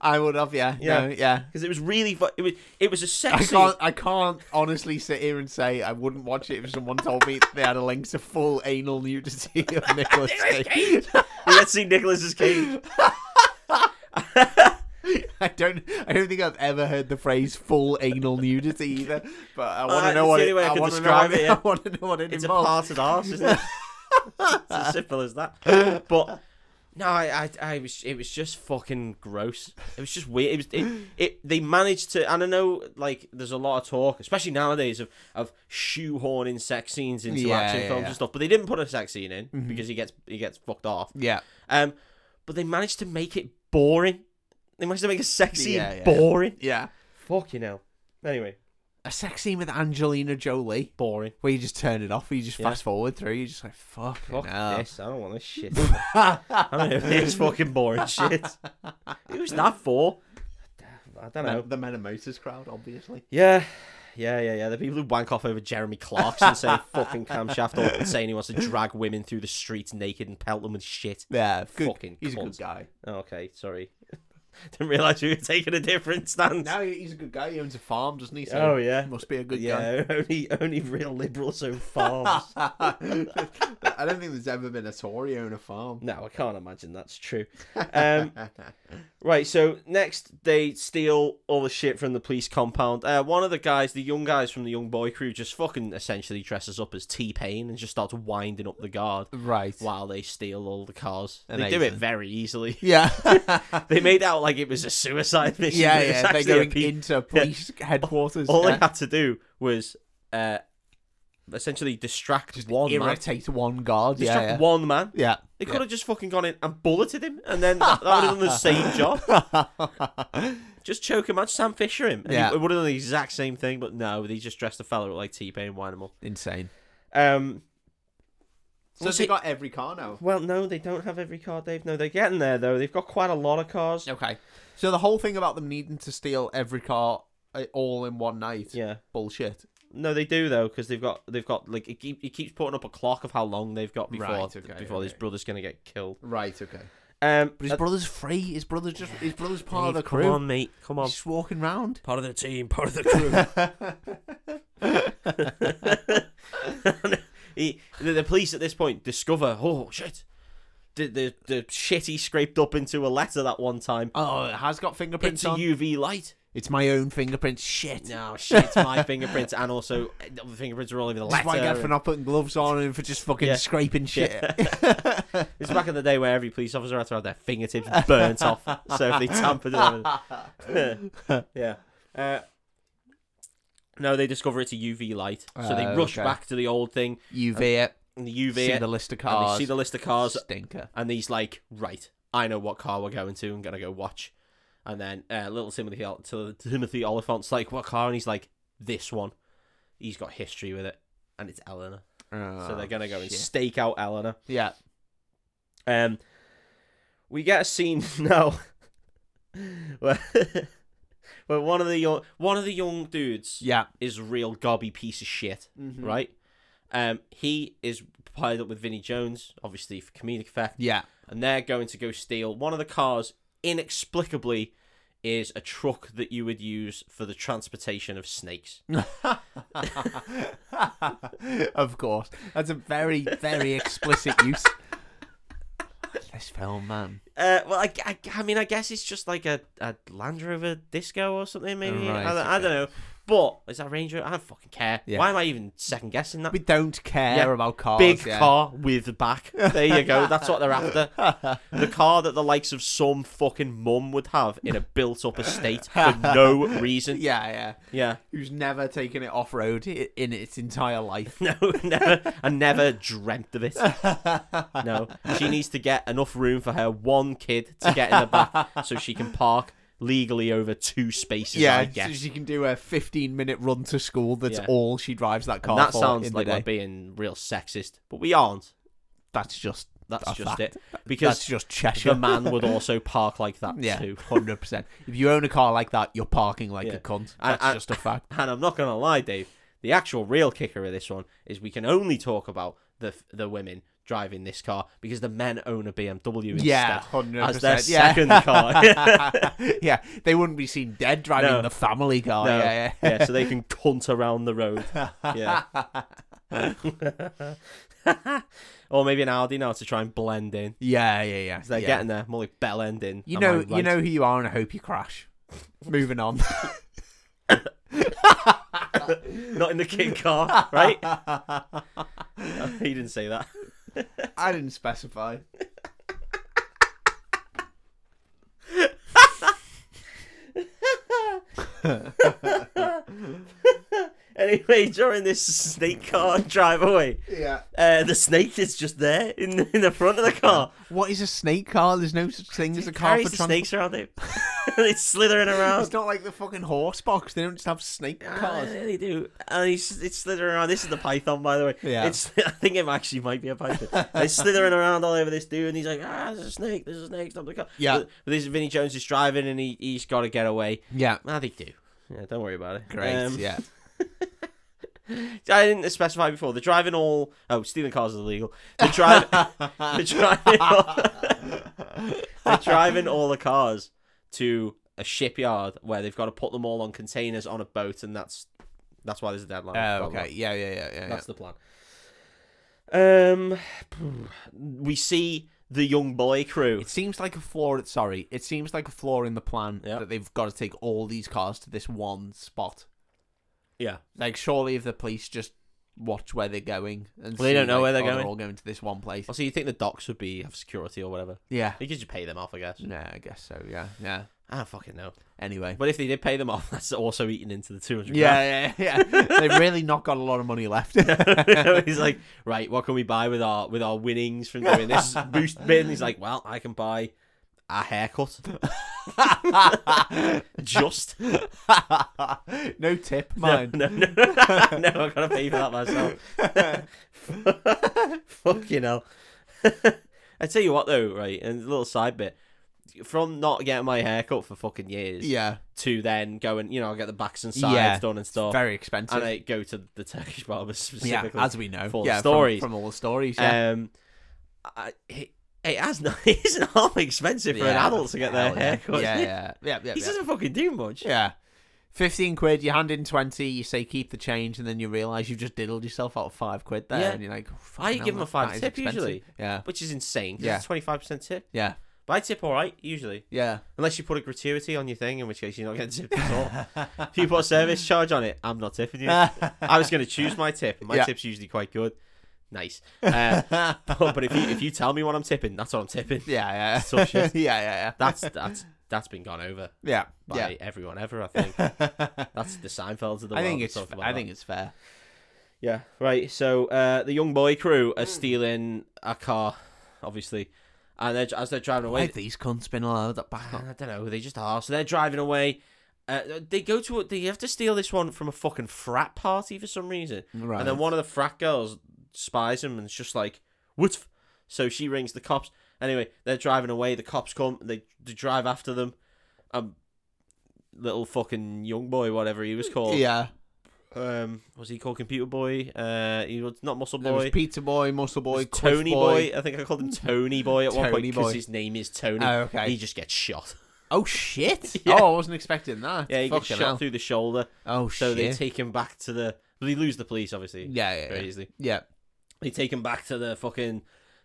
S2: I would have, yeah,
S1: Yeah.
S2: yeah, no, yeah.
S1: because it was really fu- it was it was a
S2: I
S1: sex scene. *laughs*
S2: can't, I can't honestly sit here and say I wouldn't watch it if someone told me they had a link to full anal nudity *laughs* of Nicholas Cage.
S1: We had seen Nicholas's Cage.
S2: *laughs* I don't, I don't think I've ever heard the phrase full anal nudity either. But I want
S1: that's
S2: to know what
S1: the only
S2: it,
S1: way I
S2: I
S1: can
S2: want to know
S1: describe
S2: *laughs* what
S1: it,
S2: it,
S1: yeah.
S2: I want to know what it
S1: It's a
S2: involves.
S1: part of ours,
S2: *laughs*
S1: isn't it? it's as simple as that. But no, I, I, I was. It was just fucking gross. It was just weird. It was. It, it. They managed to. And I know, like, there's a lot of talk, especially nowadays, of of shoehorning sex scenes into
S2: Yeah,
S1: action
S2: yeah,
S1: films
S2: yeah. Mm-hmm.
S1: and stuff. But they didn't put a sex scene in because he gets he gets fucked off.
S2: Yeah,
S1: Um, but they managed to make it boring. They managed to make a sex scene
S2: Yeah, yeah.
S1: boring.
S2: yeah.
S1: Fuck you know. Anyway,
S2: A sex scene with Angelina Jolie
S1: boring.
S2: where you just turn it off, where you just
S1: Yeah.
S2: fast forward through. You're just like, fuck,
S1: Fuck
S2: no.
S1: this. I don't want this shit. *laughs* I'm over this fucking *laughs* boring shit. Who's that for? I don't know.
S2: The Men of Motors crowd, obviously.
S1: Yeah. Yeah, yeah, yeah. The people who wank off over Jeremy Clarkson saying fucking camshaft *laughs* or saying he wants to drag women through the streets naked and pelt them with shit.
S2: Yeah, good.
S1: Fucking
S2: he's a
S1: cunts.
S2: good guy.
S1: Okay, sorry. *laughs* Didn't realise you were taking a different stance.
S2: No, he's a good guy. He owns a farm, doesn't he? So
S1: Oh, yeah.
S2: must be a good guy.
S1: yeah, *laughs* only only real liberals own *laughs* farms.
S2: I don't think there's ever been a Tory own a farm.
S1: no, I can't imagine that's true.
S2: *laughs*
S1: Um, Right, so next they steal all the shit from the police compound. Uh, one of the guys, the young guys from the Young Boy crew, just fucking essentially dresses up as T Pain and just starts winding up the guard
S2: right.
S1: while they steal all the cars. They do it
S2: Amazing.
S1: very easily. *laughs*
S2: *laughs* Yeah.
S1: they made out like it was a suicide mission.
S2: yeah,
S1: but it's
S2: yeah. They're
S1: actually a
S2: going
S1: pe-
S2: into police headquarters.
S1: all they
S2: yeah.
S1: had to do was uh, essentially distract
S2: Just
S1: one man.
S2: irritate one guard.
S1: Distract
S2: Yeah, yeah.
S1: one man.
S2: yeah.
S1: They could have just fucking gone in and bulleted him, and then that, that would have done the
S2: *laughs*
S1: same job. *laughs* Just choke him out, Sam Fisher him. And
S2: Yeah.
S1: he, it would have done the exact same thing, but no, they just dressed the fella up like T Pain and wind him up.
S2: Insane.
S1: Um,
S2: So
S1: Was
S2: they
S1: it-
S2: got every car now.
S1: well, no, they don't have every car, Dave. No, they're getting there, though. They've got quite a lot of cars.
S2: Okay. So the whole thing about them needing to steal every car uh, all in one night.
S1: Yeah.
S2: Bullshit.
S1: No, they do, though, because they've got, they've got, like, it, keep, it keeps putting up a clock of how long they've got before,
S2: Right, okay,
S1: before his
S2: okay.
S1: brother's going to get killed.
S2: Right. Okay.
S1: Um,
S2: But his brother's free. His brother's just. His brother's part of
S1: Dave,
S2: the
S1: come
S2: crew.
S1: on, mate. Come on.
S2: He's just walking round.
S1: Part of the team, part of the crew. *laughs* he, the, the police at this point discover, oh shit, the, the the shit he scraped up into a letter that one time.
S2: Oh, it has got fingerprints
S1: It's a
S2: on.
S1: UV light.
S2: It's my own fingerprints. Shit.
S1: No shit, it's my *laughs* fingerprints, and also uh, the fingerprints are all over the
S2: That's why I
S1: letter.
S2: get for not putting gloves on and for just fucking
S1: Yeah.
S2: scraping shit. *laughs*
S1: It's back in the day where every police officer had to have their fingertips burnt off, so if they tampered
S2: *laughs*
S1: with them. yeah. Uh, no, they discover it's a UV light, so they
S2: Oh,
S1: rush
S2: okay.
S1: back to the old thing.
S2: UV it.
S1: And the UV
S2: See
S1: it,
S2: the list
S1: and
S2: of cars.
S1: they Ah, see the list of cars,
S2: Stinker.
S1: and he's like, "Right, I know what car we're going to. I'm gonna go watch." And then uh, little Timothy Ol- to- Timothy Oliphant's like, "What car?" And he's like, "This one." He's got history with it, and it's Eleanor. so they're gonna go and
S2: Oh, Ah, Shit.
S1: stake out Eleanor.
S2: Yeah.
S1: Um, we get a scene *laughs* now where, where one of the young one of the young dudes
S2: Yeah. Hmm.
S1: is a real gobby piece of shit, right? Um, he is paired up with Vinnie Jones, obviously *laughs* for comedic effect
S2: Yeah. *laughs*
S1: and they're going to go steal one of the cars inexplicably is a truck that you would use for the transportation of snakes.
S2: of course. That's a very, very explicit use. This film, man.
S1: Uh, well, I, I, I mean, I guess it's just like a, a Land Rover Disco or something, maybe.
S2: Right,
S1: I, don't, I don't know. But is that Range Rover? I don't fucking care.
S2: Yeah.
S1: Why am I even second guessing that?
S2: We don't care
S1: Yeah,
S2: about cars.
S1: Big
S2: yeah.
S1: car with back. There you go. That's what they're
S2: *laughs*
S1: after. The car that the likes of some fucking mum would have in a built up estate
S2: *laughs*
S1: for no reason.
S2: Yeah, yeah.
S1: Yeah.
S2: Who's never taken it off road in its entire life.
S1: *laughs* No, never. I never dreamt of it. No. She needs to get enough room for her one kid to get in the
S2: *laughs*
S1: back so she can park legally over two spaces, I
S2: Yeah, so
S1: guess.
S2: she can do a 15 minute run to school. That's
S1: Yeah.
S2: all she drives that car
S1: And that
S2: for.
S1: sounds
S2: in
S1: like
S2: the day.
S1: we're being real sexist, but we aren't.
S2: that's just
S1: That's
S2: a
S1: just
S2: fact.
S1: it.
S2: That's
S1: Because
S2: just Cheshire.
S1: the man would also park like that
S2: yeah, *laughs*
S1: too.
S2: hundred percent. If you own a car like that, you're parking like
S1: Yeah.
S2: a cunt.
S1: I-
S2: That's
S1: I-
S2: just a fact.
S1: And I'm not going to lie, Dave. The actual real kicker of this one is we can only talk about the the women driving this car because the men own a BMW instead.
S2: *laughs* Yeah, hundred
S1: as their
S2: percent. Yeah,
S1: second car.
S2: *laughs* yeah. They wouldn't be seen dead driving
S1: No.
S2: the family car.
S1: No.
S2: Yeah, yeah.
S1: Oh, yeah, so they can cunt around the road. Yeah. *laughs* or maybe an Audi now to try and blend in.
S2: *laughs* Yeah, yeah, yeah.
S1: They're
S2: yeah.
S1: getting there, more like bell ending.
S2: you
S1: Am I
S2: know, you
S1: right?
S2: know who you are, and I hope you crash. Moving on.
S1: *laughs* not in the kid
S2: *laughs*
S1: car, right? *laughs* he didn't say that. *laughs*
S2: I didn't specify.
S1: Anyway, during this snake car *laughs* drive away,
S2: Yeah.
S1: uh, the snake is just there in the, in the front of the car.
S2: What is a snake car? There's no such thing as a
S1: It
S2: car for
S1: carries the
S2: transport.
S1: snakes around it. *laughs* it's slithering
S2: It's
S1: around.
S2: not like the fucking horse box. They don't just have snake
S1: Ah,
S2: cars.
S1: yeah, they do. And he's, it's slithering around. This is the python, by the way.
S2: Yeah.
S1: It's, *laughs* I think it actually might be a python. it's slithering around all over this dude, and he's like, ah, there's a snake, there's a snake, stop the car.
S2: Yeah.
S1: But, but this Vinnie Jones is driving, and he, he's got to get away.
S2: Yeah.
S1: Ah, they do. Yeah, don't worry about it.
S2: Great.
S1: Um, *laughs*
S2: yeah.
S1: I didn't specify before. They're driving all. Oh, stealing cars is illegal. They're
S2: *laughs*
S1: driving. they're driving. All, *laughs* they're driving all the cars to a shipyard where they've got to put them all on containers on a boat, and that's that's why there's a deadline.
S2: Oh,
S1: Blah, blah.
S2: okay. Yeah, yeah, yeah, yeah.
S1: That's the plan. Um, we see the young boy crew.
S2: It seems like a flaw. Sorry, it seems like a flaw in the plan
S1: Yeah.
S2: that they've got to take all these cars to this one spot.
S1: yeah,
S2: Like, surely if the police just watch where they're going, and
S1: Well, they don't
S2: see,
S1: know
S2: like,
S1: where they're
S2: oh,
S1: going.
S2: all going to this one place.
S1: also Oh, you think the docks would be have security or whatever?
S2: Yeah.
S1: You could just pay them off, I guess.
S2: No, I guess so. Yeah, yeah.
S1: I don't fucking know.
S2: Anyway.
S1: But if they did pay them off, *laughs* that's also eating into the two hundred.
S2: Yeah, yeah, yeah. *laughs* They've really not got a lot of money left. *laughs*
S1: *laughs* he's like, right, what can we buy with our with our winnings from doing *laughs* this boost bin? He's like, well, I can buy a haircut, *laughs* just
S2: no tip, mine.
S1: No, no, no, *laughs* no I gotta pay for that myself.
S2: *laughs*
S1: Fucking hell. *laughs* I tell you what though, right, and a little side bit. From not getting my haircut for fucking years
S2: Yeah,
S1: to then going, you know, I get the backs and sides
S2: Yeah.
S1: done and stuff,
S2: very expensive.
S1: and I go to the Turkish barber *laughs*
S2: yeah,
S1: specifically.
S2: as we know,
S1: for the
S2: yeah, from-
S1: stories.
S2: from, all the stories. Yeah,
S1: Um, I, it, it has *laughs* not, it isn't half expensive for an
S2: Yeah,
S1: adult to get their *laughs*
S2: hell yeah.
S1: haircut.
S2: Yeah, yeah, yeah, yeah.
S1: he
S2: yeah.
S1: doesn't fucking do much.
S2: Yeah. 15 quid, you hand in 20, you say keep the change, and then you realise you've just diddled yourself out of 5 quid there,
S1: Yeah.
S2: and you're like, "Oh,
S1: I
S2: fucking
S1: give him
S2: hell,
S1: a five
S2: that is
S1: tip
S2: expensive.
S1: usually.
S2: Yeah,
S1: Which is insane. 'cause
S2: Yeah.
S1: It's twenty five percent tip.
S2: yeah,
S1: But I tip all right usually,
S2: yeah.
S1: unless you put a gratuity on your thing, in which case you're not getting tipped at all.
S2: *laughs*
S1: if you put a service charge on it, I'm not tipping you. I was going to choose my tip. My
S2: Yeah.
S1: tip's usually quite good. Nice.
S2: *laughs*
S1: Uh, but, but if you if you tell me what I'm tipping, that's what I'm tipping.
S2: yeah, yeah.
S1: Tough shit.
S2: *laughs* yeah, yeah, yeah.
S1: That's that's that's been gone over
S2: Yeah,
S1: by
S2: yeah.
S1: everyone ever. I
S2: *laughs*
S1: think that's the Seinfelds of the
S2: I
S1: world.
S2: think
S1: that
S2: it's
S1: talk about
S2: I
S1: that.
S2: think it's fair.
S1: Yeah, right. So uh, the young boy crew
S2: Hmm.
S1: are stealing a car, obviously, and they're, as they're driving
S2: Why
S1: away,
S2: have these cunts been allowed that back up?
S1: I don't know. They just are. So they're driving away. Uh, they go to. a- They have to steal this one from a fucking frat party for some reason,
S2: Right.
S1: and then one of the frat girls spies him and is just like, "What?" f-" So she rings the cops. Anyway, they're driving away. The cops come. They, they drive after them. Um, little fucking young boy, whatever he was called.
S2: Yeah,
S1: um, was he called Computer Boy? Uh, he was not Muscle
S2: there was
S1: Boy.
S2: Pizza Boy, Muscle Boy,
S1: It was
S2: Quiff
S1: Tony boy. I think I called him Tony Boy at one point
S2: *laughs* Tony
S1: because
S2: Boy.
S1: his name is Tony.
S2: Oh,
S1: He
S2: okay.
S1: just gets shot. *laughs*
S2: Oh shit!
S1: Yeah.
S2: Oh, I wasn't expecting that.
S1: Yeah, he gets
S2: Fucking
S1: shot
S2: hell.
S1: through the shoulder,
S2: Oh
S1: so they
S2: shit!
S1: take him back to the. Well, they lose the police, obviously,
S2: yeah, yeah,
S1: very
S2: yeah.
S1: easily.
S2: yeah.
S1: They take him back to the fucking.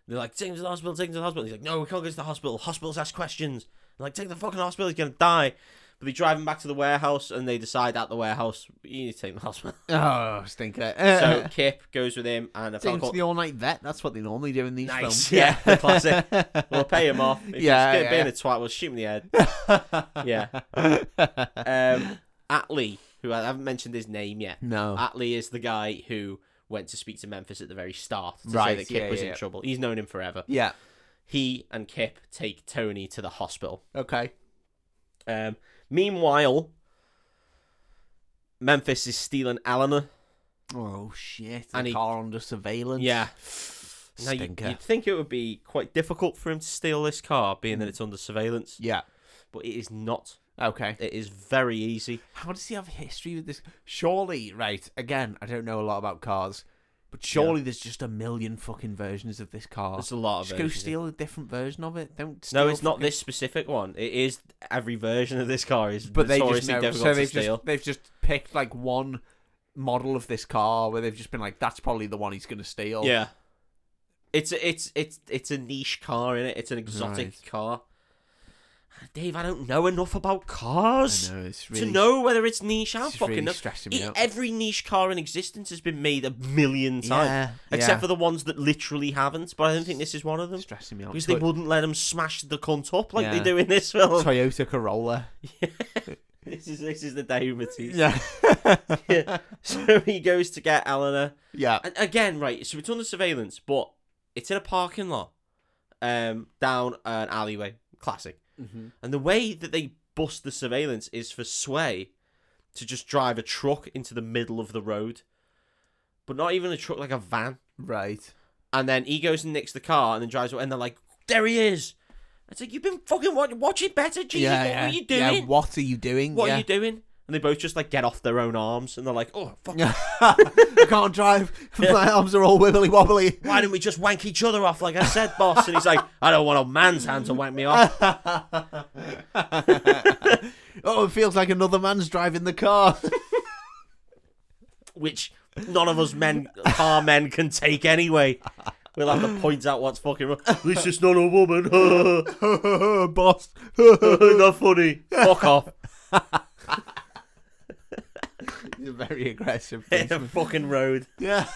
S1: They're like, take him to the hospital, take him to the hospital. He's like, no, we can't go to the hospital. Hospitals ask questions. They're like, take the fucking hospital, he's gonna die. But they drive him back to the warehouse, and they decide at the warehouse, you need to take him to the
S2: *laughs*
S1: hospital.
S2: Oh stinker!
S1: so Kip goes with him, and a
S2: Take
S1: fellow
S2: him to
S1: called
S2: the all-night vet. That's what they normally do in these
S1: Nice,
S2: films.
S1: yeah, the
S2: *laughs*
S1: classic. *laughs* We'll pay him off. If
S2: Yeah,
S1: he's
S2: yeah,
S1: being
S2: yeah.
S1: a twat, we'll shoot him in the head. yeah. Um, Atlee, who I haven't mentioned his name yet.
S2: *laughs* no.
S1: Atlee is the guy who went to speak to Memphis at the very start to
S2: Right,
S1: say that Kip
S2: yeah,
S1: was
S2: yeah,
S1: in
S2: yeah.
S1: trouble. He's known him forever.
S2: yeah.
S1: He and Kip take Tony to the hospital.
S2: Okay.
S1: Um, meanwhile, Memphis is stealing Eleanor.
S2: Oh shit!
S1: And
S2: And
S1: he-
S2: car under surveillance.
S1: Yeah. Now, you,
S2: Stinker.
S1: you'd think it would be quite difficult for him to steal this car, being
S2: Mm.
S1: that it's under surveillance,
S2: Yeah.
S1: but it is not.
S2: Okay.
S1: It is very easy.
S2: How does he have history with this? Surely, right? Again, I don't know a lot about cars, but surely there's just a million fucking versions of this car.
S1: There's a lot of
S2: Oh. Just go
S1: versions, yeah.
S2: steal a different version of it. Don't. Steal
S1: No, it's not
S2: fucking-
S1: this specific one. It is every version of this car is
S2: But they just
S1: notoriously
S2: know.
S1: difficult
S2: So
S1: to
S2: they've
S1: steal.
S2: just they've just picked like one model of this car where they've just been like, that's probably the one he's gonna steal.
S1: Yeah, it's a, it's it's it's a niche car in it. It's an exotic
S2: Right.
S1: car. Dave, I don't know enough about cars
S2: I know. It's
S1: to
S2: really
S1: know whether it's niche. I'm
S2: it's
S1: fucking
S2: really
S1: nuts.
S2: stressing
S1: E-
S2: me out.
S1: Every niche car in existence has been made a million times,
S2: Yeah,
S1: except
S2: yeah.
S1: for the ones that literally haven't. But I don't think this is one of them
S2: stressing me out.
S1: because they
S2: Toy-
S1: wouldn't let them smash the cunt up like they
S2: Yeah.
S1: do in this film.
S2: Toyota Corolla.
S1: *laughs* This is this is the day of Matisse.
S2: Yeah.
S1: Yeah. *laughs* so he goes to get Eleanor.
S2: *laughs* yeah.
S1: And again, right, so it's under surveillance, but it's in a parking lot. Um, down an alleyway. Classic.
S2: Mm-hmm.
S1: And the way that they bust the surveillance is for Sway to just drive a truck into the middle of the road. But not even a truck, like a van.
S2: Right.
S1: And then he goes and nicks the car and then drives away and they're like, There he is. It's like you've been fucking watch, watch it better, Jesus. what are you doing?
S2: Yeah, what are you doing?
S1: what
S2: yeah.
S1: are you
S2: *laughs*
S1: doing? And they both just like get off their own arms and they're like, oh, fuck,
S2: I can't drive. *laughs* My arms are all wibbly wobbly.
S1: why don't we just wank each other off like I said, boss? And he's like, I don't want a man's hand to wank me off.
S2: Oh, it feels like another man's driving the car. *laughs*
S1: Which none of us men, car men, can take anyway. We'll have to point out what's fucking wrong. At least it's not a woman. *laughs*
S2: Boss.
S1: not funny. Fuck off. *laughs*
S2: You're very aggressive.
S1: Hit
S2: policeman.
S1: the fucking road.
S2: yeah.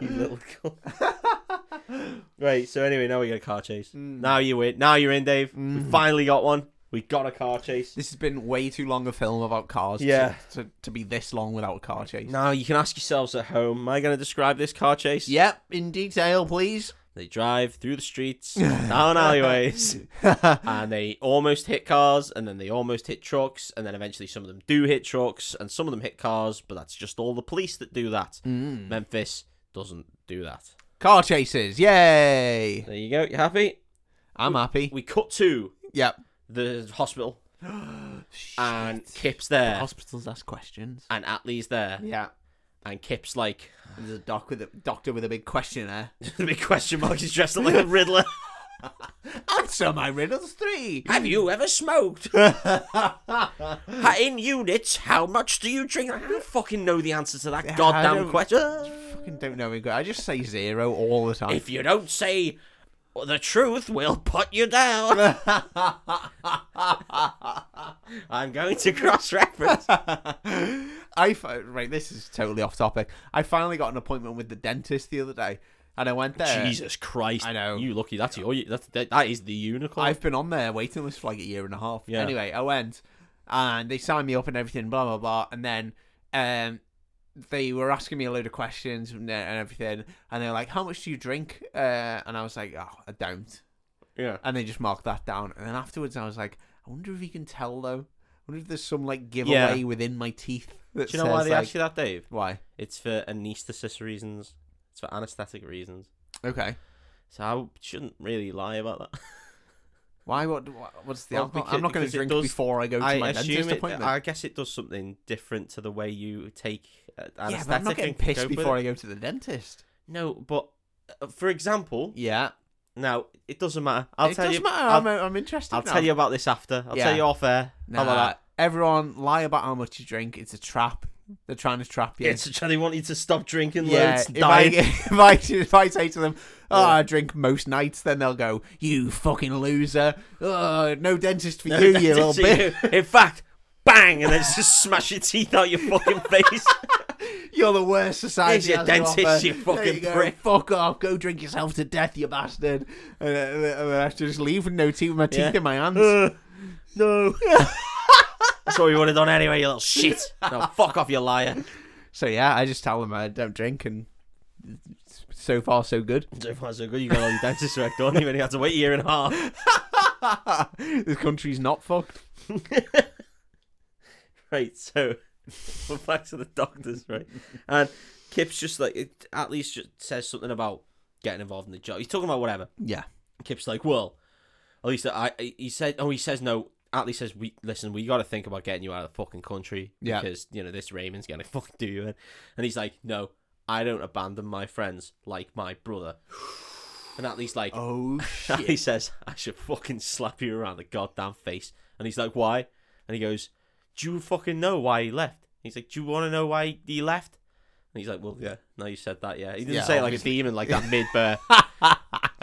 S1: You little cunt. Right, so anyway, now we get a car chase. Now you in. Now you're in, Dave. We finally got one. We got a car chase.
S2: This has been way too long a film about cars. to-
S1: Yeah.
S2: To, to, be this long without a car chase.
S1: Now you can ask yourselves at home, am I going to describe this car chase?
S2: Yep. In detail, please.
S1: They drive through the streets, down alleyways, and they almost hit cars, and then they almost hit trucks, and then eventually some of them do hit trucks, and some of them hit cars, but that's just all the police that do that. Memphis doesn't do that.
S2: Car chases. Yay.
S1: There you go. You happy?
S2: I'm happy.
S1: We cut to
S2: Yep.
S1: the hospital, and Kip's there,
S2: Hospitals ask questions.
S1: and Atlee's there,
S2: Yeah.
S1: and Kip's like, *laughs*
S2: There's a doc with a doctor with a big questionnaire.
S1: the big question mark, he's dressed up like a Riddler.
S2: Answer my riddles three.
S1: Have you ever
S2: *laughs*
S1: smoked? In units, how much do you drink? I don't fucking know the answer to that
S2: Yeah, I
S1: goddamn
S2: don't-
S1: question.
S2: fucking don't know me. I just say zero all the *laughs* time.
S1: If you don't say the truth, we'll put you
S2: *laughs*
S1: down. I'm going to cross reference.
S2: *laughs* I fi- right. This is totally off topic. I finally got an appointment with the dentist the other day, and I went there.
S1: Jesus Christ!
S2: I know.
S1: you lucky. That's your. That's that, that is the unicorn.
S2: I've been on their waiting list for like a year and a half.
S1: Yeah.
S2: Anyway, I went and they signed me up and everything, blah blah blah, and then um they were asking me a load of questions and uh, and everything, and they were like, "How much do you drink?" Uh, and I was like, "Oh, I don't."
S1: yeah.
S2: And they just marked that down, and then afterwards, I was like, "I wonder if you can tell though. I wonder if there's some like giveaway within my teeth that
S1: Do you know why
S2: says,
S1: they
S2: like,
S1: ask you that, Dave?
S2: why?
S1: It's for anaesthetist reasons. It's for anaesthetic reasons.
S2: Okay,
S1: So I shouldn't really lie about that.
S2: why? What? what- What's the?
S1: Well,
S2: alcohol?
S1: because-
S2: I'm not going
S1: because
S2: to
S1: it
S2: drink
S1: does-
S2: before I go to my dentist
S1: it-
S2: appointment.
S1: I guess it does something different to the way you take uh,
S2: yeah,
S1: anesthetic.
S2: but I'm not getting
S1: and go
S2: pissed
S1: with
S2: before
S1: it.
S2: I go to the dentist.
S1: No, but uh, for example,
S2: Yeah.
S1: No, it doesn't matter. I'll
S2: it
S1: tell
S2: does
S1: you.
S2: matter.
S1: I'll,
S2: I'm, I'm interested.
S1: I'll
S2: now.
S1: tell you about this after. I'll
S2: Yeah.
S1: tell you off air. How about
S2: Nah,
S1: that?
S2: Everyone lie about how much you drink. It's a trap. They're trying to trap you.
S1: It's trying to want you to stop drinking
S2: yeah,
S1: loads,
S2: if I,
S1: dying.
S2: *laughs* if, I, if I say to them, oh,
S1: Yeah.
S2: I drink most nights, then they'll go, you fucking loser. Oh, no dentist
S1: *laughs*
S2: for
S1: No,
S2: you,
S1: that's
S2: you
S1: it
S2: little
S1: to
S2: bitch.
S1: you. *laughs* In fact, bang, and then just smash your teeth out your fucking
S2: *laughs*
S1: face.
S2: You're the worst
S1: Here's
S2: society.
S1: your
S2: has to
S1: dentist,
S2: offer.
S1: you fucking
S2: There go.
S1: prick.
S2: Fuck off. Go drink yourself to death, you bastard. And, uh, and I have to just leave with no teeth, with my teeth
S1: Yeah.
S2: in my hands.
S1: Uh, *laughs* no. That's what we would have done anyway, you little
S2: *laughs*
S1: shit. No, fuck off, you liar. *laughs*
S2: so yeah, I just tell them I don't drink, and so far so good. *laughs*
S1: So far, so good. You got all your dentist work done. You only had to wait a year and a half.
S2: the country's not fucked.
S1: Right, *laughs* so we're back to the doctors, right? And Kip's just like, it at least just says something about getting involved in the job. He's talking about whatever.
S2: Yeah.
S1: Kip's like, well, at least I. I- He said, oh, he says no. Atley says, we listen. We got to think about getting you out of the fucking country
S2: Yeah.
S1: because you know this Raymond's gonna *laughs* fucking do you in. And he's like, no, I don't abandon my friends like my brother. And Atley's like,
S2: Oh
S1: *laughs* Atley
S2: shit.
S1: says, I should fucking slap you around the goddamn face. And he's like, why? And he goes, do you fucking know why he left? He's like, do you want to know why he left? And he's like, well, yeah. No, you said that, yeah. He didn't
S2: Yeah,
S1: say it like a
S2: obviously.
S1: demon, like
S2: *laughs*
S1: that mid bear.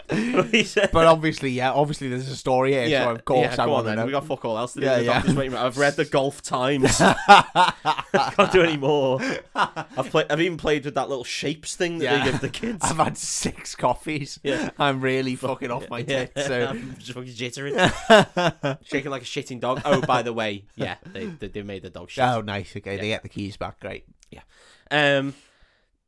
S1: he said,
S2: but obviously, yeah, obviously there's a story here, so of course
S1: yeah,
S2: I
S1: go on
S2: want to
S1: then.
S2: know.
S1: We got fuck all else to do.
S2: Yeah,
S1: The
S2: yeah.
S1: doctor's waiting around. I've read the Golf
S2: *laughs*
S1: Times. Can't do any more. I've played. I've even played with that little shapes thing that
S2: Yeah.
S1: they give the kids.
S2: *laughs* I've had six coffees.
S1: Yeah.
S2: I'm really
S1: *laughs*
S2: fucking off my
S1: Yeah.
S2: tits. So *laughs*
S1: I'm just fucking jittering, shaking like a shitting dog. Oh, by the way, yeah, they they, they made the dog shit.
S2: oh, nice. Okay, they get the keys back. Great.
S1: Um,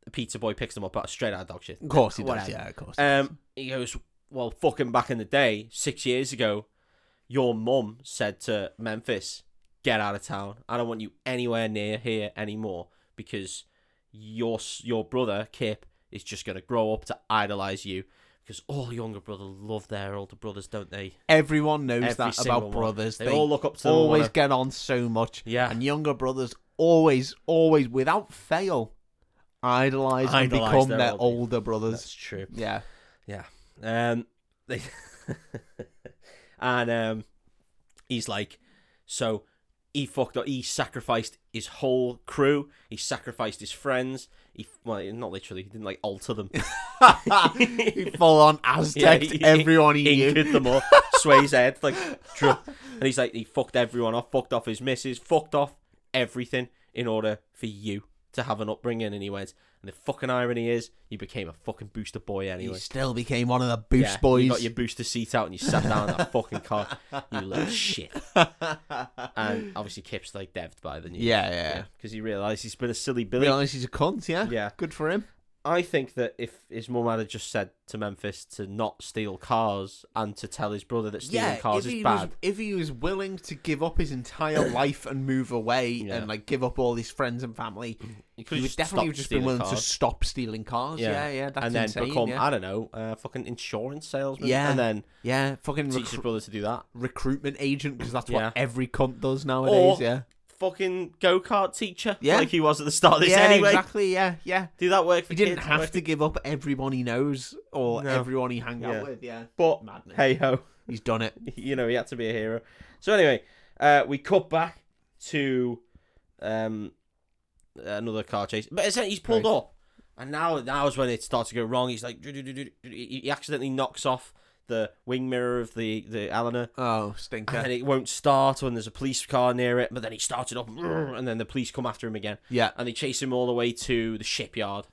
S1: the pizza boy picks them up out straight out of dog shit.
S2: Of course he does.
S1: Whatever.
S2: Yeah, of course.
S1: Um, he goes, well, fucking back in the day, six years ago, your mum said to Memphis, get out of town. I don't want you anywhere near here anymore because your s- your brother Kip is just gonna grow up to idolize you because all younger brothers love their older brothers, don't they?
S2: Everyone knows
S1: Every
S2: that
S1: single
S2: about
S1: one.
S2: brothers.
S1: They, all look up to them.
S2: always
S1: wanna-
S2: get on so much.
S1: Yeah.
S2: And younger brothers always, always, without fail, idolize, and
S1: Idolise
S2: become
S1: their
S2: their,
S1: older-
S2: older brothers.
S1: That's true.
S2: Yeah.
S1: Um, they *laughs* and um, he's like, so he fucked up. He sacrificed his whole crew. He sacrificed his friends. He well, not literally. He didn't like alter them. *laughs*
S2: he full on Aztec
S1: he-
S2: everyone he
S1: He
S2: knew.
S1: did them *laughs* all. Sway his head like, dro- and he's like, he fucked everyone off. Fucked off his missus. Fucked off everything in order for you to have an upbringing. And he went. And the fucking irony is, you became a fucking booster boy
S2: He
S1: anyway.
S2: still became one of the boost
S1: Yeah,
S2: boys.
S1: You got your booster seat out and you sat down in that fucking car. You little
S2: *laughs*
S1: shit. And obviously, Kip's like devved by the news.
S2: yeah, yeah.
S1: Because he realised he's been a silly Billy.
S2: Realize he's a cunt, yeah?
S1: Yeah.
S2: Good for him.
S1: I think that if his mum had just said to Memphis to not steal cars and to tell his brother that stealing cars
S2: if
S1: is
S2: he
S1: bad.
S2: Was, if he was willing to give up his *coughs* entire life and move away
S1: Yeah.
S2: and like give up all his friends and family,
S1: He
S2: he
S1: could've
S2: would
S1: just stopped
S2: definitely have just been
S1: stealing
S2: willing to
S1: cars.
S2: stop stealing cars.
S1: Yeah.
S2: Yeah, yeah, that's
S1: and then
S2: insane,
S1: become,
S2: yeah.
S1: I don't know, uh, fucking insurance salesman.
S2: Yeah.
S1: And then
S2: yeah, fucking
S1: teach his
S2: recru-
S1: brother to do that.
S2: recruitment agent because that's
S1: Yeah.
S2: what every cunt does nowadays.
S1: Or-
S2: yeah,
S1: Fucking go kart teacher.
S2: Yeah.
S1: Like he was at the start of this
S2: yeah,
S1: anyway.
S2: exactly. Yeah, yeah.
S1: Do that work for
S2: He didn't
S1: kids,
S2: have
S1: work-
S2: to give up everyone he knows or
S1: No.
S2: everyone he hang
S1: Yeah.
S2: out with. Yeah,
S1: But
S2: Madness.
S1: hey ho.
S2: he's done it.
S1: *laughs* you know, he had to be a hero. So anyway, uh, we cut back to um, another car chase, but essentially he's pulled
S2: Right.
S1: up, and now now's when it starts to go wrong. He's like, "Do-do-do-do-do." he he accidentally knocks off the wing mirror of the the Eleanor.
S2: Oh, stinker.
S1: And then it won't start when there's a police car near it, but then he starts it up, *laughs* and then the police come after him again,
S2: yeah,
S1: and they chase him all the way to the shipyard.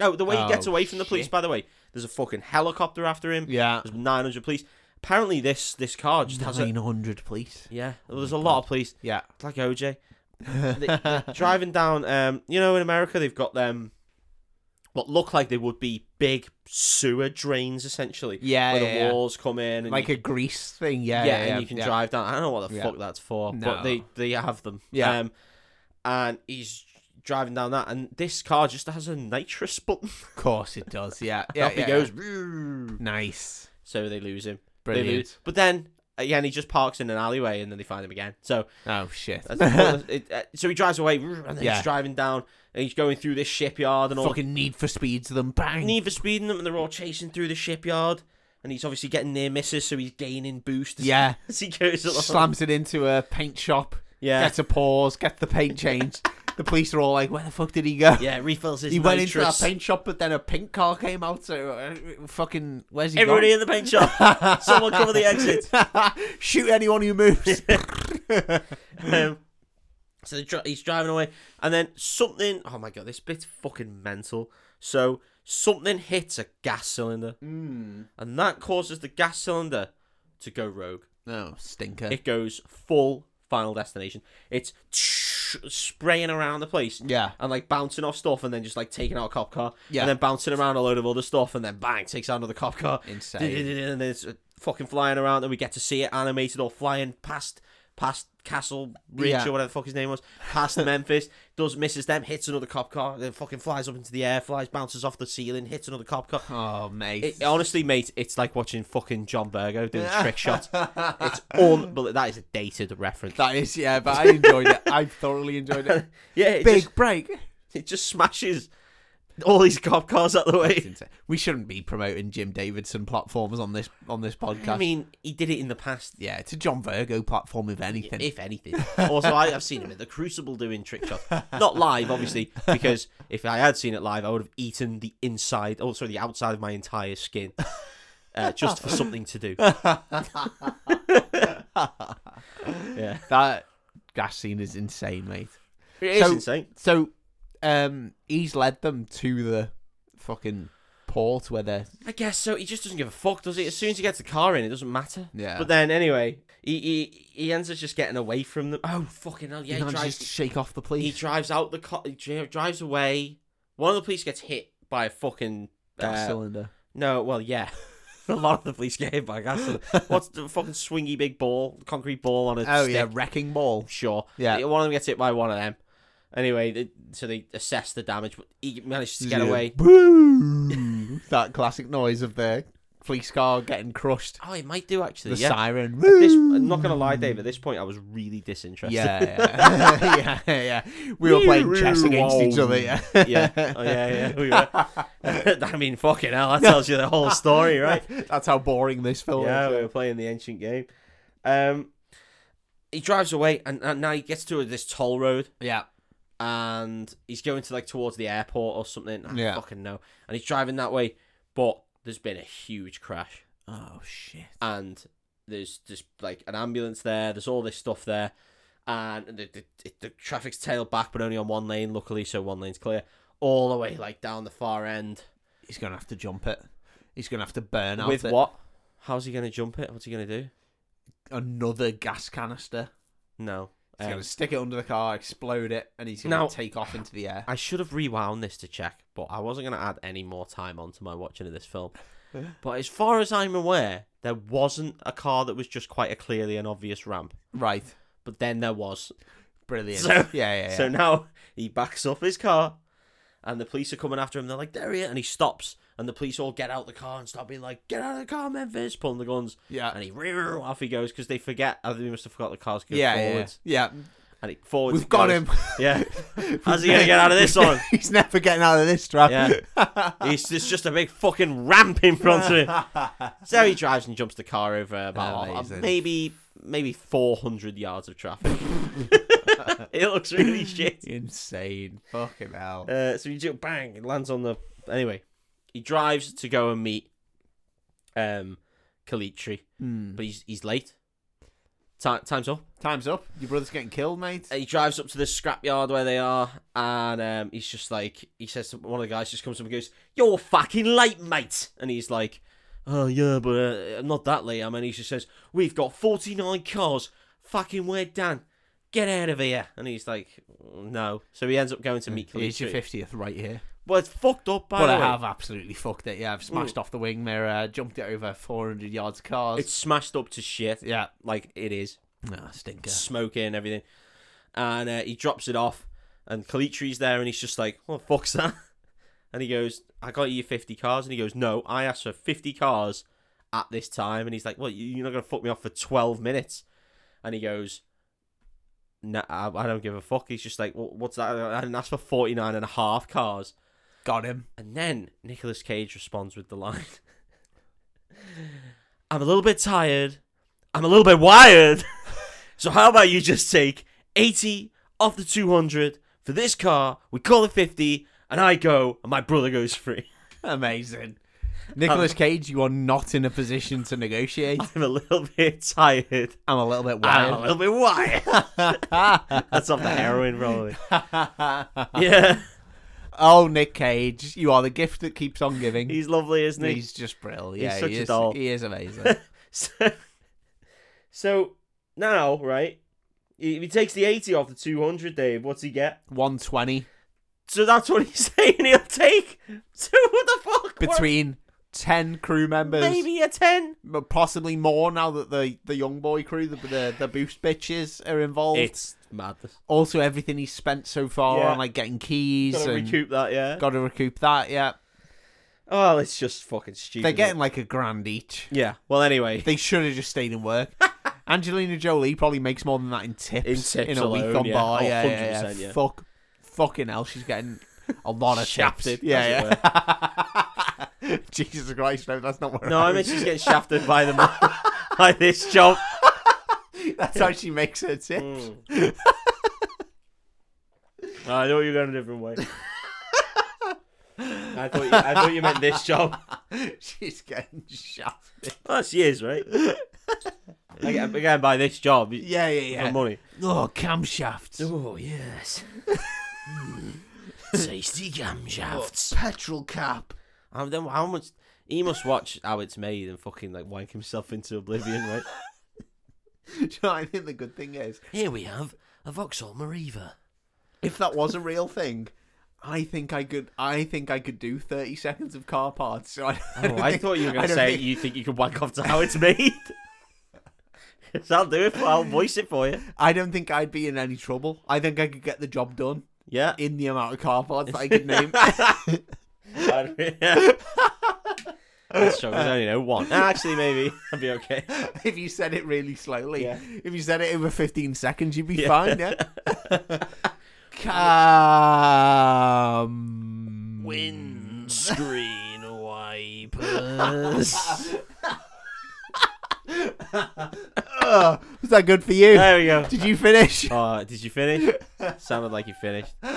S1: Oh, the way he gets
S2: Oh,
S1: away from the police,
S2: shit.
S1: by the way, there's a fucking helicopter after him.
S2: yeah.
S1: There's 900 police. Apparently, this this car just has a
S2: Nine hundred, please.
S1: yeah, well, there's a lot of police. *laughs*
S2: Yeah.
S1: It's like OJ
S2: *laughs*
S1: driving down. Um, you know, in America they've got them what look like they would be big sewer drains, essentially.
S2: Yeah,
S1: where
S2: yeah,
S1: the
S2: yeah.
S1: walls come in, and
S2: like
S1: you,
S2: a grease thing. Yeah,
S1: yeah,
S2: yeah,
S1: and you can
S2: yeah.
S1: drive down. I don't know what the
S2: Yeah.
S1: fuck that's for, but
S2: No.
S1: they they have them.
S2: Yeah.
S1: um, and he's driving down that, and this car just has a nitrous button.
S2: Of course it does.
S1: *laughs*
S2: Yeah, yeah.
S1: Up he
S2: yeah,
S1: goes.
S2: yeah. Nice,
S1: So they lose him. They lose-
S2: brilliant.
S1: But then again, he just parks in an alleyway, and then they find him again. So
S2: Oh shit!
S1: That's
S2: *laughs*
S1: pointless. It- uh, so he drives away, and then
S2: Yeah.
S1: he's driving down, and he's going through
S2: *laughs*
S1: this shipyard and all.
S2: Fucking Need for Speeds them. Bang.
S1: Need for speeding them, and they're all chasing through the shipyard. and he's obviously getting near misses, so he's gaining boost as,
S2: Yeah.
S1: *laughs* as he goes along.
S2: Slams it into a paint shop.
S1: yeah,
S2: Gets a pause. Gets the
S1: *laughs*
S2: paint changed. the police are all like, "Where the fuck did he go?"
S1: yeah, refills his
S2: He went into that
S1: nitrous.
S2: paint shop, but then a pink car came out. So, uh, fucking, where's he
S1: Everybody in the paint
S2: *laughs*
S1: shop. Someone cover the exit.
S2: gone? *laughs* Shoot anyone who
S1: *laughs*
S2: moves.
S1: Um, so they dri- he's driving away, and then something. Oh my god, this bit's fucking mental. So something hits a gas cylinder,
S2: Hmm.
S1: and that causes the gas cylinder to go rogue.
S2: No stinker.
S1: It goes full Final Destination. It's spraying around the place.
S2: yeah.
S1: And like bouncing off stuff, and then just like taking out a cop car,
S2: Yeah.
S1: and then bouncing around a load of other stuff, and then bang, takes out another cop car,
S2: Insane.
S1: and it's uh, fucking flying around, and we get to see it animated or flying past past Castle Ridge
S2: Yeah.
S1: or whatever the fuck his name was,
S2: *laughs*
S1: past Memphis, does misses them, hits another cop car, then fucking flies up into the air, flies, bounces off the ceiling, hits another cop car.
S2: Oh mate.
S1: It, honestly, mate, it's like watching fucking John Burgo
S2: *laughs*
S1: doing trick shots. It's unbelievable. That is a dated reference.
S2: that is yeah, but I enjoyed it. I thoroughly enjoyed it.
S1: yeah, *laughs* it
S2: Big
S1: just *laughs*
S2: break.
S1: it just smashes all these cop cars out the way.
S2: We shouldn't be promoting Jim Davidson platforms on this on this podcast.
S1: I mean, he did it in the past.
S2: yeah, it's a John Virgo platform if anything. *laughs*
S1: If anything, also I, I've seen him in the Crucible doing trick shots, not live, obviously, because if I had seen it live, I would have eaten the inside, oh sorry, the outside of my entire skin, uh, just for something to
S2: *laughs*
S1: do. yeah,
S2: that gas scene is insane, mate.
S1: it is
S2: So-
S1: insane.
S2: So, um, he's led them to the fucking port where they're
S1: I guess so. He just doesn't give a fuck, does he? As soon as he gets the car in, it doesn't matter.
S2: yeah.
S1: But then anyway, he, he he ends up just getting away from them. Oh fucking hell! Yeah,
S2: he
S1: he
S2: manages
S1: drives,
S2: to shake off the
S1: he
S2: police.
S1: drives out the car. He dri- drives away. One of the police gets hit by a fucking.
S2: Gas
S1: Uh, *laughs*
S2: cylinder.
S1: no, well, yeah. a lot of the police get hit by gas.
S2: *laughs*
S1: cylinder. What's the fucking swingy big ball, concrete ball on a
S2: Oh
S1: stick?
S2: yeah, wrecking ball.
S1: sure.
S2: Yeah.
S1: one of them gets hit by one of them. Anyway, they, so they assess the damage, but he manages to get
S2: Yeah.
S1: away.
S2: Woo! that classic noise of the police car getting crushed.
S1: Oh, he might do actually.
S2: The
S1: yeah.
S2: siren.
S1: At this,
S2: Woo!
S1: I'm not gonna lie, Dave. At this point, I was really disinterested.
S2: Yeah,
S1: *laughs*
S2: yeah, *laughs* yeah, yeah. We were playing chess against each other. Yeah,
S1: yeah, oh, yeah, yeah. We
S2: *laughs*
S1: were. *laughs* I mean, fucking hell, that tells you the whole story, *laughs* right?
S2: That's how boring this film
S1: yeah, we
S2: is.
S1: were playing the ancient game. Um, he drives away, and, and now he gets to this toll road,
S2: Yeah,
S1: and he's going to like towards the airport or something. I
S2: Yeah.
S1: fucking know. And he's driving that way, but there's been a huge crash,
S2: Oh shit.
S1: and there's just like an ambulance there. There's all this stuff there, and the the, it- the traffic's tailed back, but only on one lane. Luckily, so one lane's clear. All the way like down the far end.
S2: He's gonna have to jump it. He's gonna have to burn out
S1: With
S2: it.
S1: what? How's he gonna jump it? What's he gonna do?
S2: another gas canister.
S1: No.
S2: He's
S1: Um,
S2: gonna stick it under the car, explode it, and he's gonna
S1: Now-
S2: take off into the air.
S1: I should have rewound this to check, but I wasn't going to add any more time onto my watching of this *laughs* film. but as far as I'm aware, there wasn't a car that was just quite a clearly an obvious ramp.
S2: Right.
S1: But then there was.
S2: Brilliant.
S1: So-
S2: yeah, yeah, yeah.
S1: So now he backs up his car, and the police are coming after him. They're like, there he is. And he stops, and the police all get out the car and start being like, get out of the car, Memphis, pulling the guns.
S2: yeah.
S1: And he, *laughs* off he goes, because they forget, I think they must have forgot the car's going
S2: Yeah, yeah,
S1: forwards.
S2: yeah.
S1: And it forwards.
S2: We've
S1: it
S2: got
S1: goes.
S2: him.
S1: *laughs* Yeah. How's he going to get out of this *laughs* one?
S2: He's never getting out of this trap.
S1: It's just, just a big fucking ramp in *laughs* front of *laughs* him.
S2: *laughs*
S1: So he drives and jumps the car over about
S2: Amazing.
S1: maybe maybe 400 yards of traffic. *laughs* it looks really shit.
S2: Insane. Fucking hell.
S1: Uh, so he just bang, it lands on the. Anyway, he drives to go and meet um Kalitri,
S2: Hmm.
S1: but he's he's late. Ti time's up.
S2: Time's up. Your brother's getting killed, mate.
S1: And he drives up to the scrapyard where they are, and um, he's just like, he says to one of the guys, just comes up and goes, "You're fucking late, mate." And he's like, "Oh yeah, but uh, I'm not that late." I mean, he just says, "We've got 49 cars. Fucking we're done. Get out of here." And he's like, "No." So he ends up going to meet.
S2: Here's your
S1: Calitri.
S2: fiftieth right here.
S1: Well, it's fucked up. By
S2: But
S1: the
S2: I
S1: way.
S2: have absolutely fucked it. Yeah, I've smashed off the wing mirror, jumped it over four hundred yards of cars.
S1: It's smashed up to shit.
S2: yeah.
S1: Like it is.
S2: Nah, stinker.
S1: smoking and everything. And uh, he drops it off, and Kalitri's there, and he's just like, "What the fuck's that?" *laughs* And he goes, "I got you fifty cars," and he goes, "No, I asked for fifty cars at this time," and he's like, "Well, you- you're not gonna fuck me off for twelve minutes," and he goes. No, I, I don't give a fuck. He's just like, well, what's that? I didn't ask for 49 and a half cars.
S2: Got him.
S1: And then Nicolas Cage responds with the line *laughs* I'm a little bit tired. I'm a little bit wired. *laughs* so how about you just take 80 off the 200 for this car? We call it 50, and I go, and my brother goes free. *laughs*
S2: Amazing. Nicholas
S1: Um,
S2: Cage, you are not in a position
S1: *laughs*
S2: to negotiate.
S1: I'm a little bit tired.
S2: I'm a little bit
S1: I'm a
S2: wild.
S1: little bit wired. *laughs* That's off the *laughs* heroin, probably. yeah,
S2: *laughs* oh, Nick Cage, you are the gift that keeps on giving. He's,
S1: he's lovely, isn't he?
S2: just brilliant.
S1: he's
S2: Yeah,
S1: such
S2: he
S1: a
S2: is,
S1: doll.
S2: He is amazing.
S1: *laughs* so, so now, right? If he takes the 80 off the 200, Dave, what's he get?
S2: 120
S1: So that's what he's *laughs* saying he'll take. So what the fuck? What-
S2: between 10 crew members.
S1: maybe a 10.
S2: but possibly more now that the the young boy crew, the the, the boost bitches are involved.
S1: It's madness.
S2: also, everything he's spent so far
S1: Yeah.
S2: on like getting keys
S1: Gotta
S2: and
S1: recoup that, yeah.
S2: got to recoup that. Yeah,
S1: Oh, it's just fucking stupid.
S2: they're getting like a grand each.
S1: Yeah. Well, anyway.
S2: They should have just stayed
S1: *laughs*
S2: in work. Angelina Jolie probably makes more than that in tips
S1: In tips
S2: in a
S1: alone,
S2: week on
S1: yeah.
S2: bar.
S1: Oh,
S2: yeah, yeah,
S1: 100%, yeah.
S2: Fuck, fucking hell, she's getting a lot of
S1: Shafted,
S2: tips. Yeah,
S1: as
S2: *laughs* yeah. Jesus Christ, no, that's not what.
S1: No, I mean, she's getting shafted by the *laughs* by this job.
S2: that's how she makes her
S1: Mm.
S2: tips.
S1: I thought you were going a different *laughs* way. I thought you, I thought you meant this job.
S2: *laughs* she's getting shafted.
S1: Well, she is, right? Again, again by this job you-
S2: Yeah, yeah,
S1: for
S2: yeah.
S1: money.
S2: Oh, camshafts.
S1: Oh yes. *laughs* Tasty camshafts.
S2: Oh, Petrol cap. *laughs*
S1: How, then how much? He must watch how it's made and fucking like wank himself into oblivion, right?
S2: Do you know what I think the good thing is?
S1: Here we have a Vauxhall Mariva.
S2: If that was a real thing, I think I could I think I could do 30 seconds of car parts. So I, *laughs* I
S1: Oh,
S2: don't
S1: I
S2: *laughs* think-
S1: thought you were
S2: I
S1: going to
S2: don't
S1: say
S2: think-
S1: you think you can wank off to how it's made. *laughs* so I'll do it. For, I'll voice it for you.
S2: I don't think I'd be in any trouble. I think I could get the job done *laughs*
S1: Yeah. *laughs*
S2: in the amount of car parts that I could name. *laughs*
S1: That's true. There's only no
S2: *laughs*
S1: one. Ah, Actually, maybe I'll be okay.
S2: if you said it really slowly.
S1: Yeah.
S2: If you said it over 15 seconds, you'd be
S1: Yeah.
S2: fine, yeah.
S1: *laughs*
S2: Cam
S1: Um, Windscreen *laughs* wipers.
S2: Ugh, uh, was that good for you?
S1: there we go.
S2: Did
S1: *laughs*
S2: you finish?
S1: Oh, did you
S2: *laughs*
S1: finish? Sounded like you finished. *laughs*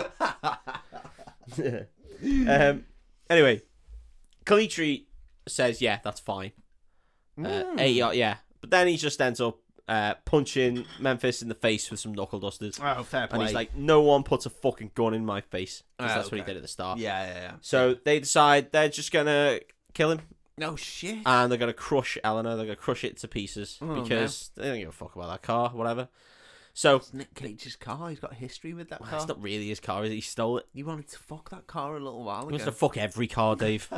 S1: um, anyway, Kalitri says, "Yeah, that's fine." Uh,
S2: Mm.
S1: AER, yeah, but then he just ends up uh, punching Memphis in the face with some knuckle dusters,
S2: Oh, fair
S1: and he's like, "No one puts a fucking gun in my face." 'cause
S2: Ah,
S1: that's what he
S2: okay.
S1: did at the start.
S2: yeah, yeah, yeah.
S1: So they decide they're just gonna kill him,
S2: No shit.
S1: and they're gonna crush Eleanor. They're gonna crush it to pieces
S2: Oh, no.
S1: because they don't give a fuck about that car, whatever. So
S2: It's Nick Cage's car. He's got history with that
S1: well,
S2: car.
S1: it's not really his car, is it? He stole it.
S2: He wanted to fuck that car a little while
S1: He wants
S2: ago.
S1: to fuck every car,
S2: *laughs*
S1: Dave.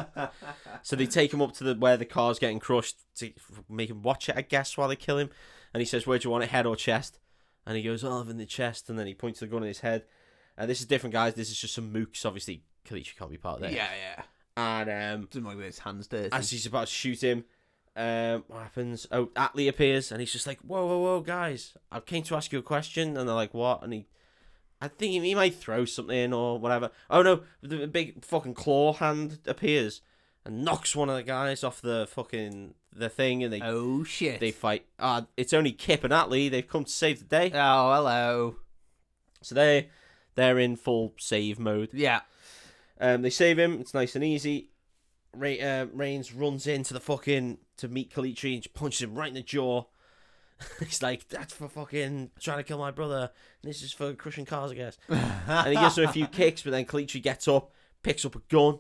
S1: so they take him up to the where the car's getting crushed to make him watch it, I guess, while they kill him. And he says, "Where do you want it, head or chest?" And he goes, "Oh, in the chest." And then he points the gun in his head. And this is different, guys. This is just some mooks. Obviously, Kalichi can't be part of
S2: yeah,
S1: that.
S2: yeah.
S1: And um,
S2: Doesn't like his hands dirty.
S1: as he's about to shoot him, um, what happens? Oh, Atley appears and he's just like, "Whoa, whoa, whoa, guys! I came to ask you a question." And they're like, "What?" And he, I think he, he might throw something or whatever. Oh no! The big fucking claw hand appears and knocks one of the guys off the fucking the thing, and they
S2: oh shit.
S1: they fight. Ah, it's only Kip and Atley. They've come to save the day,
S2: Oh hello.
S1: so they they're in full save mode.
S2: Yeah.
S1: Um, they save him. It's nice and easy. Ray, uh, Reigns runs into the fucking to meet Kalitri and just punches him right in the jaw. *laughs* He's like, "That's for fucking trying to kill my brother. And this is for crushing cars, I guess." and he gives him a few kicks, but then Kalitri gets up, picks up a gun,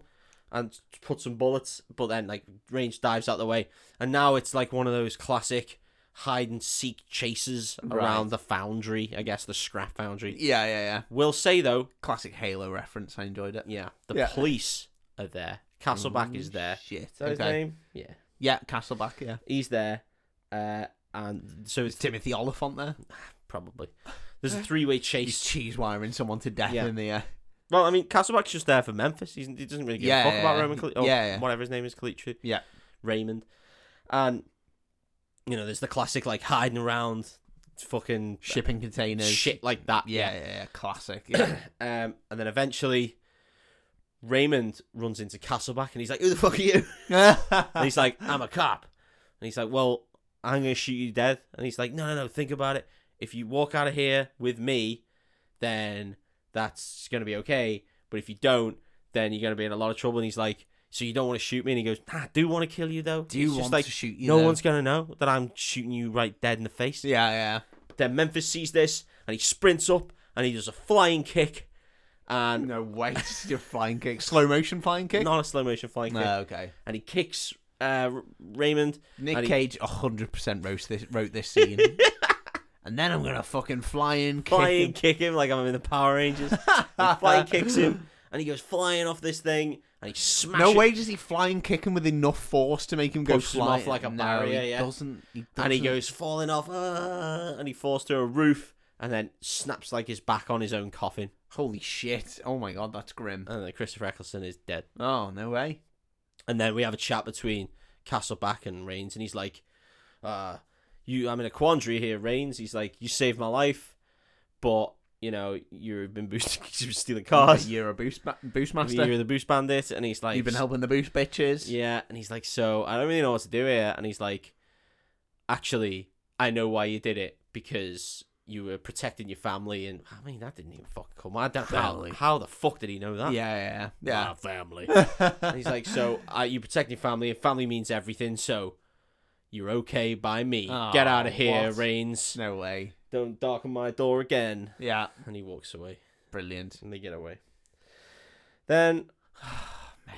S1: and puts some bullets. But then like Reigns dives out the way, and now it's like one of those classic hide and seek chases around the foundry. I guess the scrap foundry.
S2: Yeah, yeah, yeah.
S1: Will say though,
S2: Classic Halo reference. I enjoyed it.
S1: yeah, the
S2: Yeah.
S1: police are there. Castleback is there.
S2: Shit.
S1: Mm, Is that his name? Yeah,
S2: Yeah, Castleback. Yeah.
S1: he's there. Uh, and so
S2: Is
S1: it's
S2: Timothy Oliphant there?
S1: probably there's *laughs* a three-way
S2: He's
S1: chase.
S2: cheese wiring someone to death
S1: Yeah.
S2: in the uh, air.
S1: Well, I mean, Castleback's just there for Memphis. He's, he doesn't really give
S2: Yeah,
S1: a fuck about
S2: yeah,
S1: Roman, Cali- or
S2: yeah, yeah.
S1: whatever his name is, Calitri.
S2: Yeah.
S1: Raymond, and you know, there's the classic like hiding around, fucking
S2: Shipping
S1: *laughs*
S2: containers.
S1: shit like that.
S2: Yeah, yeah, yeah.
S1: *coughs*
S2: Classic. Yeah.
S1: Um, and then eventually. Raymond runs into Castleback and he's like, "Who the fuck are you?" And he's like, "I'm a cop." And he's like, well, I'm going to shoot you dead. And he's like, no, no, no, think about it. If you walk out of here with me, then that's going to be okay. But if you don't, then you're going to be in a lot of trouble. And he's like, so you don't want to shoot me? And he goes, nah, I do want to kill you, though.
S2: Do you
S1: It's
S2: want
S1: just like,
S2: to shoot you?
S1: no
S2: though?
S1: one's going to know that I'm shooting you right dead in the face.
S2: Yeah, yeah.
S1: Then Memphis sees this and he sprints up and he does a flying kick and
S2: No way. *laughs* Just your flying kick, slow motion flying kick.
S1: not a slow motion flying
S2: No,
S1: kick.
S2: okay.
S1: And he kicks uh, R- Raymond.
S2: Nick
S1: And he-
S2: Cage 100% wrote this, wrote
S1: *laughs*
S2: this scene. and then I'm going to fucking fly in, kick
S1: flying
S2: him.
S1: kick him like I'm in the Power
S2: *laughs*
S1: Rangers. he flying kicks him, and he goes flying off this thing, and he smashes.
S2: No way does he flying kick him with enough force to make him go
S1: Pushes him
S2: fly
S1: off like a
S2: no,
S1: barrier,
S2: He
S1: yeah.
S2: doesn't. He doesn't.
S1: And he goes falling off, ah, and he falls to a roof, and then snaps like his back on his own coffin,
S2: Holy shit! Oh my god, that's grim.
S1: and then Christopher Eccleston is dead.
S2: Oh no way.
S1: And then we have a chat between Castleback and Reigns, and he's like, uh, "You, I'm in a quandary here, Reigns." He's like, "You saved my life, but you know you've been boosting, *laughs* you've been stealing
S2: *laughs*
S1: cars."
S2: You're a boost, ma- boost master.
S1: You're the boost bandit, and he's like,
S2: You've been helping the boost bitches.
S1: Yeah, and he's like, so I don't really know what to do here. And he's like, actually, I know why you did it because you were protecting your family. And I mean, that didn't even fucking come. I don't
S2: Family.
S1: how, how the fuck did he know that?
S2: yeah, yeah.
S1: My family.
S2: yeah. *laughs*
S1: and he's like, so *laughs* uh, you protect your family, and family means everything. So you're okay by me.
S2: Oh,
S1: Get out of here,
S2: what?
S1: Reigns.
S2: no way.
S1: Don't darken my door again.
S2: Yeah,
S1: And he walks away
S2: brilliant.
S1: and they get away. Then, *sighs*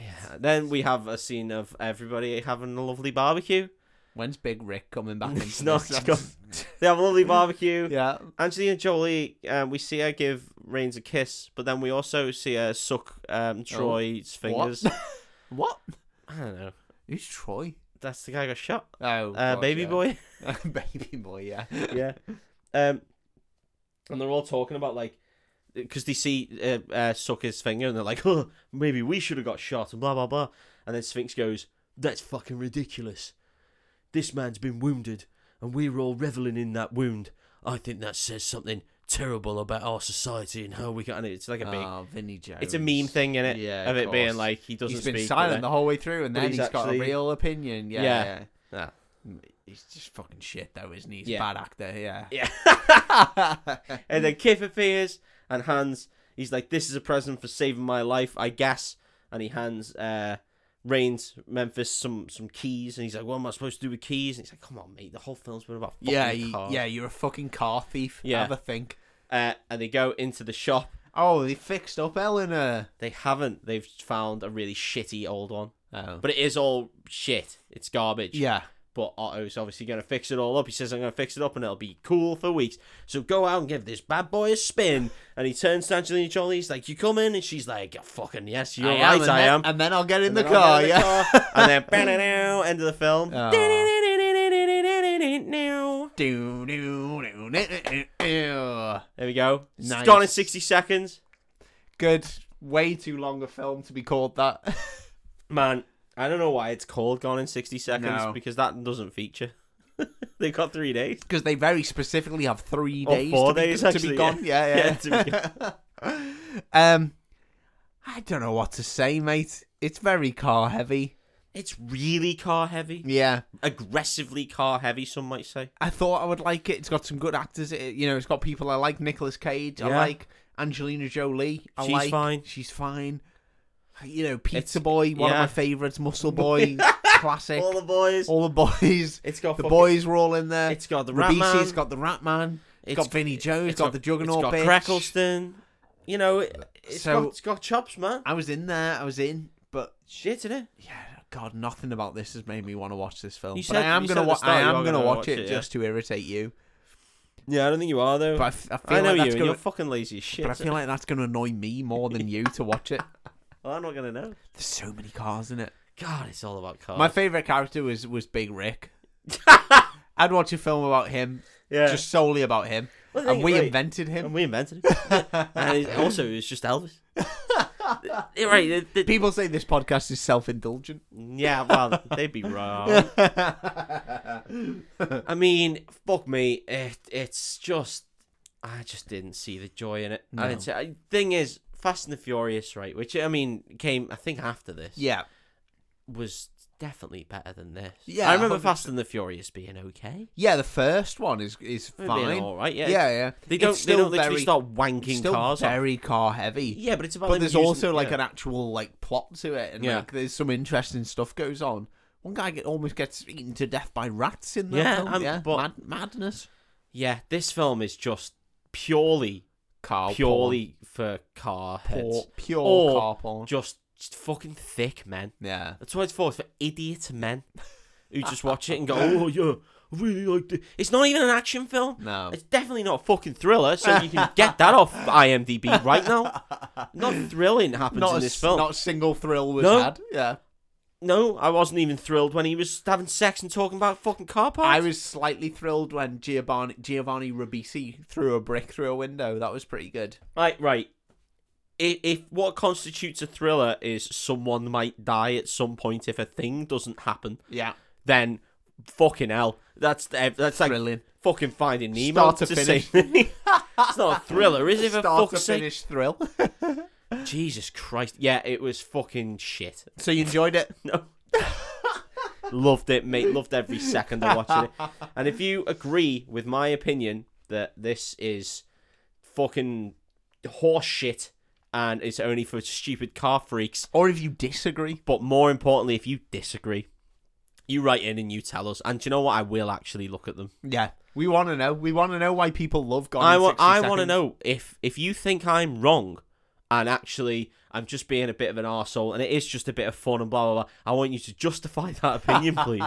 S1: yeah, then we have a scene of everybody having a lovely barbecue.
S2: When's Big Rick coming back?
S1: He's
S2: into
S1: not
S2: this?
S1: They have a lovely barbecue.
S2: *laughs* yeah,
S1: Angelina Jolie, um, we see her give Reigns a kiss, but then we also see her suck
S2: Oh,
S1: um, Troy's
S2: *laughs*
S1: fingers.
S2: what?
S1: I don't know.
S2: Who's Troy?
S1: That's the guy who got shot.
S2: Oh,
S1: Uh,
S2: God,
S1: baby
S2: yeah.
S1: boy.
S2: *laughs* baby boy. Yeah.
S1: yeah. Um, and they're all talking about like, because they see uh, uh, suck his finger, and they're like, "Oh, maybe we should have got shot," and blah blah blah. And then Sphinx goes, "That's fucking ridiculous. This man's been wounded, and we're all reveling in that wound. I think that says something terrible about our society and how we can." And it's like a big,
S2: Oh, Vinny Jones.
S1: it's a meme thing in it
S2: Yeah,
S1: of it
S2: of
S1: being
S2: course.
S1: like he doesn't
S2: He's been
S1: speak. but
S2: silent
S1: then-
S2: the whole way through, and
S1: but
S2: then
S1: he's
S2: he's got a
S1: actually-
S2: real opinion. Yeah,
S1: Yeah.
S2: yeah. Mm,
S1: Yeah.
S2: He's just fucking shit, though, isn't he? He's
S1: Yeah.
S2: a bad actor. Yeah.
S1: And then Kip appears and hands. He's like, "This is a present for saving my life, I guess." And he hands uh, Reigns Memphis some some keys, and he's like, "What am I supposed to do with keys?" And he's like, "Come on, mate. The whole film's been about fucking
S2: yeah, you-
S1: cars."
S2: yeah. You're a fucking car thief.
S1: Yeah.
S2: Have a think.
S1: Uh, and they go into the shop.
S2: Oh, they fixed up Eleanor.
S1: They haven't. They've found a really shitty old one,
S2: Oh.
S1: but it is all shit. It's garbage.
S2: yeah.
S1: But Otto's obviously going to fix it all up. He says, I'm going to fix it up and it'll be cool for weeks. So go out and give this bad boy a spin. And he turns to Angelina Jolie. He's like, You come in? And she's like, "Oh, Fucking yes, you're
S2: I
S1: right,
S2: am, and
S1: I
S2: then-
S1: am.
S2: And then I'll get in the
S1: And then I'll
S2: car.
S1: get in
S2: Yeah.
S1: the car. and then, ba-da-dow, end of the film.
S2: *laughs* Do, do, do, do, do, do.
S1: There we go. It's
S2: Nice.
S1: Gone in 60 seconds.
S2: Good. Way too long a film to be called that. *laughs*
S1: Man, I don't know why it's called Gone in 60 Seconds
S2: No.
S1: because that doesn't feature. They've got three days.
S2: Because they very specifically have three
S1: Or
S2: days,
S1: four
S2: to, be,
S1: days,
S2: to be
S1: actually,
S2: gone. Yeah, yeah.
S1: *laughs* Yeah,
S2: *laughs* um, I don't know what to say, mate. It's very car heavy.
S1: It's really car heavy.
S2: Yeah,
S1: Aggressively car heavy, some might say.
S2: I thought I would like it. It's got some good actors. It, you know, it's got people I like. Nicolas Cage. I
S1: Yeah.
S2: like Angelina Jolie. I
S1: She's
S2: like-
S1: fine.
S2: She's fine. You know, Pizza
S1: It's-
S2: Boy, one
S1: yeah.
S2: of my favorites. Muscle Boy,
S1: *laughs*
S2: classic.
S1: All the boys.
S2: All
S1: *laughs*
S2: the boys.
S1: It's got
S2: The
S1: fucking-
S2: boys were all in there.
S1: It's got the
S2: Rabisi,
S1: Ratman.
S2: It's got the Rat Man. It's
S1: It's-
S2: got Vinnie Jones. It's got, the Juggernaut.
S1: It's got
S2: bitch.
S1: Crackleston. You know, it, it's
S2: So-
S1: got, it's got chops, man.
S2: I was in there. I was in, but
S1: Shit in it.
S2: yeah, God, nothing about this has made me want to watch this film.
S1: You
S2: but
S1: said-
S2: I am
S1: you said
S2: gonna
S1: at the
S2: watch. I
S1: start you
S2: am
S1: are
S2: gonna
S1: gonna
S2: watch
S1: watch
S2: it,
S1: it, yeah.
S2: just to
S1: *laughs*
S2: irritate you.
S1: Yeah, I don't think you are though.
S2: But I, f- I feel
S1: I know
S2: like
S1: you,
S2: that's
S1: and
S2: gonna.
S1: you're fucking lazy as shit.
S2: But I feel like that's gonna annoy me more than you to
S1: *laughs*
S2: watch it.
S1: Well, I'm not gonna know.
S2: There's so many cars in it.
S1: God, it's all about cars.
S2: My favorite character was was Big Rick.
S1: *laughs*
S2: I'd watch a film about him,
S1: yeah,
S2: just solely about him,
S1: Well, the
S2: and
S1: thing
S2: we
S1: is, right,
S2: invented
S1: and
S2: him.
S1: we invented
S2: *laughs*
S1: it. and it- also, it's just Elvis. Yeah, right? it- it-
S2: People say this podcast is self indulgent.
S1: yeah, well, they'd be
S2: *laughs*
S1: wrong. I mean, fuck me. It, it's just, I just didn't see the joy in it.
S2: No.
S1: And it's, I, thing is, Fast and the Furious, right? Which I mean, came I think after this.
S2: Yeah,
S1: was definitely better than this.
S2: Yeah,
S1: I remember
S2: 100%.
S1: Fast and the Furious being okay.
S2: Yeah, the first one is is
S1: Being
S2: fine.
S1: all right, yeah.
S2: Yeah, yeah.
S1: They don't.
S2: It's
S1: They
S2: still
S1: don't literally
S2: very-
S1: start
S2: it's
S1: wanking
S2: still
S1: cars. off.
S2: very car heavy.
S1: Yeah, but it's about.
S2: but
S1: them
S2: there's
S1: using-
S2: also like
S1: yeah.
S2: an actual like plot to it, and
S1: Yeah.
S2: like there's some interesting stuff goes on. One guy get, almost gets eaten to death by rats in that
S1: Yeah,
S2: film.
S1: um,
S2: yeah,
S1: but-
S2: Mad, madness.
S1: Yeah, this film is just purely,
S2: Car
S1: purely for car
S2: porn.
S1: heads.
S2: Por- pure
S1: Or-
S2: car porn.
S1: Just, just fucking thick men.
S2: Yeah,
S1: That's what it's for. It's for idiot men who just watch it and go,
S2: *laughs*
S1: "Oh yeah, I really like this." It's not even an action film.
S2: no.
S1: It's definitely not a fucking thriller, so you can get that
S2: *laughs*
S1: off IMDb right now. Not thrilling happens
S2: Not
S1: in
S2: a,
S1: this
S2: s-
S1: film.
S2: not a single thrill was
S1: No.
S2: had. Yeah,
S1: No, I wasn't even thrilled when he was having sex and talking about fucking car parts.
S2: I was slightly thrilled when Giovanni Giovanni Ribisi threw a brick through a window. That was pretty good.
S1: Right, right. If, if what constitutes a thriller is someone might die at some point if a thing doesn't happen,
S2: Yeah,
S1: then fucking hell, that's the- that's like
S2: brilliant.
S1: fucking Finding Nemo
S2: Start to
S1: say-
S2: *laughs*
S1: it's not a thriller, is it? For
S2: Start to
S1: fuck's sake,
S2: finish thrill.
S1: Jesus Christ! Yeah, it was fucking shit.
S2: so you enjoyed it?
S1: No. Loved it, mate. Loved
S2: *laughs*
S1: every second of watching it. And if you agree with my opinion that this is fucking horse shit and it's only for stupid car freaks,
S2: *laughs* Or if you disagree?
S1: but more importantly, if you disagree, you write in and you tell us. And do you know what? I will actually look at them.
S2: Yeah. We want to know. We want to know why people love Gone
S1: I
S2: in
S1: want.
S2: 60
S1: I want to
S2: Seconds.
S1: know if if you think I'm wrong, and actually I'm just being a bit of an arsehole, and it is just a bit of fun and blah blah blah. I want you to justify *laughs* that opinion, please,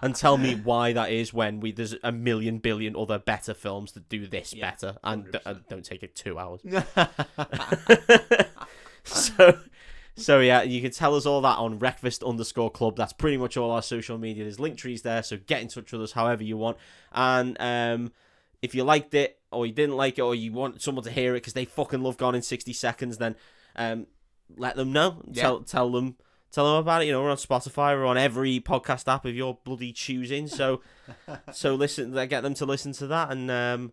S1: and tell me why that is when we there's a million billion other better films that do this better, and d- and don't take it two hours. so. So yeah, you can tell us all that on Breakfast underscore Club. That's pretty much all our social media. There's link trees there, so get in touch with us however you want. And um, if you liked it or you didn't like it or you want someone to hear it because they fucking love Gone in 60 Seconds, then um, let them know.
S2: Yeah.
S1: Tell tell them tell them about it. You know, we're on Spotify, we're on every podcast app of your bloody choosing. So so listen, get them to listen to that, and um,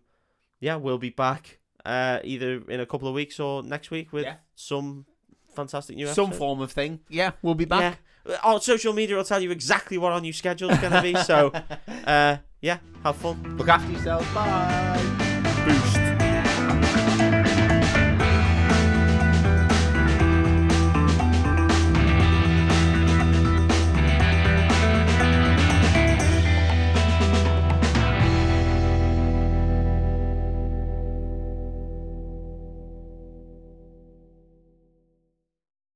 S1: yeah, we'll be back uh, either in a couple of weeks or next week with
S2: Yeah.
S1: some fantastic new
S2: *laughs* some
S1: episode.
S2: form of thing. Yeah, we'll be
S1: Yeah.
S2: back.
S1: Our social media will tell you exactly
S2: *laughs*
S1: what our new schedule is going to be. So, uh, yeah, have fun.
S2: Look after yourselves. Bye.